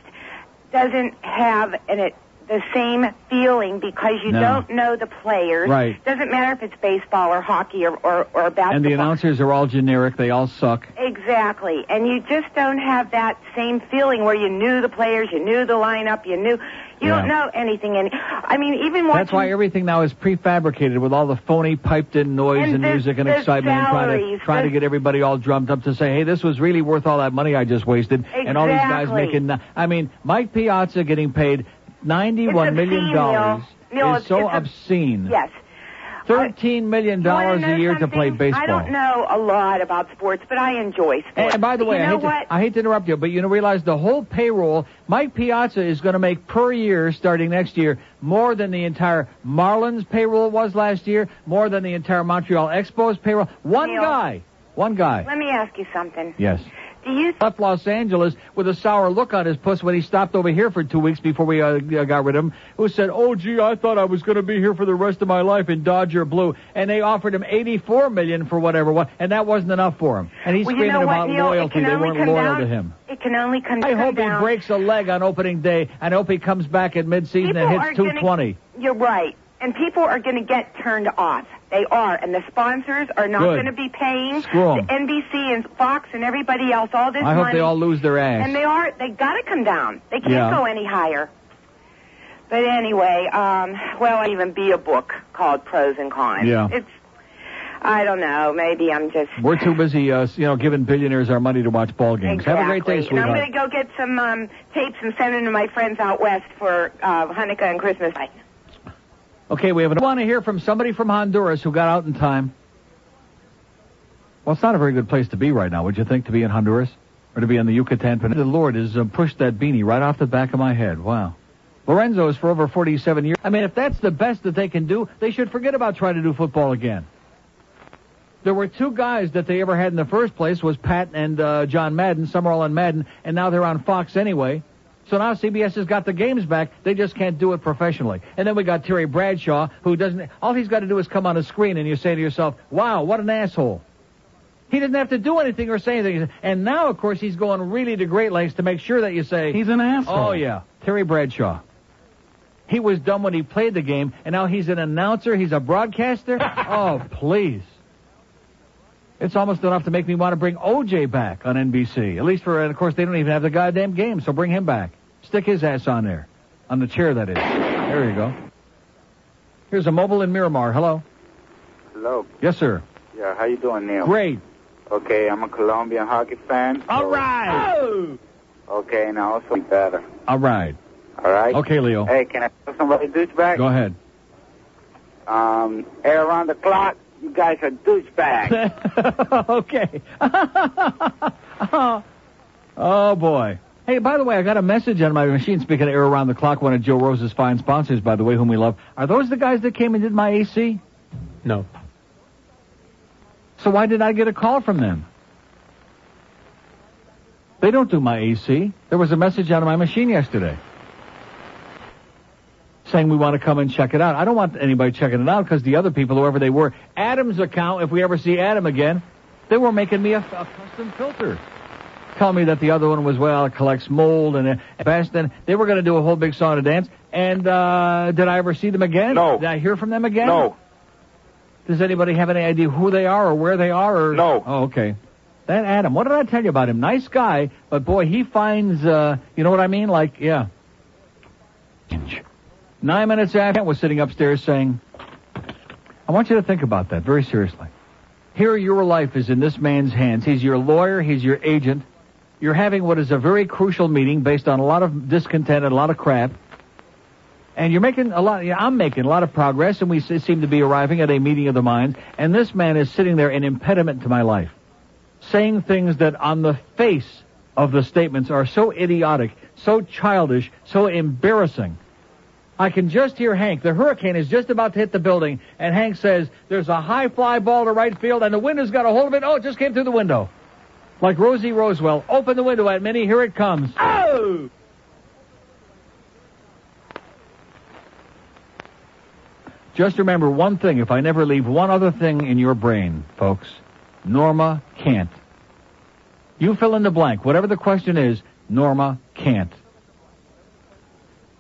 [SPEAKER 17] doesn't have an, it, the same feeling because you
[SPEAKER 1] No.
[SPEAKER 17] don't know the players.
[SPEAKER 1] Right.
[SPEAKER 17] Doesn't matter if it's baseball or hockey or, or, or basketball.
[SPEAKER 1] and the announcers are all generic. They all suck.
[SPEAKER 17] Exactly. And you just don't have that same feeling where you knew the players, you knew the lineup, you knew you don't
[SPEAKER 1] Yeah.
[SPEAKER 17] know anything and I mean even watching
[SPEAKER 1] That's why everything now is prefabricated with all the phony piped-in noise and,
[SPEAKER 17] And the-
[SPEAKER 1] music and
[SPEAKER 17] the
[SPEAKER 1] excitement and trying
[SPEAKER 17] salaries,
[SPEAKER 1] to trying to
[SPEAKER 17] the-
[SPEAKER 1] get everybody all drummed up to say, "Hey, this was really worth all that money I just wasted." And all these guys
[SPEAKER 17] Exactly.
[SPEAKER 1] making, no- I mean, Mike Piazza getting paid ninety-one million
[SPEAKER 17] It's obscene,
[SPEAKER 1] dollars
[SPEAKER 17] Neil. Neil,
[SPEAKER 1] is so
[SPEAKER 17] it's a-
[SPEAKER 1] obscene.
[SPEAKER 17] Yes.
[SPEAKER 1] Thirteen million dollars
[SPEAKER 17] Wanna
[SPEAKER 1] a
[SPEAKER 17] know
[SPEAKER 1] year to play
[SPEAKER 17] something?
[SPEAKER 1] baseball.
[SPEAKER 17] I don't know a lot about sports, but I enjoy sports.
[SPEAKER 1] And, and by the way,
[SPEAKER 17] you know
[SPEAKER 1] I, hate
[SPEAKER 17] what?
[SPEAKER 1] To, I hate to interrupt you, but you know, realize the whole payroll, Mike Piazza is going to make per year starting next year more than the entire Marlins payroll was last year, more than the entire Montreal Expos payroll. One
[SPEAKER 17] Neil.
[SPEAKER 1] guy, one guy.
[SPEAKER 17] Let me ask you something.
[SPEAKER 1] Yes.
[SPEAKER 17] Do you
[SPEAKER 1] Left Los Angeles with a sour look on his puss when he stopped over here for two weeks before we uh, uh, got rid of him. Who said, "Oh, gee, I thought I was going to be here for the rest of my life in Dodger blue," and they offered him eighty-four million for whatever, what, and that wasn't enough for him. And he's
[SPEAKER 17] Well, you
[SPEAKER 1] screaming
[SPEAKER 17] know what,
[SPEAKER 1] about
[SPEAKER 17] Neil? It
[SPEAKER 1] loyalty;
[SPEAKER 17] can
[SPEAKER 1] they
[SPEAKER 17] only
[SPEAKER 1] weren't
[SPEAKER 17] come
[SPEAKER 1] loyal
[SPEAKER 17] down-
[SPEAKER 1] to him.
[SPEAKER 17] it can only come
[SPEAKER 1] I
[SPEAKER 17] come
[SPEAKER 1] hope
[SPEAKER 17] down.
[SPEAKER 1] he breaks a leg on opening day, and I hope he comes back at midseason
[SPEAKER 17] People
[SPEAKER 1] and
[SPEAKER 17] are
[SPEAKER 1] hits 220.
[SPEAKER 17] Gonna, you're right. And people are going to get turned off. They are, and the sponsors are not
[SPEAKER 1] Good.
[SPEAKER 17] going to be paying
[SPEAKER 1] Screw 'em.
[SPEAKER 17] the NBC and Fox and everybody else all this
[SPEAKER 1] I
[SPEAKER 17] money.
[SPEAKER 1] hope they all lose their ass.
[SPEAKER 17] And they are. They got to come down. They can't
[SPEAKER 1] Yeah.
[SPEAKER 17] go any higher. But anyway, um, well, I even be a book called Pros and Cons.
[SPEAKER 1] Yeah.
[SPEAKER 17] It's. I don't know. Maybe I'm just.
[SPEAKER 1] We're too busy, uh, you know, giving billionaires our money to watch ball games. Have a great day,
[SPEAKER 17] Exactly. And I'm
[SPEAKER 1] sweetheart.
[SPEAKER 17] going to go get some um, tapes and send them to my friends out west for uh, Hanukkah and Christmas. Bye.
[SPEAKER 1] Okay, we have. An- I want to hear from somebody from Honduras who got out in time. Well, it's not a very good place to be right now. Would you think to be in Honduras or to be on the Yucatan Peninsula? The Lord has uh, pushed that beanie right off the back of my head. Wow. Lorenzo is for over 47 years. I mean, if that's the best that they can do, they should forget about trying to do football again. There were two guys that they ever had in the first place was Pat and uh, John Madden, Summerall and Madden, and now they're on Fox anyway. So now CBS has got the games back. They just can't do it professionally. And then we got Terry Bradshaw, who doesn't. All he's got to do is come on a screen, and you say to yourself, "Wow, what an asshole." He doesn't have to do anything or say anything. And now, of course, he's going really to great lengths to make sure that you say he's an
[SPEAKER 6] asshole.
[SPEAKER 1] Oh yeah, Terry Bradshaw. He was dumb when he played the game, and now he's an announcer. He's a broadcaster. oh please. It's almost enough to make me want to bring OJ back on NBC. At least for, and of course, they don't even have the goddamn game, so bring him back. Stick his ass on there. On the chair, that is. There you go. Here's a mobile in Miramar. Hello.
[SPEAKER 11] Hello.
[SPEAKER 1] Yes, sir.
[SPEAKER 11] Yeah, how you doing, Neil?
[SPEAKER 1] Great.
[SPEAKER 11] Okay, I'm a Colombian hockey fan. Oh.
[SPEAKER 1] All right.
[SPEAKER 11] Okay, and I also better.
[SPEAKER 1] All right.
[SPEAKER 11] All right.
[SPEAKER 1] Okay, Leo.
[SPEAKER 11] Hey, can I tell somebody douchebag?
[SPEAKER 1] Go ahead.
[SPEAKER 11] Um, air around the clock. You guys are
[SPEAKER 1] *laughs*
[SPEAKER 11] douchebags.
[SPEAKER 1] okay. *laughs* oh, boy. Hey, by the way, I got a message on my machine. Speaking of air around the clock, one of Joe Rose's fine sponsors, by the way, whom we love. Are those the guys that came and did my AC?
[SPEAKER 29] No.
[SPEAKER 1] So why did I get a call from them? They don't do my AC. There was a message out of my machine yesterday saying we want to come and check it out. I don't want anybody checking it out because the other people, whoever they were, Adam's account, if we ever see Adam again, they were making me a, a custom filter. Tell me that the other one was, well, it collects mold and uh, best, and they were going to do a whole big song and dance. And uh, did I ever see them again? No. Did I hear from them again? No. Does anybody have any idea who they are or where they are? Or... No. Oh, okay. That Adam, what did I tell you about him? Nice guy, but boy, he finds, uh, you know what I mean? Like, yeah. Nine minutes after, I was sitting upstairs saying, I want you to think about that very seriously. Here, your life is in this man's hands. He's your lawyer, he's your agent. You're having what is a very crucial meeting based on a lot of discontent and a lot of crap. And you're making a lot, yeah, I'm making a lot of progress, and we se- seem to be arriving at a meeting of the minds. And this man is sitting there, an impediment to my life, saying things that on the face of the statements are so idiotic, so childish, so embarrassing. I can just hear Hank. The hurricane is just about to hit the building, and Hank says, There's a high fly ball to right field, and the wind has got a hold of it. Oh, it just came through the window. Like Rosie Rosewell. Open the window, Aunt Minnie. Here it comes. Oh! Just remember one thing. If I never leave one other thing in your brain, folks, Norma can't. You fill in the blank. Whatever the question is, Norma can't.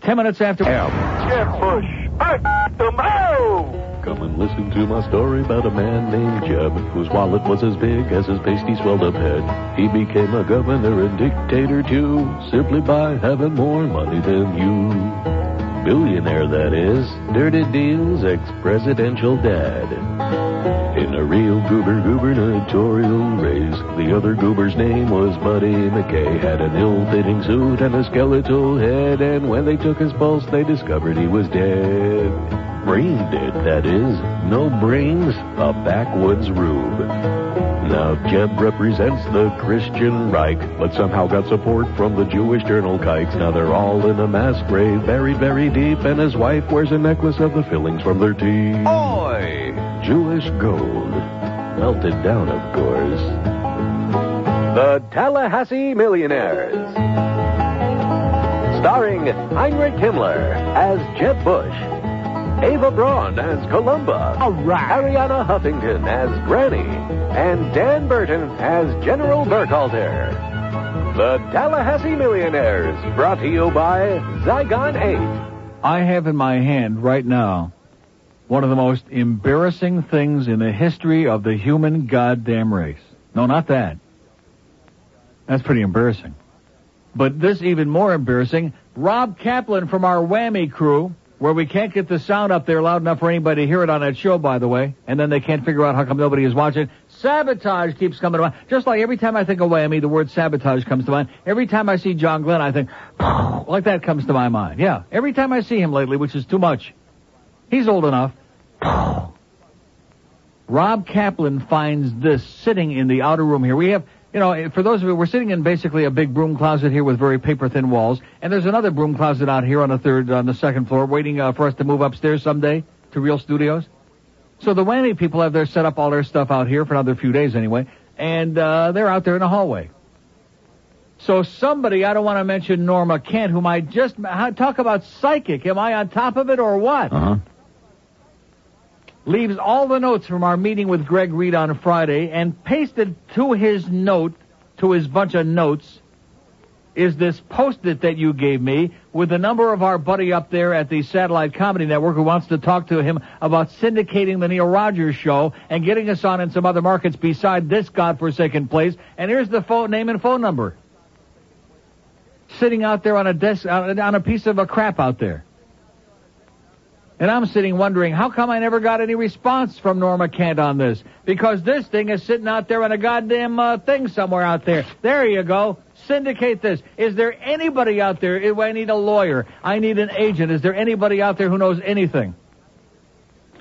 [SPEAKER 1] Ten minutes after.
[SPEAKER 19] Jeb Bush. I f***ed him. Oh!
[SPEAKER 30] Come and listen to my story about a man named Jeb, whose wallet was as big as his pasty swelled up head. He became a governor and dictator too, simply by having more money than you. Billionaire, that is. Dirty Deal's ex-presidential dad. In a real goober gubernatorial race, the other goober's name was Buddy McKay. Had an ill-fitting suit and a skeletal head, and when they took his pulse, they discovered he was dead. Brain dead, that is. No brains, a backwoods rube. Now, Jeb represents the Christian Reich, but somehow got support from the Jewish journal kikes. Now they're all in a mass grave, buried very deep, and his wife wears a necklace of the fillings from their teeth. Oi! Jewish gold. Melted down, of course.
[SPEAKER 31] The Tallahassee Millionaires. Starring Heinrich Himmler as Jeb Bush, Ava Braun as Columba, Ariana Huffington as Granny, and Dan Burton as General Burkhalter. The Tallahassee Millionaires, brought to you by Zygon 8.
[SPEAKER 1] I have in my hand right now one of the most embarrassing things in the history of the human goddamn race. No, not that. That's pretty embarrassing. But this even more embarrassing, Rob Kaplan from our whammy crew, where we can't get the sound up there loud enough for anybody to hear it on that show, by the way, and then they can't figure out how come nobody is watching. Sabotage keeps coming to mind. Just like every time I think of whammy, the word sabotage comes to mind. Every time I see John Glenn, I think, *sighs* like that comes to my mind. Yeah. Every time I see him lately, which is too much. He's old enough. Rob Kaplan finds this sitting in the outer room here. We have, you know, for those of you, we're sitting in basically a big broom closet here with very paper thin walls, and there's another broom closet out here on the third, on the second floor, waiting uh, for us to move upstairs someday to real studios. So the whammy people have their set up all their stuff out here for another few days anyway, and uh, they're out there in the hallway. So somebody, I don't want to mention Norma Kent, whom I just how- talk about psychic. Am I on top of it or what? Uh-huh. Leaves all the notes from our meeting with Greg Reed on Friday, and pasted to his note, to his bunch of notes, is this post-it that you gave me with the number of our buddy up there at the Satellite Comedy Network who wants to talk to him about syndicating the Neil Rogers show and getting us on in some other markets beside this godforsaken place. And here's the phone name and phone number. Sitting out there on a desk, on on a piece of a crap out there. And I'm sitting wondering, how come I never got any response from Norma Kent on this? Because this thing is sitting out there on a goddamn uh, thing somewhere out there. There you go. Syndicate this. Is there anybody out there? I- I need a lawyer. I need an agent. Is there anybody out there who knows anything?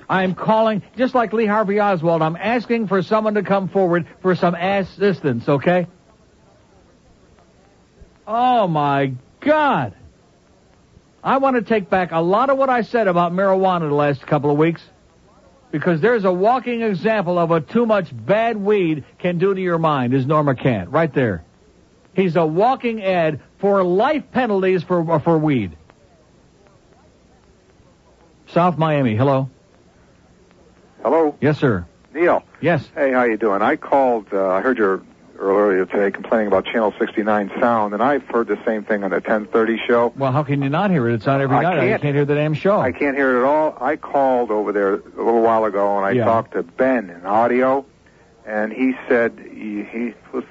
[SPEAKER 1] I'm calling, just like Lee Harvey Oswald, I'm asking for someone to come forward for some assistance, okay? Oh my God. I want to take back a lot of what I said about marijuana the last couple of weeks because there's a walking example of what too much bad weed can do to your mind is Norma Kant right there. He's a walking ad for life penalties for for weed. South Miami, hello.
[SPEAKER 3] Hello,
[SPEAKER 1] Yes, sir.
[SPEAKER 3] Neil.
[SPEAKER 1] Yes.
[SPEAKER 3] Hey, how you doing? I called. Uh, I heard your earlier today complaining about Channel 69 sound, and I've heard the same thing on the 10:30 show.
[SPEAKER 1] Well, how can you not hear it? It's on every
[SPEAKER 3] I
[SPEAKER 1] night. I
[SPEAKER 3] can't-
[SPEAKER 1] can't hear the damn show.
[SPEAKER 3] I can't hear it at all. I called over there a little while ago, and I
[SPEAKER 1] Yeah.
[SPEAKER 3] talked to Ben in audio, and he said he, he was.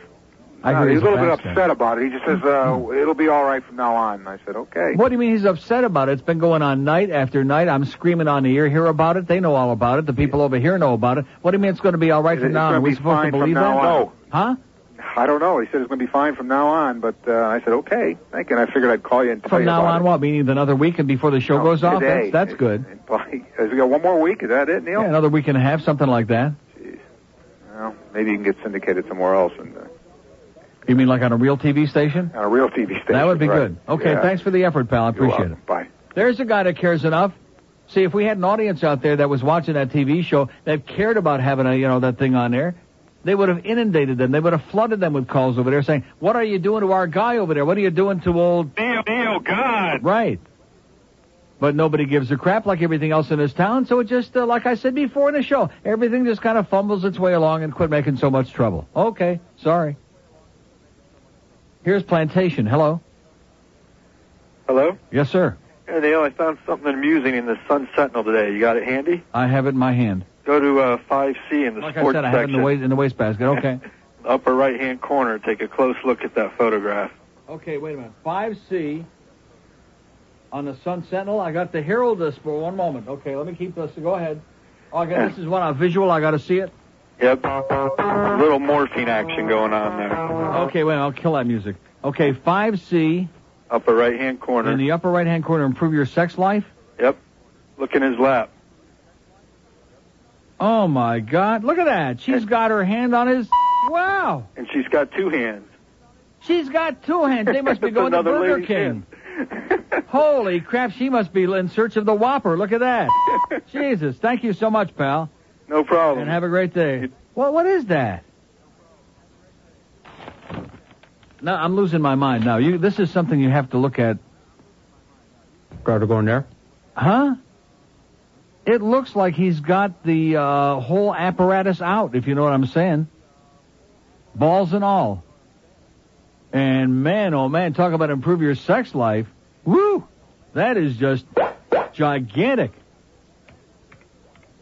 [SPEAKER 1] I
[SPEAKER 3] uh,
[SPEAKER 1] hear
[SPEAKER 3] he was
[SPEAKER 1] he's
[SPEAKER 3] a little bit
[SPEAKER 1] bastard.
[SPEAKER 3] upset about it. He just says, uh,
[SPEAKER 1] Hmm.
[SPEAKER 3] it'll be all right from now on. And I said, okay.
[SPEAKER 1] What do you mean he's upset about it? It's been going on night after night. I'm screaming on the ear, hear about it. They know all about it. The people over here know about it. What do you mean it's going to be all right from
[SPEAKER 3] It's
[SPEAKER 1] now on?
[SPEAKER 3] gonna
[SPEAKER 1] Are we
[SPEAKER 3] be
[SPEAKER 1] supposed to
[SPEAKER 3] fine from
[SPEAKER 1] believe
[SPEAKER 3] now
[SPEAKER 1] that?
[SPEAKER 3] on. No.
[SPEAKER 1] Huh?
[SPEAKER 3] I don't know. He said it's going to be fine from now on, but uh, I said, okay. Thank you. And I figured I'd call you and tell
[SPEAKER 1] From
[SPEAKER 3] you
[SPEAKER 1] now
[SPEAKER 3] about
[SPEAKER 1] on, what? Meaning another week and before the show
[SPEAKER 3] No,
[SPEAKER 1] goes off?
[SPEAKER 3] today.
[SPEAKER 1] That's, that's good.
[SPEAKER 3] it. *laughs* Probably- Has we got one more week? Is that it, Neil?
[SPEAKER 1] Yeah, another week and a half, something like that.
[SPEAKER 3] Well, maybe you can get syndicated somewhere else and uh,
[SPEAKER 1] You mean like on a real TV station?
[SPEAKER 3] on a real TV station.
[SPEAKER 1] That would be
[SPEAKER 3] right?
[SPEAKER 1] good. Okay,
[SPEAKER 3] Yeah.
[SPEAKER 1] thanks for the effort, pal. I appreciate it.
[SPEAKER 3] Bye.
[SPEAKER 1] There's a guy that cares enough. See, if we had an audience out there that was watching that TV show that cared about having a, you know, that thing on there, they would have inundated them. They would have flooded them with calls over there saying, "What are you doing to our guy over there? What are you doing to old
[SPEAKER 28] Neil, Neil, God?"
[SPEAKER 1] Right. But nobody gives a crap like everything else in this town, so it just, uh, like I said before in the show, everything just kind of fumbles its way along and quit making so much trouble. Okay, sorry. Here's Plantation. Hello.
[SPEAKER 18] Hello?
[SPEAKER 1] Yes, sir.
[SPEAKER 18] Hey, Neil, I found something amusing in the Sun Sentinel today. You got it handy?
[SPEAKER 1] I have it in my hand.
[SPEAKER 18] Go to uh, 5C in the
[SPEAKER 1] Like I
[SPEAKER 18] sports
[SPEAKER 1] said, I have it in
[SPEAKER 18] section,
[SPEAKER 1] the, waist, in the wastebasket. Okay.
[SPEAKER 18] upper right-hand corner. Take a close look at that photograph.
[SPEAKER 1] *laughs* Okay, wait a minute. 5C on the Sun Sentinel. I got the Herald this for one moment. Okay, let me keep this. Go ahead. Oh, I got, this is one on visual. I got to see it.
[SPEAKER 18] Yep. A little morphine action going on there.
[SPEAKER 1] *laughs* Okay, wait, I'll kill that music. Okay, 5C
[SPEAKER 18] Upper right-hand corner.
[SPEAKER 1] in the upper right hand corner. Improve your sex life.
[SPEAKER 18] Yep. Look in his lap.
[SPEAKER 1] Oh, my God. Look at that. She's got her hand on his. *laughs* Wow.
[SPEAKER 18] And she's got two hands.
[SPEAKER 1] She's got two hands. They *laughs* must be
[SPEAKER 18] That's
[SPEAKER 1] going to
[SPEAKER 18] another
[SPEAKER 1] Burger
[SPEAKER 18] lady's
[SPEAKER 1] *laughs* King. Holy crap, she must be in search of the Whopper. Look at *laughs* that. Jesus, thank you so much, pal.
[SPEAKER 18] No problem.
[SPEAKER 1] And have a great day. What what is that? No, I'm losing my mind now. You this is something you have to look at.
[SPEAKER 6] Crowder going there?
[SPEAKER 1] Huh? It looks like he's got the uh, whole apparatus out, if you know what I'm saying. Balls and all. And man, oh man, talk about improve your sex life. Woo! That is just gigantic.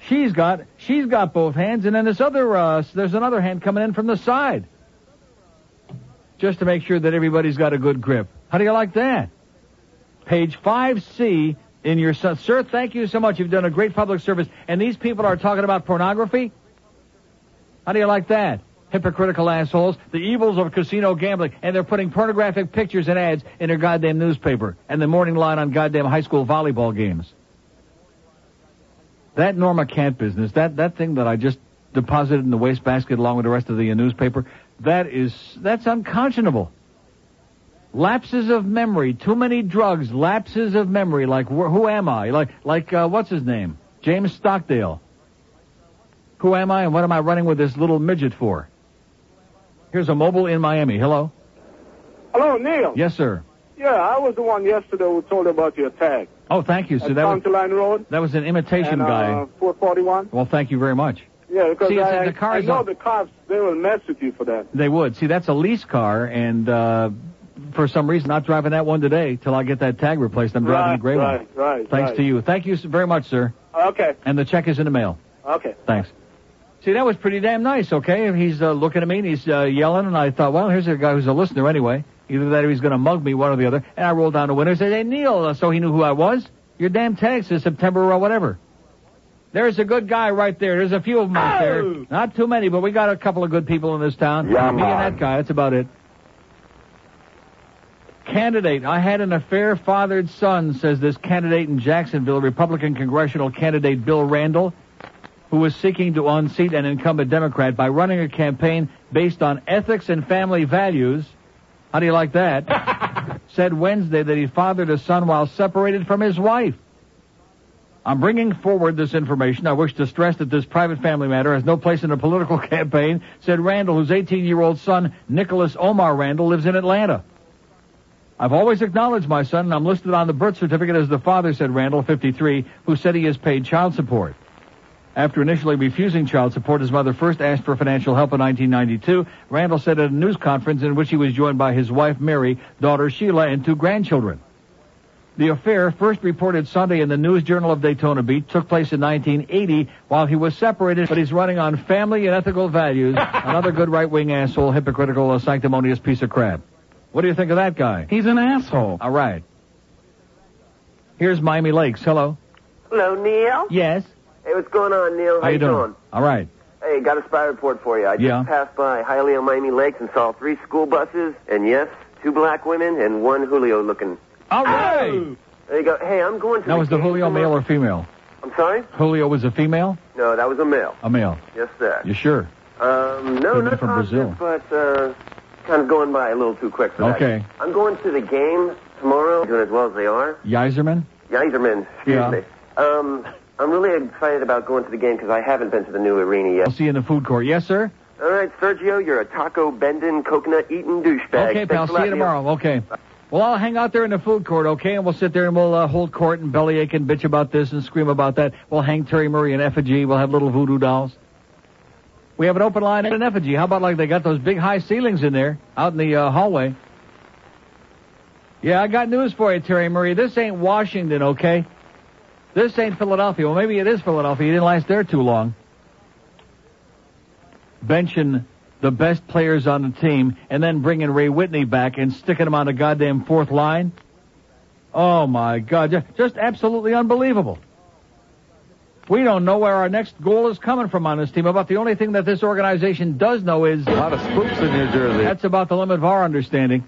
[SPEAKER 1] She's got she's got both hands, and then this other uh, there's another hand coming in from the side, just to make sure that everybody's got a good grip. How do you like that? Page five C in your son, sir. Thank you so much. You've done a great public service, and these people are talking about pornography. How do you like that? Hypocritical assholes, the evils of casino gambling, and they're putting pornographic pictures and ads in their goddamn newspaper and the morning line on goddamn high school volleyball games. That Norma Kant business, that, that thing that I just deposited in the wastebasket along with the rest of the uh, newspaper, that is, that's unconscionable. Lapses of memory, too many drugs, lapses of memory, like wh- who am I? Like, like, uh, what's his name? James Stockdale. Who am I and what am I running with this little midget for? Here's a mobile in Miami. Hello?
[SPEAKER 9] Hello, Neil.
[SPEAKER 1] Yes, sir.
[SPEAKER 9] Yeah, I was the one yesterday who told you about your attack
[SPEAKER 1] Oh, thank you. So
[SPEAKER 9] at
[SPEAKER 1] that was,
[SPEAKER 9] County Line Road
[SPEAKER 1] that was an imitation
[SPEAKER 9] and, uh,
[SPEAKER 1] guy.
[SPEAKER 9] 441.
[SPEAKER 1] Well, thank you very much.
[SPEAKER 9] Yeah, because
[SPEAKER 1] See, it's
[SPEAKER 9] I,
[SPEAKER 1] in the cars
[SPEAKER 9] I know
[SPEAKER 1] on-
[SPEAKER 9] the cops, they will mess with you for that.
[SPEAKER 1] They would. See, that's a lease car, and uh, for some reason, not driving that one today till I get that tag replaced. I'm driving
[SPEAKER 9] right,
[SPEAKER 1] a gray
[SPEAKER 9] right,
[SPEAKER 1] one.
[SPEAKER 9] right.
[SPEAKER 1] Thanks
[SPEAKER 9] right.
[SPEAKER 1] to you. Thank you s- very much, sir.
[SPEAKER 9] Okay,
[SPEAKER 1] And the check is in the mail.
[SPEAKER 9] okay.
[SPEAKER 1] Thanks. See, that was pretty damn nice, okay? And He's uh, looking at me and he's uh, yelling, and I thought, well, here's a guy who's a listener anyway. Either that or he's going to mug me, one or the other. And I rolled down the window and said, hey, Neil, uh, so he knew who I was. Your damn tag says September or whatever. There's a good guy right there. There's a few of them out there. Not too many, but we got a couple of good people in this town.
[SPEAKER 10] Yeah,
[SPEAKER 1] me
[SPEAKER 10] man.
[SPEAKER 1] and that guy. That's about it. Candidate, I had an affair fathered son, says this candidate in Jacksonville, Republican congressional candidate Bill Randall who was seeking to unseat an incumbent Democrat by running a campaign based on ethics and family values. How do you like that? said Wednesday that he fathered a son while separated from his wife. I'm bringing forward this information. I wish to stress that this private family matter has no place in a political *laughs* campaign, said Randall, whose 18 year old son, Nicholas Omar Randall, lives in Atlanta. I've always acknowledged my son, and I'm listed on the birth certificate as the father, said Randall, 53, who said he has paid child support. After initially refusing child support, his mother first asked for financial help in 1992. Randall said at a news conference in which he was joined by his wife Mary, daughter Sheila, and two grandchildren. The affair, first reported Sunday in the News Journal of Daytona Beach, took place in 1980 while he was separated, but he's running on family and ethical *laughs* values. Another good right-wing asshole, hypocritical, a sanctimonious piece of crap. What do you think of that guy? He's an asshole. All right. Here's Miami Lakes. Hello.
[SPEAKER 13] Hello, Neil.
[SPEAKER 1] Yes.
[SPEAKER 13] Hey, what's going on, Neil? How,
[SPEAKER 1] How you doing?
[SPEAKER 13] doing?
[SPEAKER 1] All right.
[SPEAKER 13] Hey, got a spy report for you. I just
[SPEAKER 1] Yeah.
[SPEAKER 13] passed by highly on Miami Lakes and saw three school buses, and yes, two black women and one Julio looking.
[SPEAKER 1] All right.
[SPEAKER 13] There you go. Hey, I'm going to.
[SPEAKER 1] Now, was the Julio male or female?
[SPEAKER 13] I'm sorry.
[SPEAKER 1] Julio was a female?
[SPEAKER 13] No, that was a male.
[SPEAKER 1] A male.
[SPEAKER 13] Yes, sir.
[SPEAKER 1] You sure?
[SPEAKER 13] Um, no,
[SPEAKER 1] Could've been
[SPEAKER 13] not
[SPEAKER 1] from
[SPEAKER 13] positive, but uh, kind of going by a little too quick for that.
[SPEAKER 1] Okay.
[SPEAKER 13] I'm going to the game tomorrow, doing as well as they are.
[SPEAKER 1] Yeiserman?
[SPEAKER 13] Yeiserman, excuse
[SPEAKER 1] Yeah.
[SPEAKER 13] me. Um, I'm really excited about going to the game because I haven't been to the new arena yet.
[SPEAKER 1] I'll see you in the food court. Yes, sir?
[SPEAKER 13] All right, Sergio, you're a taco bending, coconut eating douchebag.
[SPEAKER 1] Okay,
[SPEAKER 13] Thanks
[SPEAKER 1] pal.
[SPEAKER 13] a
[SPEAKER 1] See
[SPEAKER 13] lot,
[SPEAKER 1] you
[SPEAKER 13] Neil.
[SPEAKER 1] tomorrow. Okay. Well, I'll hang out there in the food court, okay? And we'll sit there and we'll uh, hold court and bellyache and bitch about this and scream about that. We'll hang Terry Murray in effigy. We'll have little voodoo dolls. We have an open line and an effigy. How about like they got those big high ceilings in there out in the uh, hallway? Yeah, I got news for you, Terry Murray. This ain't Washington, okay? This ain't Philadelphia. Well, maybe it is Philadelphia. You didn't last there too long. Benching the best players on the team and then bringing Ray Whitney back and sticking him on the goddamn fourth line. Oh my God. Ju- Just absolutely unbelievable. We don't know where our next goal is coming from on this team. About the only thing that this organization does know is. A lot of spooks in New Jersey. That's about the limit of our understanding.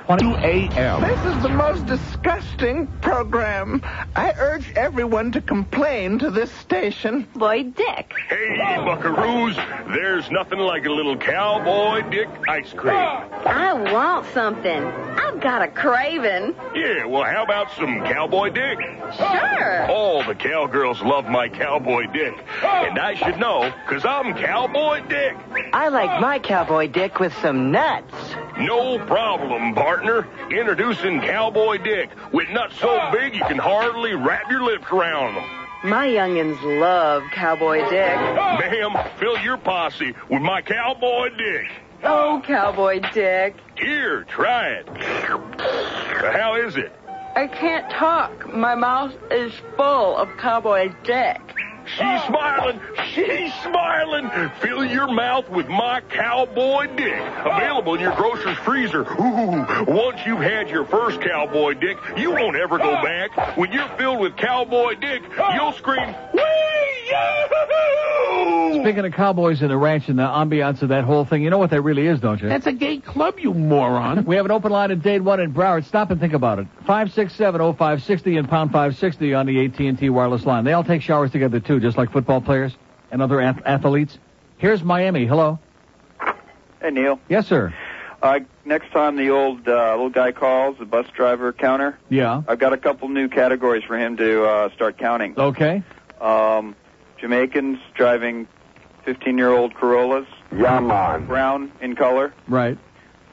[SPEAKER 1] 22 a.m.
[SPEAKER 32] This is the most disgusting program. I urge everyone to complain to this station. Boy, Dick.
[SPEAKER 33] Hey, buckaroos, there's nothing like a little cowboy dick ice cream.
[SPEAKER 27] I want something. I've got a craving.
[SPEAKER 33] Yeah, well, how about some cowboy dick?
[SPEAKER 27] Sure.
[SPEAKER 33] All the cowgirls love my cowboy dick. And I should know, because I'm cowboy dick.
[SPEAKER 34] I like my cowboy dick with some nuts.
[SPEAKER 33] No problem, partner. Introducing cowboy dick with nuts so big you can hardly wrap your lips around them.
[SPEAKER 34] My youngins love cowboy dick.
[SPEAKER 33] Ma'am, fill your posse with my cowboy dick.
[SPEAKER 34] Oh, cowboy dick.
[SPEAKER 33] Here, try it. How is it?
[SPEAKER 32] I can't talk. My mouth is full of cowboy dick.
[SPEAKER 33] She's smiling. She's smiling. Fill your mouth with my cowboy dick. Available in your grocer's freezer. Ooh, once you've had your first cowboy dick, you won't ever go back. When you're filled with cowboy dick, you'll scream, Wee!
[SPEAKER 1] Speaking of cowboys and the ranch and the ambiance of that whole thing, you know what that really is, don't you?
[SPEAKER 35] That's a gay club, you moron.
[SPEAKER 1] We have an open line at Dade One in Broward. Stop and think about it. Five six seven oh five sixty and pound five sixty on the AT and T wireless line. They all take showers together too, just like football players and other ath- athletes. Here's Miami. Hello.
[SPEAKER 25] Hey, Neil.
[SPEAKER 1] Yes, sir.
[SPEAKER 25] Uh, next time the old uh, little guy calls, the bus driver counter,
[SPEAKER 1] Yeah.
[SPEAKER 25] I've got a couple new categories for him to uh, start counting.
[SPEAKER 1] Okay.
[SPEAKER 25] Um, Jamaicans driving 15-year-old Corollas.
[SPEAKER 1] Yeah, man.
[SPEAKER 25] Brown in color.
[SPEAKER 1] Right.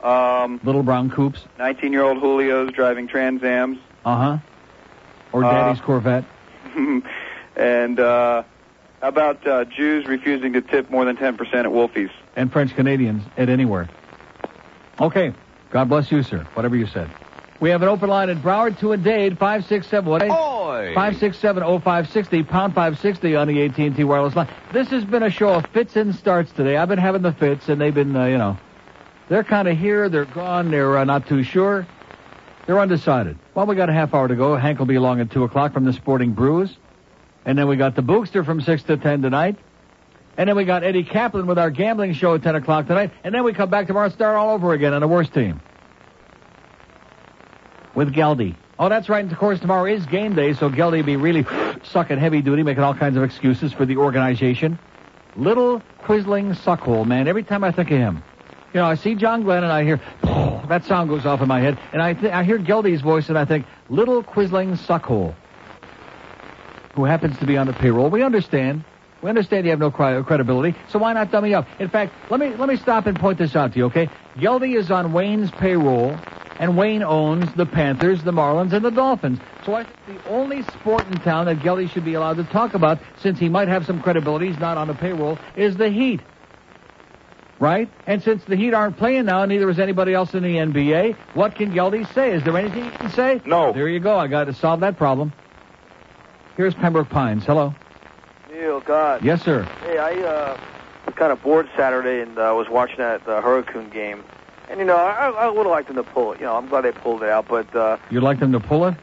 [SPEAKER 25] Um,
[SPEAKER 1] Little brown coops.
[SPEAKER 25] 19-year-old Julios driving Trans Ams. *laughs*
[SPEAKER 1] Uh huh. Or
[SPEAKER 25] Uh,
[SPEAKER 1] Daddy's Corvette.
[SPEAKER 25] and uh, how about uh, Jews refusing to tip more than 10% at Wolfie's?
[SPEAKER 1] and French Canadians at anywhere. Okay. God bless you, sir. Whatever you said. We have an open line at Broward to a Dade, 567 what?
[SPEAKER 36] Oi!
[SPEAKER 1] 567 0560, pound 560 on the AT&T wireless line. This has been a show of fits and starts today. I've been having the fits, and they've been, uh, you know, they're kind of here, they're gone, they're uh, not too sure. They're undecided. Well, we got a half hour to go. Hank will be along at 2 o'clock from the Sporting Brews. And then we got the Bookster from 6 to 10 tonight. And then we got Eddie Kaplan with our gambling show at 10 o'clock tonight. And then we come back tomorrow and start all over again on the worst team. With Geldy. Oh, that's right. And of course, tomorrow is game day, so Geldy will be really *gasps* sucking heavy duty, making all kinds of excuses for the organization. Little quizzling suckhole, man. Every time I think of him. You know, I see John Glenn and I hear, *sighs* that sound goes off in my head. And I, th- I hear Geldy's voice and I think, little quizzling suckhole who happens to be on the payroll. We understand. We understand you have no cri- credibility, so why not dummy up? In fact, let me let me stop and point this out to you, okay? Geldy is on Wayne's payroll, and Wayne owns the Panthers, the Marlins, and the Dolphins. So I think the only sport in town that Geldy should be allowed to talk about, since he might have some credibility, he's not on the payroll, is the Heat. Right? And since the Heat aren't playing now, neither is anybody else in the NBA, what can Geldy say? Is there anything he can say? No. There you go. I got to solve that problem. Here's Pembroke Pines. Hello.
[SPEAKER 18] Neil, God.
[SPEAKER 1] Yes, sir.
[SPEAKER 18] Hey, I uh, was kind of bored Saturday and uh, was watching that uh, Hurricane game. And, you know, I, I would have liked them to pull it. You know, I'm glad they pulled it out, but, uh,
[SPEAKER 1] You'd like them to pull it?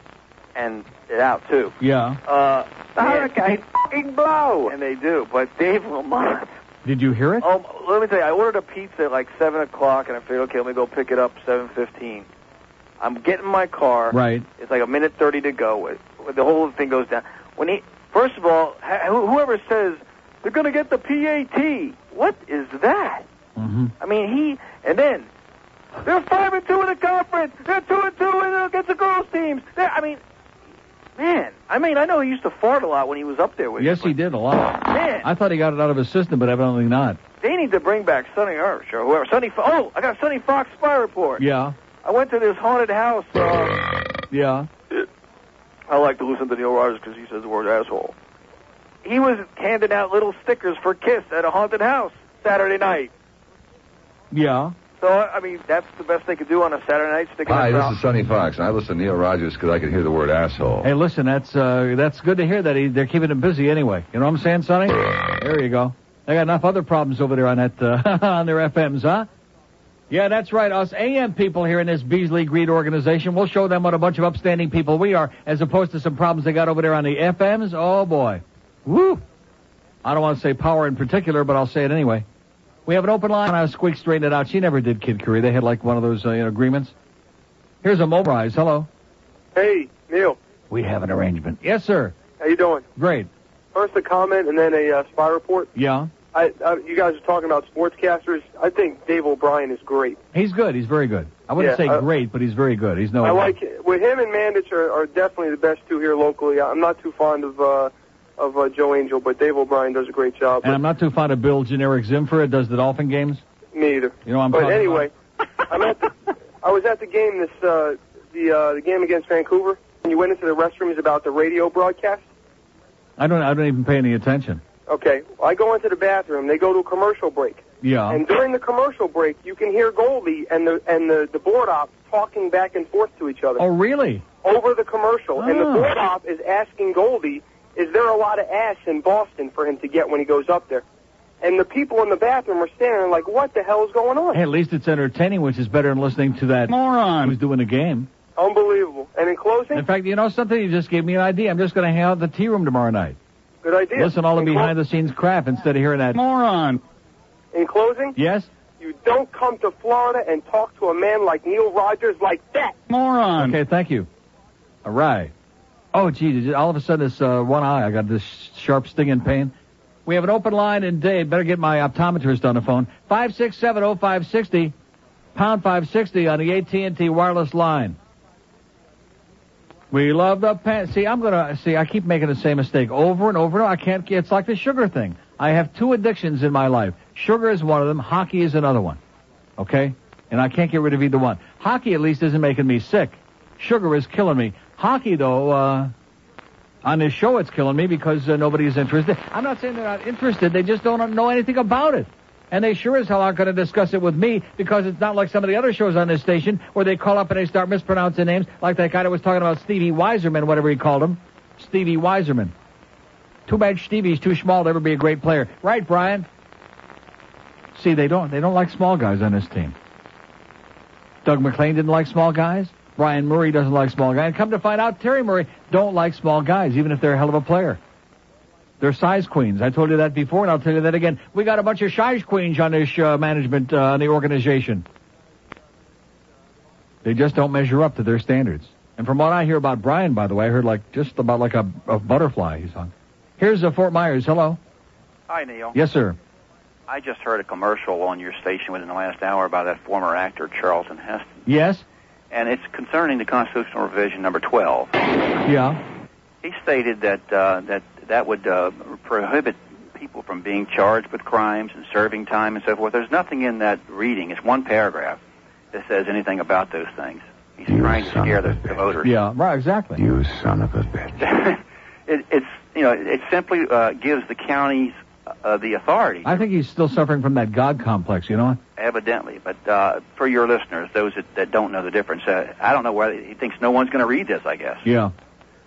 [SPEAKER 18] and it out, too.
[SPEAKER 1] Yeah.
[SPEAKER 18] Uh, the Hurricane fucking blow! And they do, but Dave Lamont.
[SPEAKER 1] Did you hear it?
[SPEAKER 18] Um, let me tell you, I ordered a pizza at like 7 o'clock, and I figured, okay, let me go pick it up 7.15. I'm getting in my car.
[SPEAKER 1] Right.
[SPEAKER 18] It's like a minute thirty to go. It- The whole thing goes down. When he, first of all, ha- whoever says they're going to get the PAT, what is that? I mean, he, and then they're five and two in the conference. They're two and two in against the girls teams. They're, I mean, man, I mean, I know he used to fart a lot when he was up there with.
[SPEAKER 1] Yes, he did a lot.
[SPEAKER 18] Man.
[SPEAKER 1] I thought he got it out of his system, but evidently not.
[SPEAKER 18] They need to bring back Sonny Irish or whoever. Sonny. Fo- Oh, I got Sonny Fox spy report.
[SPEAKER 1] Yeah.
[SPEAKER 18] I went to this haunted house. Uh,
[SPEAKER 1] Yeah.
[SPEAKER 18] I like to listen to Neil Rogers because he says the word asshole. He was handing out little stickers for Kiss at a haunted house Saturday night.
[SPEAKER 1] Yeah.
[SPEAKER 18] So I mean, that's the best they could do on a Saturday night. Sticking
[SPEAKER 37] Hi,
[SPEAKER 18] it
[SPEAKER 37] this
[SPEAKER 18] out.
[SPEAKER 37] is Sonny Fox, and I listen to Neil Rogers because I can hear the word asshole.
[SPEAKER 1] Hey, listen, that's uh, that's good to hear that he, they're keeping him busy anyway. You know what I'm saying, Sonny? There you go. They got enough other problems over there on that uh, *laughs* on their FMs, huh? Yeah, that's right. Us AM people here in this Beasley Greed organization, we'll show them what a bunch of upstanding people we are, as opposed to some problems they got over there on the FMs. Oh boy, woo! I don't want to say power in particular, but I'll say it anyway. We have an open line. and I squeak straightened it out. She never did Kid Curry. They had like one of those uh, you know, agreements. Here's a mobilize. Hello.
[SPEAKER 38] Hey, Neil,
[SPEAKER 1] We have an arrangement. Yes, sir.
[SPEAKER 38] how you doing?
[SPEAKER 1] Great.
[SPEAKER 38] First a comment and then a uh, spy report.
[SPEAKER 1] Yeah.
[SPEAKER 38] I, I, you guys are talking about sportscasters. I think Dave O'Brien is great.
[SPEAKER 1] He's good. He's very good. I wouldn't
[SPEAKER 38] Yeah,
[SPEAKER 1] say
[SPEAKER 38] I-
[SPEAKER 1] great, but he's very good. He's no.
[SPEAKER 38] I like with him and Mandich are, are definitely the best two here locally. I'm not too fond of uh, of uh, Joe Angel, but Dave O'Brien does a great job.
[SPEAKER 1] And I'm not too fond of Bill Generic Zimfer. Does the Dolphin games?
[SPEAKER 38] Me either.
[SPEAKER 1] You know, I'm
[SPEAKER 38] but
[SPEAKER 1] talking
[SPEAKER 38] anyway, I'm at the, I was at the game this uh, the uh, the game against Vancouver, and you went into the restrooms about the radio broadcast.
[SPEAKER 1] I don't. I don't even pay any attention.
[SPEAKER 38] Okay, I go into the bathroom. They go to a commercial break.
[SPEAKER 1] Yeah.
[SPEAKER 38] And during the commercial break, you can hear Goldie and the and the, the board op talking back and forth to each other.
[SPEAKER 1] oh, Ah. really?
[SPEAKER 16] over the commercial, and the
[SPEAKER 2] Oh.
[SPEAKER 16] board op is asking Goldie, "Is there a lot of ass in Boston for him to get when he goes up there?" And the people in the bathroom are standing there like, "What the hell is going on?"
[SPEAKER 1] Hey, at least it's entertaining, which is better than listening to that moron who's doing the game.
[SPEAKER 16] Unbelievable. And in closing,
[SPEAKER 1] In fact, you know something? You just gave me an idea. I'm just going to hang out at the tea room tomorrow night.
[SPEAKER 16] good idea.
[SPEAKER 1] Listen, to all the
[SPEAKER 16] in clo-
[SPEAKER 1] behind-the-scenes crap instead of hearing that moron.
[SPEAKER 16] in closing,
[SPEAKER 1] Yes.
[SPEAKER 16] you don't come to Florida and talk to a man like Neil Rogers like that.
[SPEAKER 1] Moron. Okay, thank you. All right. Oh, geez, all of a sudden this uh, one eye, I got this sharp stinging pain. We have an open line in Dade. Better get my optometrist on the phone. 5670560, pound 560 on the AT&T wireless line. We love the pan. See, I'm gonna see. I keep making the same mistake over and over and over. I can't. get- It's like the sugar thing. I have two addictions in my life. Sugar is one of them. Hockey is another one. Okay, and I can't get rid of either one. Hockey at least isn't making me sick. Sugar is killing me. Hockey though, uh, on this show it's killing me because uh, nobody's interested. I'm not saying they're not interested. They just don't know anything about it. And they sure as hell aren't going to discuss it with me because it's not like some of the other shows on this station where they call up and they start mispronouncing names like that guy that was talking about Stevie Weiserman, whatever he called him. Stevie Weiserman. Too bad Stevie's too small to ever be a great player. Right, Brian? See, they don't, they don't like small guys on this team. Doug McLean didn't like small guys. Brian Murray doesn't like small guys. And come to find out, Terry Murray don't like small guys, even if they're a hell of a player. They're size queens. I told you that before, and I'll tell you that again. We got a bunch of size queens on this uh, management, uh, on the organization. They just don't measure up to their standards. And from what I hear about Brian, by the way, I heard like just about like a, a butterfly he's on. Here's uh, Fort Myers. Hello.
[SPEAKER 11] Hi, Neil.
[SPEAKER 1] Yes, sir.
[SPEAKER 11] I just heard a commercial on your station within the last hour by that former actor Charlton Heston,
[SPEAKER 1] Yes.
[SPEAKER 11] and it's concerning the constitutional revision number 12.
[SPEAKER 1] Yeah.
[SPEAKER 11] He stated that uh, that that would uh, prohibit people from being charged with crimes and serving time and so forth. There's nothing in that reading. It's one paragraph that says anything about those things. He's trying to scare the, the voters.
[SPEAKER 1] Yeah. Right. Exactly. You
[SPEAKER 14] son of a bitch.
[SPEAKER 11] *laughs* It, it's you know it simply uh, gives the counties uh, the authority.
[SPEAKER 1] I think he's still suffering from that God complex. You know.
[SPEAKER 11] Evidently, but uh, for your listeners, those that, that don't know the difference, uh, I don't know whether he thinks no one's going to read this. I guess,
[SPEAKER 1] Yeah.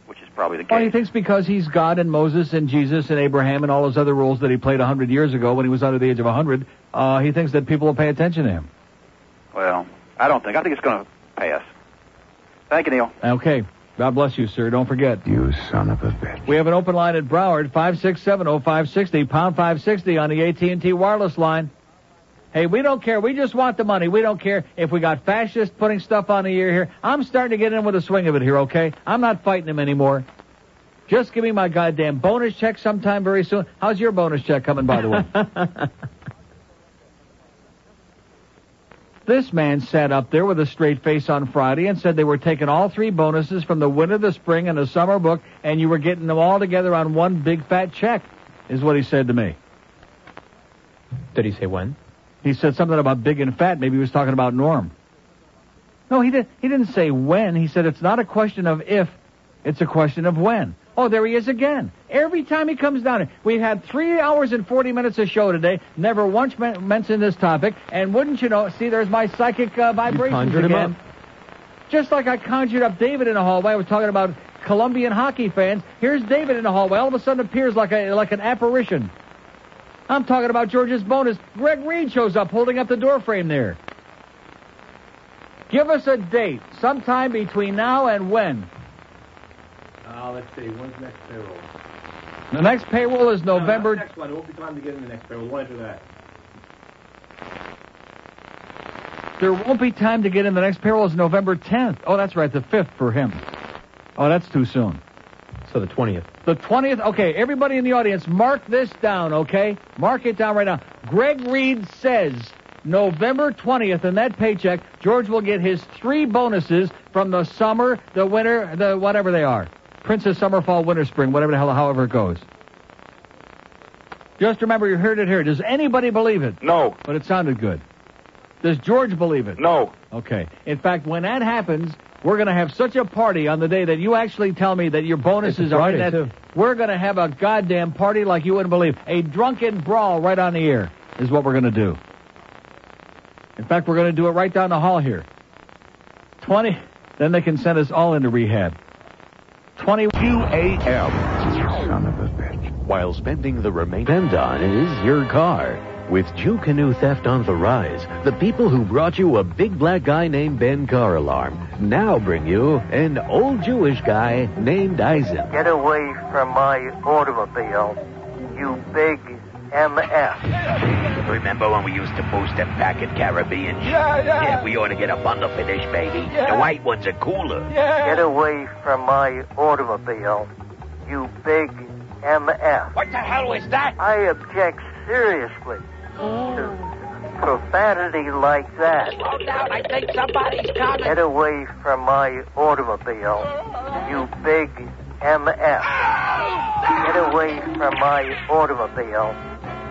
[SPEAKER 11] which is probably the
[SPEAKER 1] Well,
[SPEAKER 11] case.
[SPEAKER 1] he thinks because he's God and Moses and Jesus and Abraham and all those other rules that he played a 100 years ago when he was under the age of a 100, uh, he thinks that people will pay attention to him.
[SPEAKER 11] Well, I don't think. I think it's going to pass. Thank you, Neil.
[SPEAKER 1] Okay. God bless you, sir. Don't forget.
[SPEAKER 14] You son of a bitch.
[SPEAKER 1] We have an open line at Broward, 5670560, pound 560 on the AT&T wireless line. Hey, we don't care. We just want the money. We don't care if we got fascists putting stuff on the ear here. I'm starting to get in with the swing of it here, okay? I'm not fighting them anymore. Just give me my goddamn bonus check sometime very soon. How's your bonus check coming, by the
[SPEAKER 14] *laughs*
[SPEAKER 1] way? This man sat up there with a straight face on Friday and said they were taking all three bonuses from the winter, the spring, and the summer book, and you were getting them all together on one big fat check, is what he said to me.
[SPEAKER 6] Did he say when?
[SPEAKER 1] He said something about big and fat. Maybe he was talking about Norm. No, he didn't. He didn't say when. He said it's not a question of if, it's a question of when. Oh, there he is again. Every time he comes down, here. we've had three hours and forty minutes of show today. Never once men- mentioned this topic. And wouldn't you know? See, there's my psychic uh, vibrations
[SPEAKER 6] conjured him
[SPEAKER 1] again. Just like I conjured up David in the hallway. I was talking about Colombian hockey fans. Here's David in the hallway. All of a sudden appears like a like an apparition. I'm talking about George's bonus. Greg Reed shows up holding up the door frame there. Give us a date, sometime between now and when.
[SPEAKER 15] Uh, let's see, when's next payroll?
[SPEAKER 1] The next payroll is
[SPEAKER 15] No, not
[SPEAKER 1] November.
[SPEAKER 15] the next one. It won't be time to get in the next payroll. Why do that?
[SPEAKER 1] There won't be time to get in. The next payroll is November 10th. Oh, that's right, the 5th for him. Oh, that's too soon.
[SPEAKER 6] So the 20th.
[SPEAKER 1] The 20th. Okay, everybody in the audience, mark this down, okay? Mark it down right now. Greg Reed says November 20th, in that paycheck, George will get his three bonuses from the summer, the winter, the whatever they are. Princess Summer, Fall, Winter, Spring, whatever the hell, however it goes. Just remember, you heard it here. Does anybody believe it?
[SPEAKER 14] No.
[SPEAKER 1] But it sounded good. Does George believe it?
[SPEAKER 14] No.
[SPEAKER 1] Okay. In fact, when that happens, we're going to have such a party on the day that you actually tell me that your bonuses
[SPEAKER 6] It's a
[SPEAKER 1] are in
[SPEAKER 6] Friday,
[SPEAKER 1] that.
[SPEAKER 6] too.
[SPEAKER 1] We're going to have a goddamn party like you wouldn't believe. A drunken brawl right on the air is what we're going to do. In fact, we're going to do it right down the hall here. 20. Then they can send us all into rehab. 20
[SPEAKER 30] UAM. Son of a bitch. While spending the remaining spend on is your car. With Jew Canoe theft on the rise, the people who brought you a big black guy named Ben Car Alarm now bring you an old Jewish guy named Eisen.
[SPEAKER 39] Get away from my automobile, you big MF.
[SPEAKER 15] Remember when we used to boost them back at Caribbean?
[SPEAKER 39] Yeah, yeah.
[SPEAKER 15] we ought to get a bundle for this, baby.
[SPEAKER 39] Yeah.
[SPEAKER 15] The white ones are cooler.
[SPEAKER 39] Get away from my automobile, you big MF.
[SPEAKER 15] What the hell is that?
[SPEAKER 39] I object seriously to profanity like that.
[SPEAKER 15] Hold out, I think somebody's coming.
[SPEAKER 39] Get away from my automobile, you big MF. Get away from my automobile,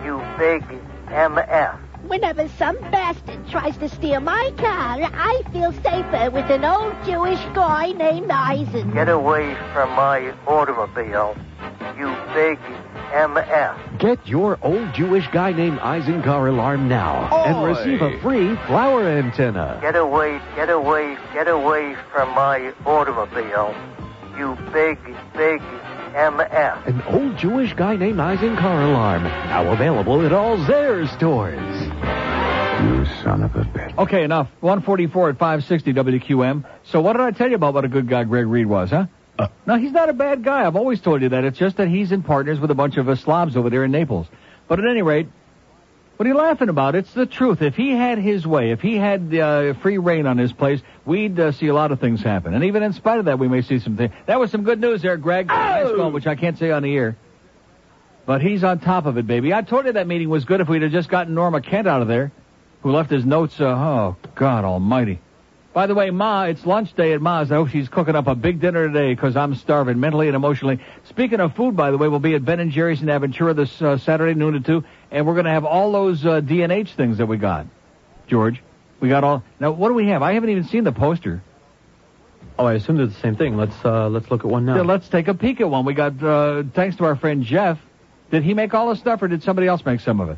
[SPEAKER 39] you big MF.
[SPEAKER 40] Whenever some bastard tries to steal my car, I feel safer with an old Jewish guy named Eisen.
[SPEAKER 39] Get away from my automobile, you big MF.
[SPEAKER 30] Get your old Jewish guy named Eisen car alarm now and
[SPEAKER 39] Oy.
[SPEAKER 30] receive a free flower antenna.
[SPEAKER 39] Get away, get away, get away from my automobile, you big, big MF.
[SPEAKER 30] An old Jewish guy named Eisen car alarm now available at all Zare stores.
[SPEAKER 1] You son of a bitch. Okay, enough. 144 at 560 WQM. So what did I tell you about what a good guy Greg Reed was, huh? no, he's not a bad guy. I've always told you that. It's just that he's in partners with a bunch of uh, slobs over there in Naples. But at any rate, what are you laughing about? It's the truth. If he had his way, if he had uh, free reign on his place, we'd uh, see a lot of things happen. And even in spite of that, we may see some things. That was some good news there, Greg. Nice one, which I can't say on the air. But he's on top of it, baby. I told you that meeting was good if we'd have just gotten Norma Kent out of there, who left his notes. Uh, oh, God Almighty. By the way, Ma, it's lunch day at Ma's. I hope she's cooking up a big dinner today because I'm starving mentally and emotionally. Speaking of food, by the way, we'll be at Ben and Jerry's in Aventura this uh, Saturday noon to two, and we're going to have all those uh, DNH things that we got. George, we got all. Now, what do we have? I haven't even seen the poster.
[SPEAKER 6] Oh, I assume they're the same thing. Let's uh, let's look at one now.
[SPEAKER 1] Yeah, let's take a peek at one. We got uh, thanks to our friend Jeff. Did he make all the stuff, or did somebody else make some of it?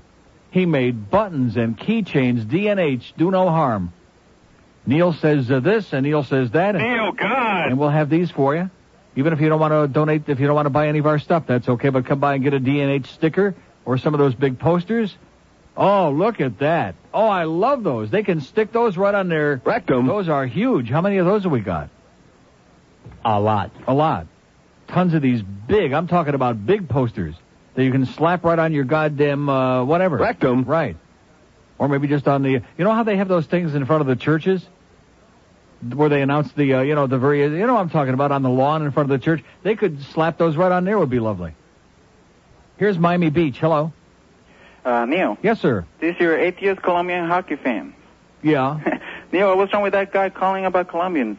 [SPEAKER 1] He made buttons and keychains. DNH, do no harm. Neil says uh, this, and Neil says that. And,
[SPEAKER 41] Neil, God.
[SPEAKER 1] And we'll have these for you. Even if you don't want to donate, if you don't want to buy any of our stuff, that's okay. But come by and get a DNH sticker or some of those big posters. Oh, look at that. Oh, I love those. They can stick those right on their rectum. Those are huge. How many of those have we got? A lot. A lot. Tons of these big, I'm talking about big posters that you can slap right on your goddamn, uh, whatever. Rectum. Right. Or maybe just on the, you know how they have those things in front of the churches? Where they announce the, uh, you know, the very, you know what I'm talking about, on the lawn in front of the church. They could slap those right on there, would be lovely. Here's Miami Beach. Hello.
[SPEAKER 11] Uh, Neil,
[SPEAKER 1] Yes, sir.
[SPEAKER 11] this is your atheist Colombian hockey fan. *laughs*
[SPEAKER 1] Yeah.
[SPEAKER 11] Neil, what's wrong with that guy calling about Colombians?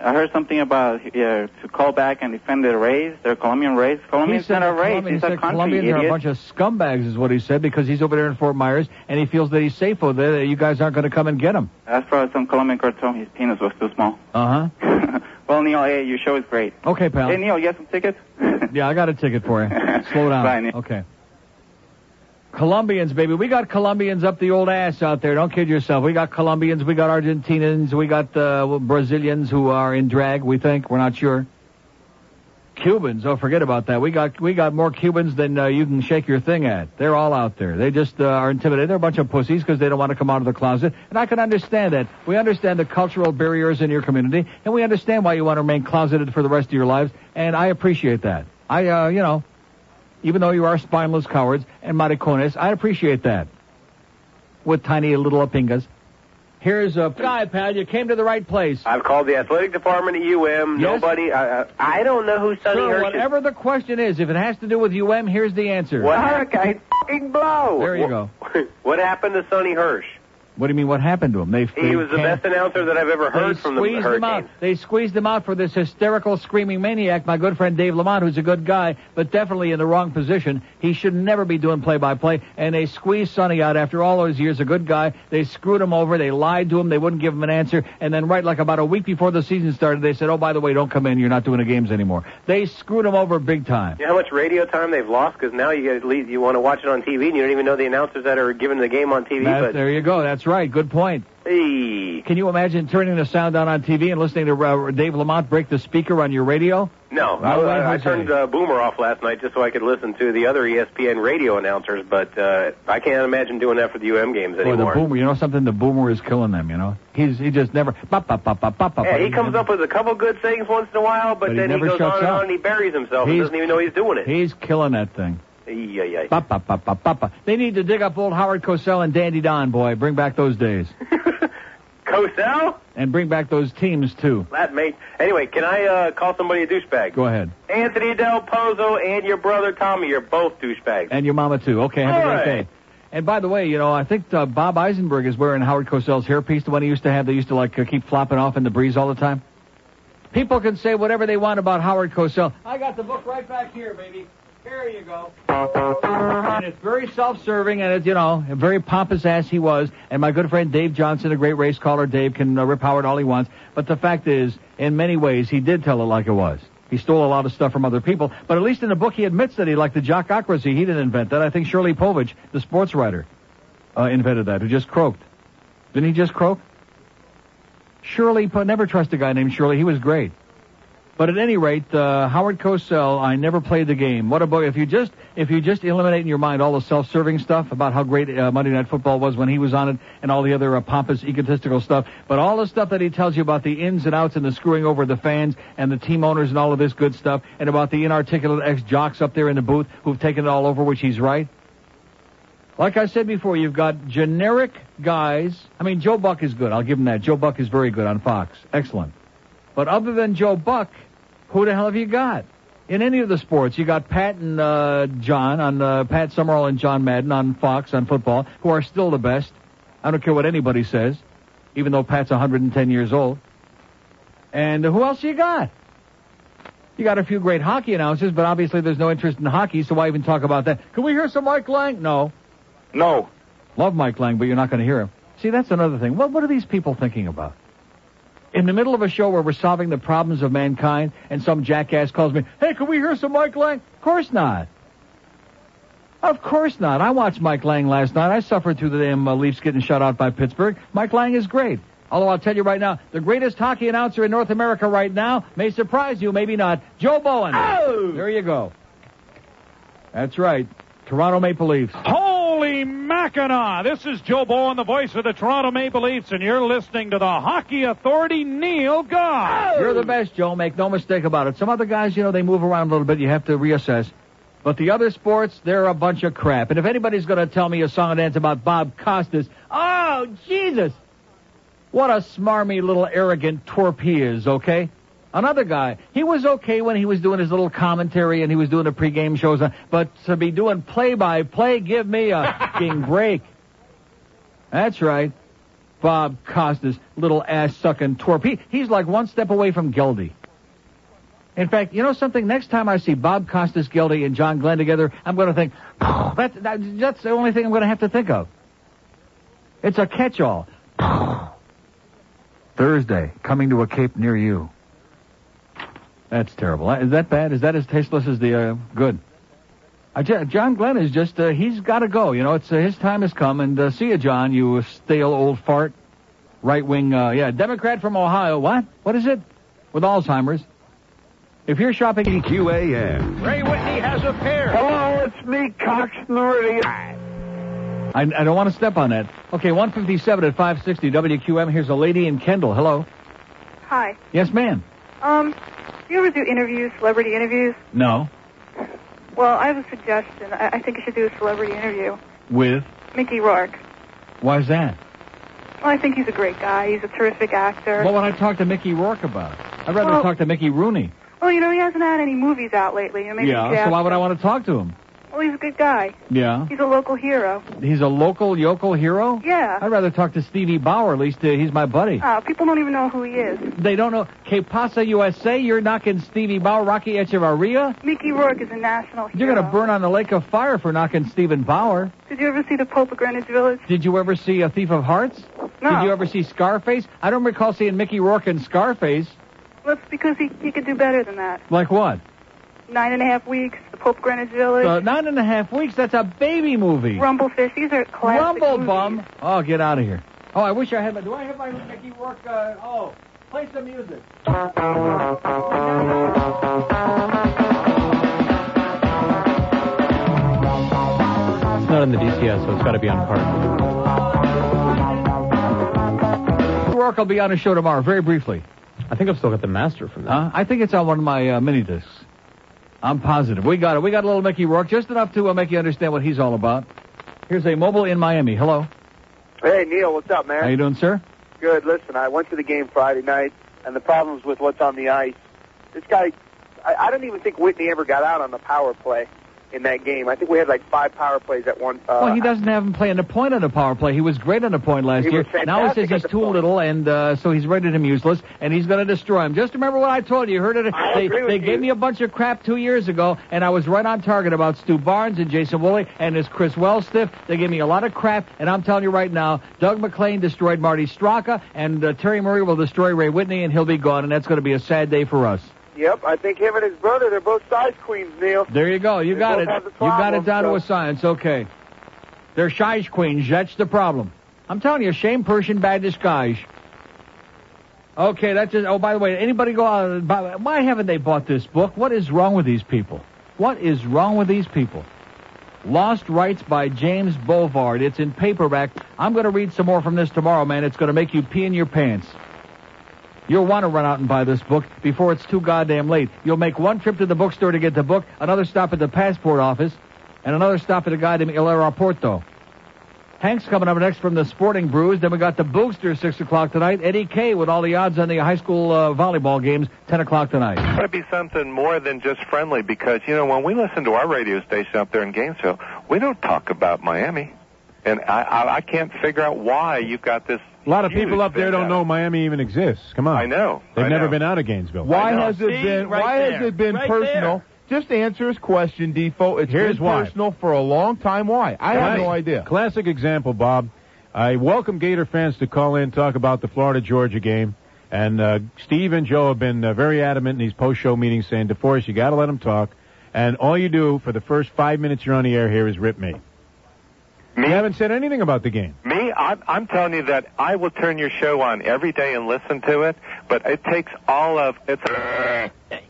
[SPEAKER 11] I heard something about yeah, to call back and defend their race, their Colombian race. Colombians
[SPEAKER 1] he said
[SPEAKER 11] not a
[SPEAKER 1] that
[SPEAKER 11] race;
[SPEAKER 1] Colombians-
[SPEAKER 11] it's
[SPEAKER 1] he
[SPEAKER 11] a
[SPEAKER 1] said
[SPEAKER 11] country,
[SPEAKER 1] Colombians are a
[SPEAKER 11] idiot.
[SPEAKER 1] bunch of scumbags, is what he said, because he's over there in Fort Myers and he feels that he's safe over there. That you guys aren't going to come and get him.
[SPEAKER 11] As far as some Colombian cartoon, his penis was too small.
[SPEAKER 1] Uh
[SPEAKER 11] Well, Neil, hey, your show is great.
[SPEAKER 1] huh. Okay, pal.
[SPEAKER 11] Hey, Neil, you have some tickets?
[SPEAKER 1] Yeah, I got a ticket for you. Slow down.
[SPEAKER 11] Bye, Nick.
[SPEAKER 1] Okay. Colombians, baby. We got Colombians up the old ass out there. Don't kid yourself. We got Colombians, we got Argentinians, we got uh, well, Brazilians who are in drag, we think. We're not sure. Cubans, oh, forget about that. We got we got more Cubans than uh, you can shake your thing at. They're all out there. They just uh, are intimidated. They're a bunch of pussies because they don't want to come out of the closet. And I can understand that. We understand the cultural barriers in your community, and we understand why you want to remain closeted for the rest of your lives. And I appreciate that. I, uh, you know, even though you are spineless cowards and maricones, I appreciate that. With tiny little pingas. Here's uh, a guy, pal. You came to the right place.
[SPEAKER 3] I've called the athletic department at UM. Nobody. I, I, I don't know who Sonny
[SPEAKER 1] Sir,
[SPEAKER 3] Hirsch is.
[SPEAKER 1] whatever the question is, if it has to do with UM, here's the answer.
[SPEAKER 3] What happened? blow.
[SPEAKER 1] There you go.
[SPEAKER 22] *laughs*
[SPEAKER 3] What happened to Sonny Hirsch?
[SPEAKER 1] What do you mean? What happened to him? They
[SPEAKER 3] He was the best announcer that I've ever heard
[SPEAKER 1] they
[SPEAKER 3] from the
[SPEAKER 1] squeezed him out.
[SPEAKER 3] Hurricanes.
[SPEAKER 1] They squeezed him out for this hysterical screaming maniac, my good friend Dave Lamont, who's a good guy, but definitely in the wrong position. He should never be doing play by play. And they squeezed Sonny out after all those years, a good guy. They screwed him over. They lied to him. They wouldn't give him an answer. And then, right like about a week before the season started, they said, oh, by the way, don't come in. You're not doing the games anymore. They screwed him over big time.
[SPEAKER 3] You know how much radio time they've lost? Because now you get at least you want to watch it on TV, and you don't even know the announcers that are giving the game on TV.
[SPEAKER 1] That-
[SPEAKER 3] but
[SPEAKER 1] there you go. That's That's right. Good point.
[SPEAKER 22] Hey.
[SPEAKER 1] Can you imagine turning the sound down on TV and listening to uh, Dave Lamont break the speaker on your radio?
[SPEAKER 22] No, I,
[SPEAKER 1] No way,
[SPEAKER 22] I, I
[SPEAKER 1] Jose.
[SPEAKER 22] turned uh, Boomer off last night just so I could listen to the other E ESPN radio announcers, but uh, I can't imagine doing that for the UM games
[SPEAKER 1] Or the
[SPEAKER 22] anymore.
[SPEAKER 1] boomer. You know something? The boomer is killing them, you know? He's he just never. Bop, bop, bop, bop, bop, bop,
[SPEAKER 22] yeah, he
[SPEAKER 1] bop.
[SPEAKER 22] comes up with a couple good things once in a while, but,
[SPEAKER 1] But he
[SPEAKER 22] then he,
[SPEAKER 1] never
[SPEAKER 22] goes
[SPEAKER 1] shuts
[SPEAKER 22] on and
[SPEAKER 1] up.
[SPEAKER 22] on and he buries himself and
[SPEAKER 1] He's-
[SPEAKER 22] doesn't even know he's doing it.
[SPEAKER 1] He's killing that thing.
[SPEAKER 22] Yeah, yeah.
[SPEAKER 1] Bop, bop, bop, bop, bop, bop. They need to dig up old Howard Cosell and Dandy Don, boy. Bring back those days.
[SPEAKER 22] Cosell?
[SPEAKER 1] And bring back those teams, too.
[SPEAKER 22] That mate. Anyway, can I uh, call somebody a douchebag?
[SPEAKER 1] Go ahead.
[SPEAKER 22] Anthony Del Pozo and your brother Tommy, you're both douchebags.
[SPEAKER 1] And your mama, too. Okay, have
[SPEAKER 22] All
[SPEAKER 1] a great
[SPEAKER 22] right.
[SPEAKER 1] day. And by the way, you know, I think uh, Bob Eisenberg is wearing Howard Cosell's hairpiece, the one he used to have. They used to, like, uh, keep flopping off in the breeze all the time. People can say whatever they want about Howard Cosell. I got the book right back here, baby. Here you go. And it's very self-serving, and it's, you know, a very pompous ass he was. And my good friend Dave Johnson, a great race caller, Dave can uh, rip Howard all he wants. But the fact is, in many ways, he did tell it like it was. He stole a lot of stuff from other people. But at least in the book, he admits that he liked the jockocracy. He didn't invent that. I think Shirley Povich, the sports writer, uh, invented that, who just croaked. Didn't he just croak? Shirley, Po- never trust a guy named Shirley. He was great. But at any rate, uh, Howard Cosell, I never played the game. What about if you just if you just eliminate in your mind all the self-serving stuff about how great uh, Monday Night Football was when he was on it, and all the other uh, pompous, egotistical stuff, but all the stuff that he tells you about the ins and outs and the screwing over the fans and the team owners and all of this good stuff, and about the inarticulate ex-jocks up there in the booth who've taken it all over, which he's right. Like I said before, you've got generic guys. I mean, Joe Buck is good. I'll give him that. Joe Buck is very good on Fox. Excellent. But other than Joe Buck, who the hell have you got? In any of the sports, you got Pat and uh, John on uh, Pat Summerall and John Madden on Fox on football, who are still the best. I don't care what anybody says, even though Pat's 110 years old. And who else you got? You got a few great hockey announcers, but obviously there's no interest in hockey, so why even talk about that? Can we hear some Mike Lang? No.
[SPEAKER 10] No.
[SPEAKER 1] Love Mike Lang, but you're not going to hear him. See, that's another thing. What, what are these people thinking about? In the middle of a show where we're solving the problems of mankind, and some jackass calls me, hey, can we hear some Mike Lang? Of course not. Of course not. I watched Mike Lang last night. I suffered through the damn uh, Leafs getting shut out by Pittsburgh. Mike Lang is great. Although I'll tell you right now, the greatest hockey announcer in North America right now may surprise you, maybe not. Joe Bowen. Oh! There you go. That's right. Toronto Maple Leafs.
[SPEAKER 9] Holy Mackinac! This is Joe Bowen, the voice of the Toronto Maple Leafs, and you're listening to the Hockey Authority, Neil Goss.
[SPEAKER 1] You're the best, Joe. Make no mistake about it. Some other guys, you know, they move around a little bit. You have to reassess. But the other sports, they're a bunch of crap. And if anybody's going to tell me a song and dance about Bob Costas, oh, Jesus! What a smarmy little arrogant twerp he is, okay? Another guy, he was okay when he was doing his little commentary and he was doing the pregame shows, uh, but to be doing play by play, give me a fucking break. That's right. Bob Costas, little ass sucking twerp. He, he's like one step away from Geldy. In fact, you know something? Next time I see Bob Costas, Geldy, and John Glenn together, I'm going to think, *sighs* "Oh, that's, that, that's the only thing I'm going to have to think of. It's a catch all. *sighs* Thursday, coming to a cape near you. That's terrible. Is that bad? Is that as tasteless as the uh, good? I ju- Uh, John Glenn is just, uh, he's got to go. You know, it's uh, his time has come. And uh, see you, John, you stale old fart. Right wing, uh, yeah, Democrat from Ohio. What? What is it? With Alzheimer's. If you're shopping in QAM.
[SPEAKER 3] Ray Whitney has a pair.
[SPEAKER 1] Hello, it's me, Cox Norty. I, I don't want to step on that. Okay, 157 at 560 WQM. Here's a lady in Kendall. Hello.
[SPEAKER 13] Hi.
[SPEAKER 1] Yes, ma'am.
[SPEAKER 13] Um, do you ever do interviews, celebrity interviews?
[SPEAKER 1] No.
[SPEAKER 13] Well, I have a suggestion. I, I think you should do a celebrity interview.
[SPEAKER 1] With?
[SPEAKER 13] Mickey Rourke.
[SPEAKER 1] Why's that?
[SPEAKER 13] Well, I think he's a great guy. He's a terrific actor.
[SPEAKER 1] What would I talk to Mickey Rourke about? I'd rather
[SPEAKER 13] Well-
[SPEAKER 1] talk to Mickey Rooney.
[SPEAKER 13] Well, you know, he hasn't had any movies out lately. You know, maybe you
[SPEAKER 1] yeah.
[SPEAKER 13] should
[SPEAKER 1] So why
[SPEAKER 13] ask
[SPEAKER 1] would I
[SPEAKER 13] him.
[SPEAKER 1] want to talk to him?
[SPEAKER 13] Well, he's a good guy.
[SPEAKER 1] Yeah.
[SPEAKER 13] He's a local hero.
[SPEAKER 1] He's a local yokel hero?
[SPEAKER 13] Yeah.
[SPEAKER 1] I'd rather talk to Stevie Bauer. At least uh, he's my buddy.
[SPEAKER 13] Uh, people don't even know who he is.
[SPEAKER 1] They don't know. Que Pasa USA, you're knocking Stevie Bauer, Rocky Echevarria?
[SPEAKER 13] Mickey Rourke is a national hero.
[SPEAKER 1] You're going to burn on the lake of fire for knocking Stephen Bauer.
[SPEAKER 13] Did you ever see The Pope of Greenwich Village?
[SPEAKER 1] Did you ever see A Thief of Hearts?
[SPEAKER 13] No.
[SPEAKER 1] Did you ever see Scarface? I don't recall seeing Mickey Rourke in Scarface.
[SPEAKER 13] Well, it's because he, he could do better than that.
[SPEAKER 1] Like what?
[SPEAKER 13] Nine and a half weeks, The Pope of Greenwich Village,
[SPEAKER 1] Uh, nine and a half weeks? That's a baby movie.
[SPEAKER 13] Rumblefish. These are classic
[SPEAKER 1] Rumble
[SPEAKER 13] movies.
[SPEAKER 1] Bum. Oh, get out of here. Oh, I wish I had my. Do I have my
[SPEAKER 15] Mickey Rourke? Uh, oh, play some music.
[SPEAKER 6] It's not in the DCS, so it's got to be on card.
[SPEAKER 1] Rourke will be on his show tomorrow, very briefly.
[SPEAKER 6] I think I've still got the master from that.
[SPEAKER 1] Huh? I think it's on one of my uh, mini discs. I'm positive. We got it. We got a little Mickey Rourke, just enough to uh, make you understand what he's all about. Here's a mobile in Miami. Hello.
[SPEAKER 16] Hey, Neil, what's up, man?
[SPEAKER 1] How you doing, sir?
[SPEAKER 16] Good. Listen, I went to the game Friday night, and the problems with what's on the ice. This guy, I, I don't even think Whitney ever got out on the power play in that game. I think we had like five power plays at one. Uh,
[SPEAKER 1] well, he doesn't have him playing a point on a power play. He was great on a point last
[SPEAKER 16] He
[SPEAKER 1] year.
[SPEAKER 16] was fantastic
[SPEAKER 1] Now he says
[SPEAKER 16] at
[SPEAKER 1] he's
[SPEAKER 16] the
[SPEAKER 1] too little, and uh, so he's rated him useless, and he's going to destroy him. Just remember what I told you. You heard it.
[SPEAKER 16] I
[SPEAKER 1] they
[SPEAKER 16] agree with
[SPEAKER 1] they
[SPEAKER 16] you.
[SPEAKER 1] gave me a bunch of crap two years ago, and I was right on target about Stu Barnes and Jason Woolley and this Chris Wells stiff. They gave me a lot of crap, and I'm telling you right now, Doug McLean destroyed Marty Straka, and uh, Terry Murray will destroy Ray Whitney, and he'll be gone, and that's going to be a sad day for us.
[SPEAKER 16] Yep, I think him and his brother, they're both size queens, Neil.
[SPEAKER 1] There you go. You
[SPEAKER 16] They
[SPEAKER 1] got
[SPEAKER 16] both
[SPEAKER 1] it.
[SPEAKER 16] have the
[SPEAKER 1] you got it
[SPEAKER 16] problem,
[SPEAKER 1] down to
[SPEAKER 16] so-
[SPEAKER 1] a science. Okay. They're size queens. That's the problem. I'm telling you, shame, person, bad disguise. Okay, that's just. Oh, by the way, anybody go out? and buy- Why haven't they bought this book? What is wrong with these people? What is wrong with these people? Lost Rights by James Bovard. It's in paperback. I'm going to read some more from this tomorrow, man. It's going to make you pee in your pants. You'll want to run out and buy this book before it's too goddamn late. You'll make one trip to the bookstore to get the book, another stop at the passport office, and another stop at the goddamn El Aeroporto. Hank's coming up next from the Sporting Brews. Then we got the Boosters 6 o'clock tonight. Eddie K with all the odds on the high school uh, volleyball games, 10 o'clock tonight.
[SPEAKER 18] Got to be something more than just friendly because you know when we listen to our radio station up there in Gainesville, we don't talk about Miami, and I I, I can't figure out why you've got this.
[SPEAKER 28] A lot of
[SPEAKER 18] huge
[SPEAKER 28] people up there
[SPEAKER 18] thing
[SPEAKER 28] don't know Miami even exists. Come on.
[SPEAKER 18] I know.
[SPEAKER 28] They've
[SPEAKER 18] I
[SPEAKER 28] never
[SPEAKER 18] know.
[SPEAKER 28] been out of Gainesville.
[SPEAKER 42] Why has it been? why has it been personal? Just to answer his question, Defoe. It's
[SPEAKER 28] Here's
[SPEAKER 42] been
[SPEAKER 28] why.
[SPEAKER 42] personal for a long time. Why? I have no idea.
[SPEAKER 28] Classic example, Bob. I welcome Gator fans to call in, talk about the Florida Georgia game. And uh, Steve and Joe have been uh, very adamant in these post show meetings saying, DeForest, you got to let them talk. And all you do for the first five minutes you're on the air here is rip me. You haven't said anything about the game.
[SPEAKER 18] Me, I'm, I'm telling you that I will turn your show on every day and listen to it, but it takes all of it's.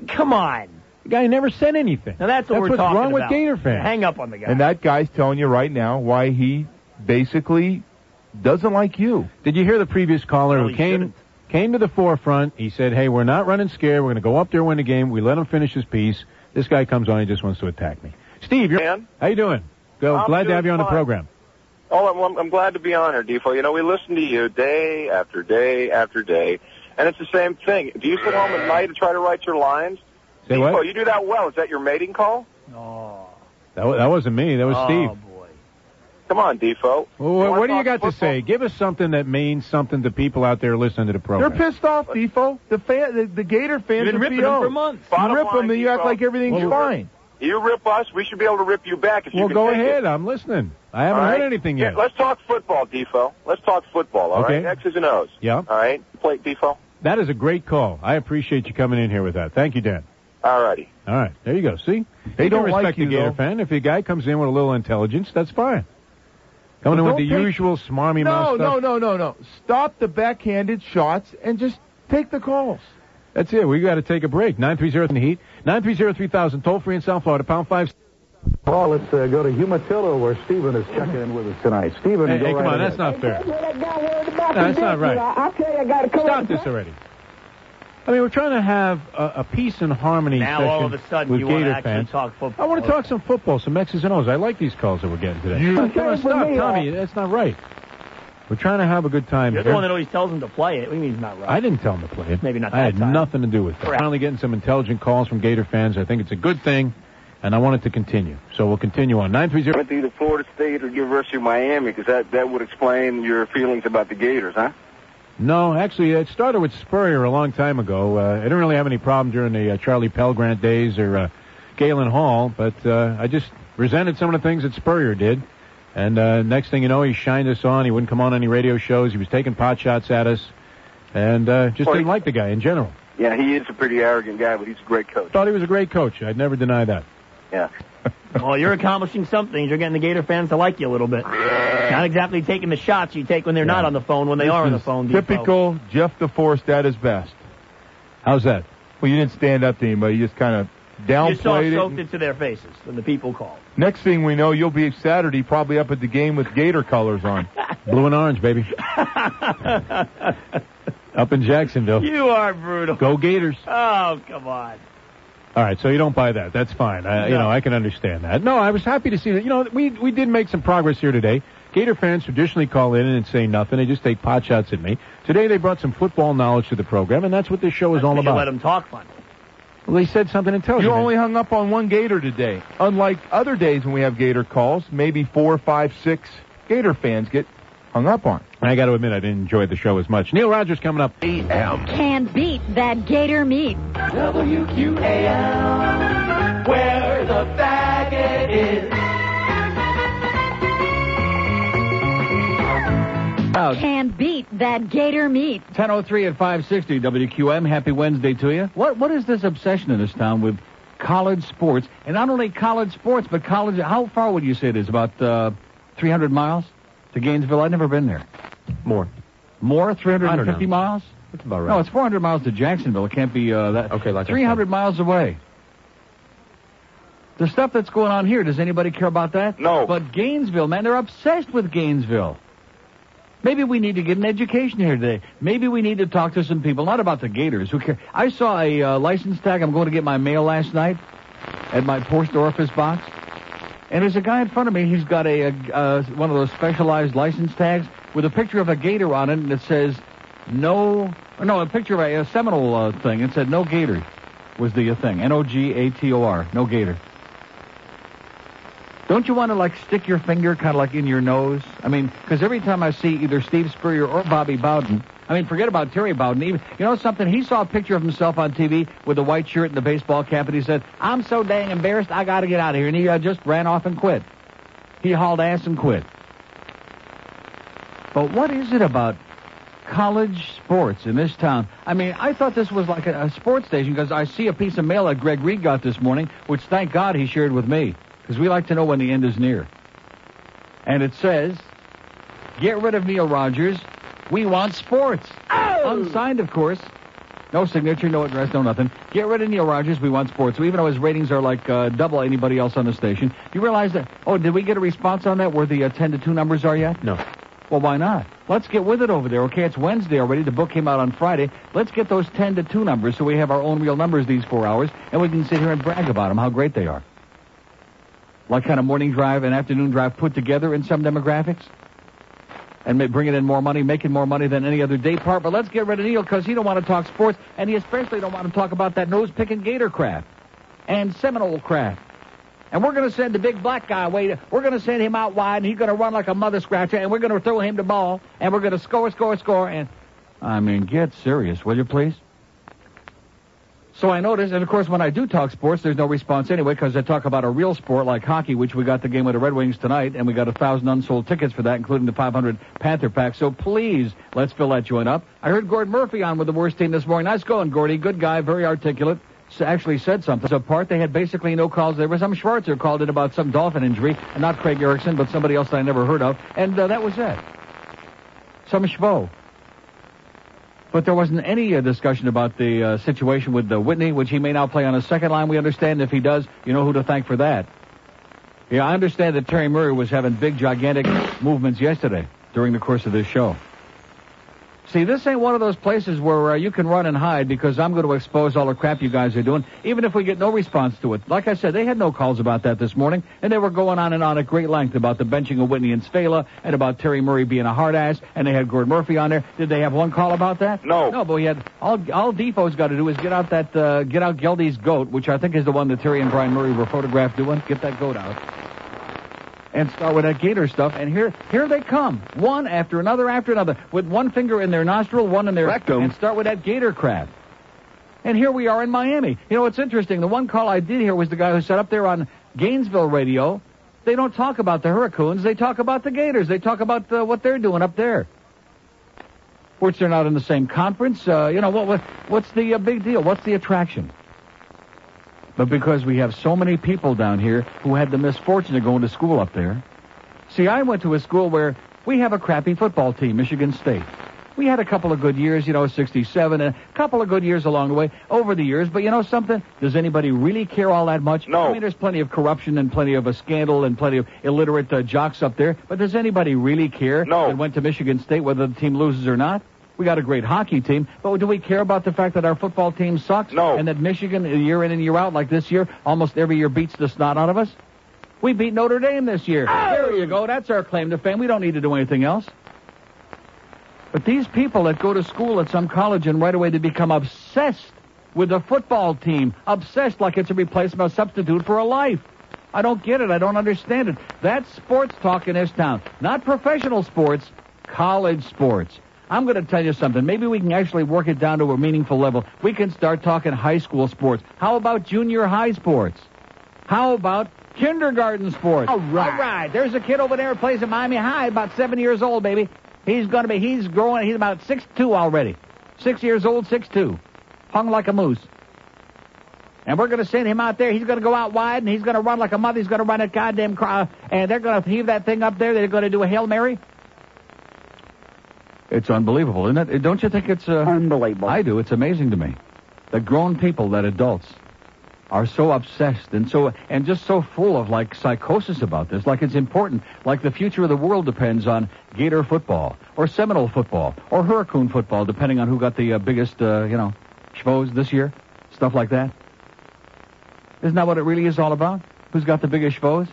[SPEAKER 42] Come on.
[SPEAKER 28] The guy never said anything.
[SPEAKER 42] Now that's what we're what's talking wrong with about. Gator fans. Hang up on the guy. And that guy's telling you right now why he basically doesn't like you.
[SPEAKER 28] Did you hear the previous caller who came came to the forefront? He said, "Hey, we're not running scared. We're going to go up there, win the game. We let him finish his piece. This guy comes on, he just wants to attack me." Steve, you're how you doing? Go,
[SPEAKER 32] I'm
[SPEAKER 28] glad to
[SPEAKER 32] doing
[SPEAKER 28] have you on the
[SPEAKER 32] fine.
[SPEAKER 28] program.
[SPEAKER 32] Oh, I'm- I'm, I'm glad to be on here, Defoe. You know, we listen to you day after day after day, and it's the same thing. Do you sit home at night and *laughs* try to write your lines?
[SPEAKER 28] Say
[SPEAKER 32] Defoe,
[SPEAKER 28] what?
[SPEAKER 32] you do that well. Is that your mating call?
[SPEAKER 28] That, wa- that wasn't me. That was
[SPEAKER 32] Oh,
[SPEAKER 28] Steve.
[SPEAKER 32] Come on, Defoe.
[SPEAKER 28] Well, what, do you got to say? Give us something that means something to people out there listening to the
[SPEAKER 42] They're
[SPEAKER 28] program.
[SPEAKER 42] pissed off, Defoe. The fan, the, the Gator fans
[SPEAKER 28] You've been
[SPEAKER 42] are
[SPEAKER 28] ripping
[SPEAKER 42] PO.
[SPEAKER 28] them for months.
[SPEAKER 42] You
[SPEAKER 28] Bottom
[SPEAKER 42] rip
[SPEAKER 32] line,
[SPEAKER 42] them, then you act
[SPEAKER 32] Defoe,
[SPEAKER 42] like everything's
[SPEAKER 32] you rip-
[SPEAKER 42] fine.
[SPEAKER 32] You rip us, we should be able to rip you back if you
[SPEAKER 28] well,
[SPEAKER 32] can
[SPEAKER 28] go
[SPEAKER 32] take it.
[SPEAKER 28] ahead. I'm listening. I haven't
[SPEAKER 32] All right?
[SPEAKER 28] heard anything yet.
[SPEAKER 32] Yeah, let's talk football, Defoe. Let's talk football, all right?
[SPEAKER 28] Okay.
[SPEAKER 32] X's and O's.
[SPEAKER 28] yeah,
[SPEAKER 32] All right? Play, Defoe.
[SPEAKER 28] that is a great call. I appreciate you coming in here with that. Thank you, Dan.
[SPEAKER 32] All righty.
[SPEAKER 28] All right, there you go. See,
[SPEAKER 42] They
[SPEAKER 28] you can
[SPEAKER 42] don't
[SPEAKER 28] respect
[SPEAKER 42] like you,
[SPEAKER 28] the Gator
[SPEAKER 42] though.
[SPEAKER 28] fan. If a guy comes in with a little intelligence, that's fine. Coming in
[SPEAKER 42] But
[SPEAKER 28] with the
[SPEAKER 42] don't take-
[SPEAKER 28] usual smarmy
[SPEAKER 42] No,
[SPEAKER 28] mouth
[SPEAKER 42] no,
[SPEAKER 28] stuff.
[SPEAKER 42] no, no, no. Stop the backhanded shots and just take the calls.
[SPEAKER 28] That's it. We got to take a break. Nine three zero in the heat. Nine three zero three thousand. Toll free in South Florida. Pound five.
[SPEAKER 25] Paul, let's uh, go to Humatillo where Stephen is checking in with us tonight. Stephen,
[SPEAKER 28] Hey,
[SPEAKER 25] go
[SPEAKER 28] hey, come
[SPEAKER 25] right
[SPEAKER 28] on,
[SPEAKER 25] ahead.
[SPEAKER 28] that's not fair.
[SPEAKER 25] about
[SPEAKER 28] No,
[SPEAKER 25] the
[SPEAKER 28] that's not
[SPEAKER 25] business.
[SPEAKER 28] right.
[SPEAKER 25] I- tell you, I gotta come
[SPEAKER 28] Stop
[SPEAKER 25] up-
[SPEAKER 28] this already. I mean, we're trying to have a, a peace and harmony
[SPEAKER 25] Now
[SPEAKER 28] session
[SPEAKER 25] all of a sudden
[SPEAKER 28] with
[SPEAKER 25] you want
[SPEAKER 28] Gator
[SPEAKER 25] to actually
[SPEAKER 28] fans.
[SPEAKER 25] talk football.
[SPEAKER 28] I want to talk some football, some X's and O's. I like these calls that we're getting today.
[SPEAKER 25] You-
[SPEAKER 28] Come on,
[SPEAKER 25] Same for
[SPEAKER 28] stop,
[SPEAKER 25] me,
[SPEAKER 28] Tommy.
[SPEAKER 25] uh,
[SPEAKER 28] That's not right. We're trying to have a good time
[SPEAKER 25] You're the
[SPEAKER 28] here.
[SPEAKER 25] one that always tells him to play it. What do you mean he's not right?
[SPEAKER 28] I didn't tell him to play it.
[SPEAKER 25] Maybe not
[SPEAKER 28] I
[SPEAKER 25] that
[SPEAKER 28] had
[SPEAKER 25] time.
[SPEAKER 28] nothing to do with that.
[SPEAKER 25] Correct.
[SPEAKER 28] Finally getting some intelligent calls from Gator fans. I think it's a good thing, and I want it to continue. So we'll continue on. 930.
[SPEAKER 27] went to either Florida State or University of Miami because that, that would explain your feelings about the Gators, huh?
[SPEAKER 28] No, actually, it started with Spurrier a long time ago. Uh, I didn't really have any problem during the uh, Charlie Pell Grant days or uh, Galen Hall, but uh, I just resented some of the things that Spurrier did. And uh, next thing you know, he shined us on. He wouldn't come on any radio shows. He was taking pot shots at us, and uh, just
[SPEAKER 27] Well,
[SPEAKER 28] didn't
[SPEAKER 27] he-
[SPEAKER 28] like the guy in general.
[SPEAKER 27] Yeah, he is a pretty arrogant guy, but he's a great coach.
[SPEAKER 28] Thought he was a great coach. I'd never deny that.
[SPEAKER 27] Yeah.
[SPEAKER 25] well, you're accomplishing something. You're getting the Gator fans to like you a little bit.
[SPEAKER 4] Not exactly taking the shots you take when they're not on the phone, when they
[SPEAKER 42] This
[SPEAKER 4] are on the
[SPEAKER 42] is
[SPEAKER 4] phone. Depot.
[SPEAKER 42] Typical Jeff DeForest at his best.
[SPEAKER 28] How's that?
[SPEAKER 42] Well, you didn't stand up to anybody. You just kind of
[SPEAKER 4] You saw it
[SPEAKER 42] downplayed it.
[SPEAKER 4] soaked into their faces when the people called.
[SPEAKER 42] Next thing we know, you'll be Saturday probably up at the game with Gator colors on.
[SPEAKER 28] Blue and
[SPEAKER 42] *laughs*
[SPEAKER 28] orange, baby. Up in Jacksonville.
[SPEAKER 4] *laughs* You are brutal.
[SPEAKER 28] Go Gators.
[SPEAKER 4] Oh, come on.
[SPEAKER 28] All right, so you don't buy that. That's fine. I, You
[SPEAKER 4] No.
[SPEAKER 28] know, I can understand that. No, I was happy to see that. You know, we we did make some progress here today. Gator fans traditionally call in and say nothing. They just take pot shots at me. Today they brought some football knowledge to the program, and that's what this show is all
[SPEAKER 4] You
[SPEAKER 28] about.
[SPEAKER 4] let them talk fun.
[SPEAKER 28] Well, they said something intelligent.
[SPEAKER 42] You only hung up on one Gator today. Unlike other days when we have Gator calls, maybe four, five, six Gator fans get hung up on.
[SPEAKER 28] I got to admit, I didn't enjoy the show as much. Neil Rogers coming up. AM.
[SPEAKER 26] Can't beat that gator meat.
[SPEAKER 12] WQAL, where the faggot is.
[SPEAKER 26] Can't beat that gator meat.
[SPEAKER 1] 1003 at 560 WQM. Happy Wednesday to you. What What is this obsession in this town with college sports? And not only college sports, but college. How far would you say it is? About uh, 300 miles to Gainesville? I've never been there.
[SPEAKER 6] More.
[SPEAKER 1] More?
[SPEAKER 6] I don't
[SPEAKER 1] 350
[SPEAKER 6] know.
[SPEAKER 1] miles?
[SPEAKER 6] That's about
[SPEAKER 1] No,
[SPEAKER 6] right.
[SPEAKER 1] it's 400 miles to Jacksonville. It can't be uh, that. Okay, like
[SPEAKER 6] I
[SPEAKER 1] 300 miles away. The stuff that's going on here, does anybody care about that? No. But Gainesville, man, they're obsessed with Gainesville. Maybe we need to get an education here today. Maybe we need to talk to some people, not about the Gators. Who care? I saw a uh, license tag. I'm going to get my mail last night at my post office box. And there's a guy in front of me. He's got a, a uh, one of those specialized license tags with a picture of a gator on it, and it says no, or no, a picture of a, a Seminole uh, thing. It said no gator was the uh, thing. N o g a t o r, no gator. Don't you want to like stick your finger kind of like in your nose? I mean, because every time I see either Steve Spurrier or Bobby Bowden, I mean, forget about Terry Bowden. Even you know something? He saw a picture of himself on TV with the white shirt and the baseball cap, and he said, "I'm so dang embarrassed, I got to get out of here," and he uh, just ran off and quit. He hauled ass and quit. But what is it about college sports in this town. I mean, I thought this was like a, a sports station because I see a piece of mail that Greg Reed got this morning, which thank God he shared with me because we like to know when the end is near. And it says, "Get rid of Neil Rogers. We want sports." Unsigned, of course. No signature, no address, no nothing. Get rid of Neil Rogers. We want sports. Even though his ratings are like uh, double anybody else on the station, you realize that? Oh, did we get a response on that? Where the uh, ten to two numbers are yet?
[SPEAKER 6] No.
[SPEAKER 1] Well, why not? Let's get with it over there. Okay, it's Wednesday already. The book came out on Friday. Let's get those 10 to 2 numbers so we have our own real numbers these four hours, and we can sit here and brag about them, how great they are. Like kind of morning drive and afternoon drive put together in some demographics. And ma- bringing in more money, making more money than any other day part. But let's get rid of Neil because he don't want to talk sports, and he especially don't want to talk about that nose-picking gator crap and Seminole crap. And we're going to send the big black guy away. to- We're going to send him out wide, and he's going to run like a mother scratcher, and we're going to throw him the ball, and we're going to score, score, score. And I mean, get serious, will you please? So I notice, and of course, when I do talk sports, there's no response anyway because I talk about a real sport like hockey, which we got the game with the Red Wings tonight, and we got a thousand unsold tickets for that, including the 500 Panther pack. So please, let's fill that joint up. I heard Gord Murphy on with the worst team this morning. Nice going, Gordy. Good guy, very articulate. S- Actually said something. So part they had basically no calls. There was some Schwarzer called in about some dolphin injury, and not Craig Erickson, but somebody else that I never heard of, and uh, that was it. Some schvo. But there wasn't any uh, discussion about the uh, situation with uh, Whitney, which he may now play on a second line. We understand if he does, you know who to thank for that. Yeah, I understand that Terry Murray was having big, gigantic movements yesterday during the course of this show. See, this ain't one of those places where uh, you can run and hide because I'm going to expose all the crap you guys are doing, even if we get no response to it. Like I said, they had no calls about that this morning, and they were going on and on at great length about the benching of Whitney and Svala and about Terry Murray being a hard ass, and they had Gord Murphy on there. Did they have one call about that? No. No, but we had all all Defoe's got to do is get out that uh, get out Geldy's goat, which I think is the one that Terry and Brian Murray were photographed doing. Get that goat out and start with that gator stuff. And here, here they come, one after another after another, with one finger in their nostril, one in their rectum, and start with that gator crap. And here we are in Miami. You know, it's interesting. The one call I did here was the guy who said up there on Gainesville radio, they don't talk about the Hurricanes, they talk about the Gators, they talk about uh, what they're doing up there. Which they're not in the same conference. Uh, you know what, what? What's the uh, big deal? What's the attraction? but because we have so many people down here who had the misfortune of going to school up there, See, I went to a school where we have a crappy football team, Michigan State. We had a couple of good years, you know, 67, and a couple of good years along the way over the years. But you know something? Does anybody really care all that much? No. I mean, there's plenty of corruption and plenty of a scandal and plenty of illiterate uh, jocks up there. But does anybody really care? No. That went to Michigan State whether the team loses or not? We got a great hockey team, but do we care about the fact that our football team sucks? No. And that Michigan, uh, year in and year out, like this year, almost every year beats the snot out of us? We beat Notre Dame this year. There you go. That's our claim to fame. We don't need to do anything else. But these people that go to school at some college and right away they become obsessed with the football team, obsessed like it's a replacement, a substitute for a life. I don't get it. I don't understand it. That's sports talk in this town. Not professional sports, college sports. I'm going to tell you something. Maybe we can actually work it down to a meaningful level. We can start talking high school sports. How about junior high sports? How about kindergarten sports? All right. All right. There's a kid over there who plays at Miami High, about seven years old, baby. He's going to be, he's growing, he's about six two already. Six years old, six two, Hung like a moose. And we're going to send him out there. He's going to go out wide and he's going to run like a mother. He's going to run a goddamn cry. And they're going to heave that thing up there. They're going to do a Hail Mary. It's unbelievable, isn't it? Don't you think it's uh, unbelievable? I do. It's amazing to me that grown people, that adults, are so obsessed and so and just so full of like psychosis about this, like it's important, like the future of the world depends on Gator football or Seminole football or Hurricane football, depending on who got the uh, biggest, uh, you know, schmoes this year, stuff like that. Isn't that what it really is all about? Who's got the biggest schmoes?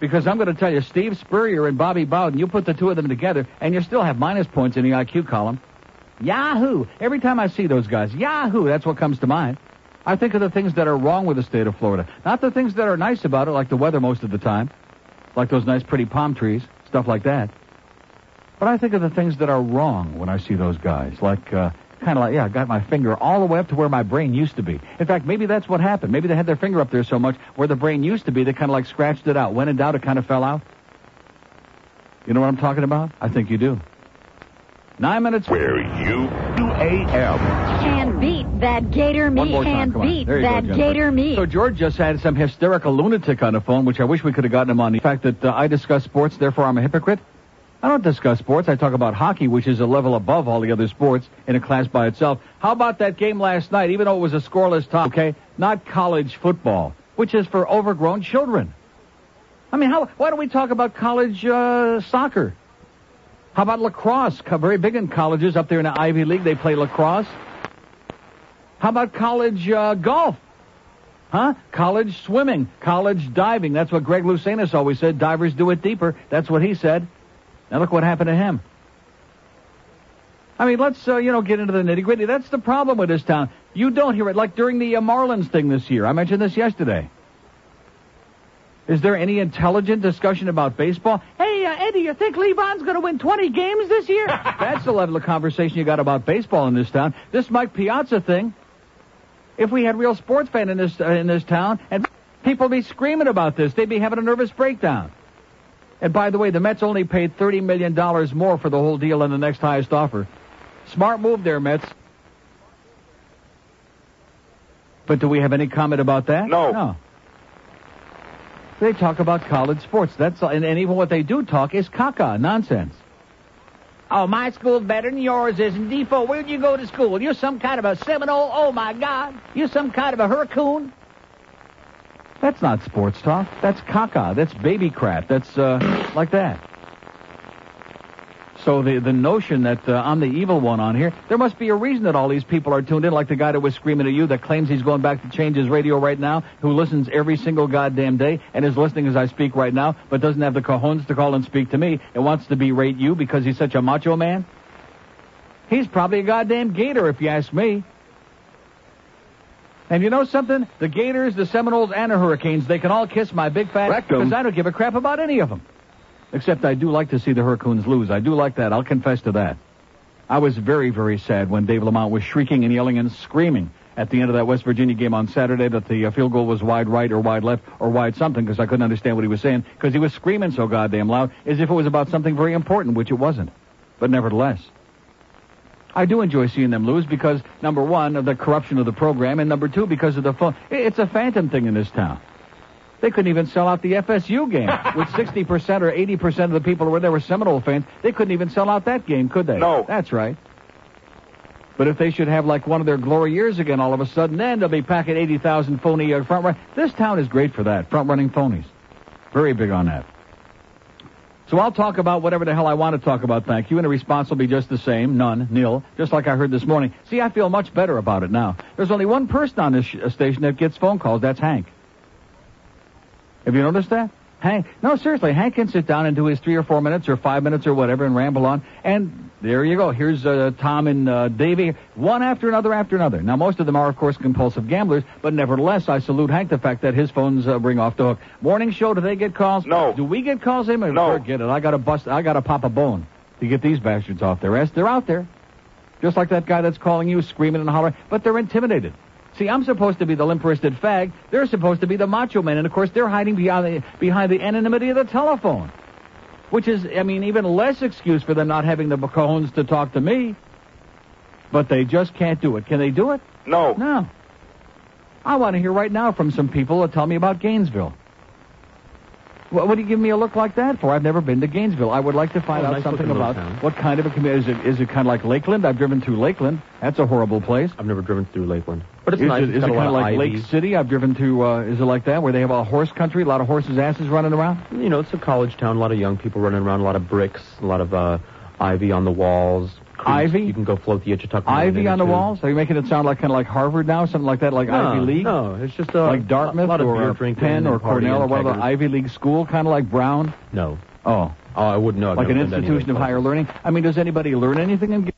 [SPEAKER 1] Because I'm going to tell you, Steve Spurrier and Bobby Bowden, you put the two of them together, and you still have minus points in the IQ column. Yahoo! Every time I see those guys, Yahoo! That's what comes to mind. I think of the things that are wrong with the state of Florida, not the things that are nice about it, like the weather most of the time, like those nice, pretty palm trees, stuff like that. But I think of the things that are wrong when I see those guys, like. Uh, Kind of like, yeah, I got my finger all the way up to where my brain used to be. In fact, maybe that's what happened. Maybe they had their finger up there so much where the brain used to be, they kind of like scratched it out. When in doubt, it kind of fell out. You know what I'm talking about? I think you do. Nine minutes. Where you do AM.
[SPEAKER 26] Can beat that gator meat.
[SPEAKER 1] One more time,
[SPEAKER 26] Can
[SPEAKER 1] come on.
[SPEAKER 26] beat
[SPEAKER 1] There you go,
[SPEAKER 26] that
[SPEAKER 1] Jennifer.
[SPEAKER 26] gator meat.
[SPEAKER 1] So George just had some hysterical lunatic on the phone, which I wish we could have gotten him on. The fact that uh, I discuss sports, therefore I'm a hypocrite. I don't discuss sports. I talk about hockey, which is a level above all the other sports in a class by itself. How about that game last night, even though it was a scoreless tie, okay? Not college football, which is for overgrown children. I mean, how, why don't we talk about college uh, soccer? How about lacrosse? Co- Very big in colleges up there in the Ivy League. They play lacrosse. How about college uh, golf? Huh? College swimming, college diving. That's what Greg Lousanis always said. Divers do it deeper. That's what he said. Now look what happened to him. I mean, let's uh, you know get into the nitty gritty. That's the problem with this town. You don't hear it like during the uh, Marlins thing this year. I mentioned this yesterday. Is there any intelligent discussion about baseball? Hey, uh, Eddie, you think Levon's going to win 20 games this year? That's the level of conversation you got about baseball in this town. This Mike Piazza thing. If we had real sports fan in this uh, in this town, and people be screaming about this, they'd be having a nervous breakdown. And by the way, the Mets only paid $30 million more for the whole deal than the next highest offer. Smart move there, Mets. But do we have any comment about that? No. No. They talk about college sports. That's all, and, and even what they do talk is caca, nonsense.
[SPEAKER 3] Oh, my school's better than yours isn't. Defo, where'd you go to school? You're some kind of a Seminole. Oh, my God.
[SPEAKER 1] You're some kind of a hurricane. That's not sports talk. That's caca. That's baby crap. That's uh, like that. So the the notion that uh, I'm the evil one on here, there must be a reason that all these people are tuned in. Like the guy that was screaming at you, that claims he's going back to change his radio right now, who listens every single goddamn day and is listening as I speak right now, but doesn't have the cojones to call and speak to me and wants to berate you because he's such a macho man. He's probably a goddamn gator, if you ask me. And you know something? The Gators, the Seminoles, and the Hurricanes, they can all kiss my big fat because I don't give a crap about any of them. Except I do like to see the Hurricanes lose. I do like that. I'll confess to that. I was very, very sad when Dave Lamont was shrieking and yelling and screaming at the end of that West Virginia game on Saturday that the uh, field goal was wide right or wide left or wide something because I couldn't understand what he was saying because he was screaming so goddamn loud as if it was about something very important, which it wasn't. But nevertheless, I do enjoy seeing them lose because number one of the corruption of the program, and number two because of the phone. It's a phantom thing in this town. They couldn't even sell out the FSU game with 60% or 80% of the people who were there were Seminole fans. They couldn't even sell out that game, could they? No. That's right. But if they should have like one of their glory years again all of a sudden, then they'll be packing 80,000 phony uh, front run. This town is great for that, front running phonies. Very big on that. So I'll talk about whatever the hell I want to talk about, thank you, and the response will be just the same, none, nil, just like I heard this morning. See, I feel much better about it now. There's only one person on this sh- uh, station that gets phone calls, that's Hank. Have you noticed that? Hank, no, seriously, Hank can sit down and do his three or four minutes or five minutes or whatever and ramble on, and there you go. Here's uh, Tom and uh, Davey, one after another after another. Now, most of them are, of course, compulsive gamblers, but nevertheless, I salute Hank the fact that his phones uh, ring off the hook. Morning show, do they get calls? No. Do we get calls? Him? No. Forget it. I got to bust. I got to pop a bone to get these bastards off their ass. They're out there, just like that guy that's calling you, screaming and hollering, but they're intimidated. See, I'm supposed to be the limp-wristed fag. They're supposed to be the macho man, and of course, they're hiding behind the, behind the anonymity of the telephone which is, I mean, even less excuse for them not having the cojones to talk to me. But they just can't do it. Can they do it? No. No. I want to hear right now from some people that tell me about Gainesville. What, what do you give me a look like that for? I've never been to Gainesville. I would like to find
[SPEAKER 6] Oh,
[SPEAKER 1] out
[SPEAKER 6] nice
[SPEAKER 1] something
[SPEAKER 6] looking little
[SPEAKER 1] about
[SPEAKER 6] town.
[SPEAKER 1] what kind of a community is it? Is it kind of like Lakeland? I've driven through Lakeland. That's a horrible place. I've never driven through Lakeland,
[SPEAKER 6] But it's
[SPEAKER 1] is
[SPEAKER 6] nice.
[SPEAKER 1] It,
[SPEAKER 6] It's
[SPEAKER 1] is it
[SPEAKER 6] got a
[SPEAKER 1] kind
[SPEAKER 6] lot
[SPEAKER 1] of
[SPEAKER 6] of
[SPEAKER 1] like
[SPEAKER 6] ivy.
[SPEAKER 1] Lake City? I've driven to. Uh, is it like that where they have a horse country, a lot of horses' asses running around?
[SPEAKER 6] You know, it's a college town. A lot of young people running around. A lot of bricks. A lot of uh, ivy on the walls. Creeks.
[SPEAKER 1] Ivy?
[SPEAKER 6] You can go float the Itchituck.
[SPEAKER 1] Ivy on the walls? Are you making it sound like kind of like Harvard now, something like that, like
[SPEAKER 6] No,
[SPEAKER 1] Ivy League?
[SPEAKER 6] no, it's just, uh,
[SPEAKER 1] like Dartmouth
[SPEAKER 6] a lot of
[SPEAKER 1] or
[SPEAKER 6] beer
[SPEAKER 1] uh,
[SPEAKER 6] drinking
[SPEAKER 1] Penn or
[SPEAKER 6] and partying
[SPEAKER 1] Cornell or
[SPEAKER 6] and
[SPEAKER 1] whatever
[SPEAKER 6] keggers.
[SPEAKER 1] Ivy League school, kind of like Brown.
[SPEAKER 6] No.
[SPEAKER 1] Oh.
[SPEAKER 6] Oh, I wouldn't know. I've
[SPEAKER 1] like
[SPEAKER 6] never been
[SPEAKER 1] an
[SPEAKER 6] to any of
[SPEAKER 1] institution
[SPEAKER 6] those
[SPEAKER 1] of higher learning. I mean, does anybody learn anything in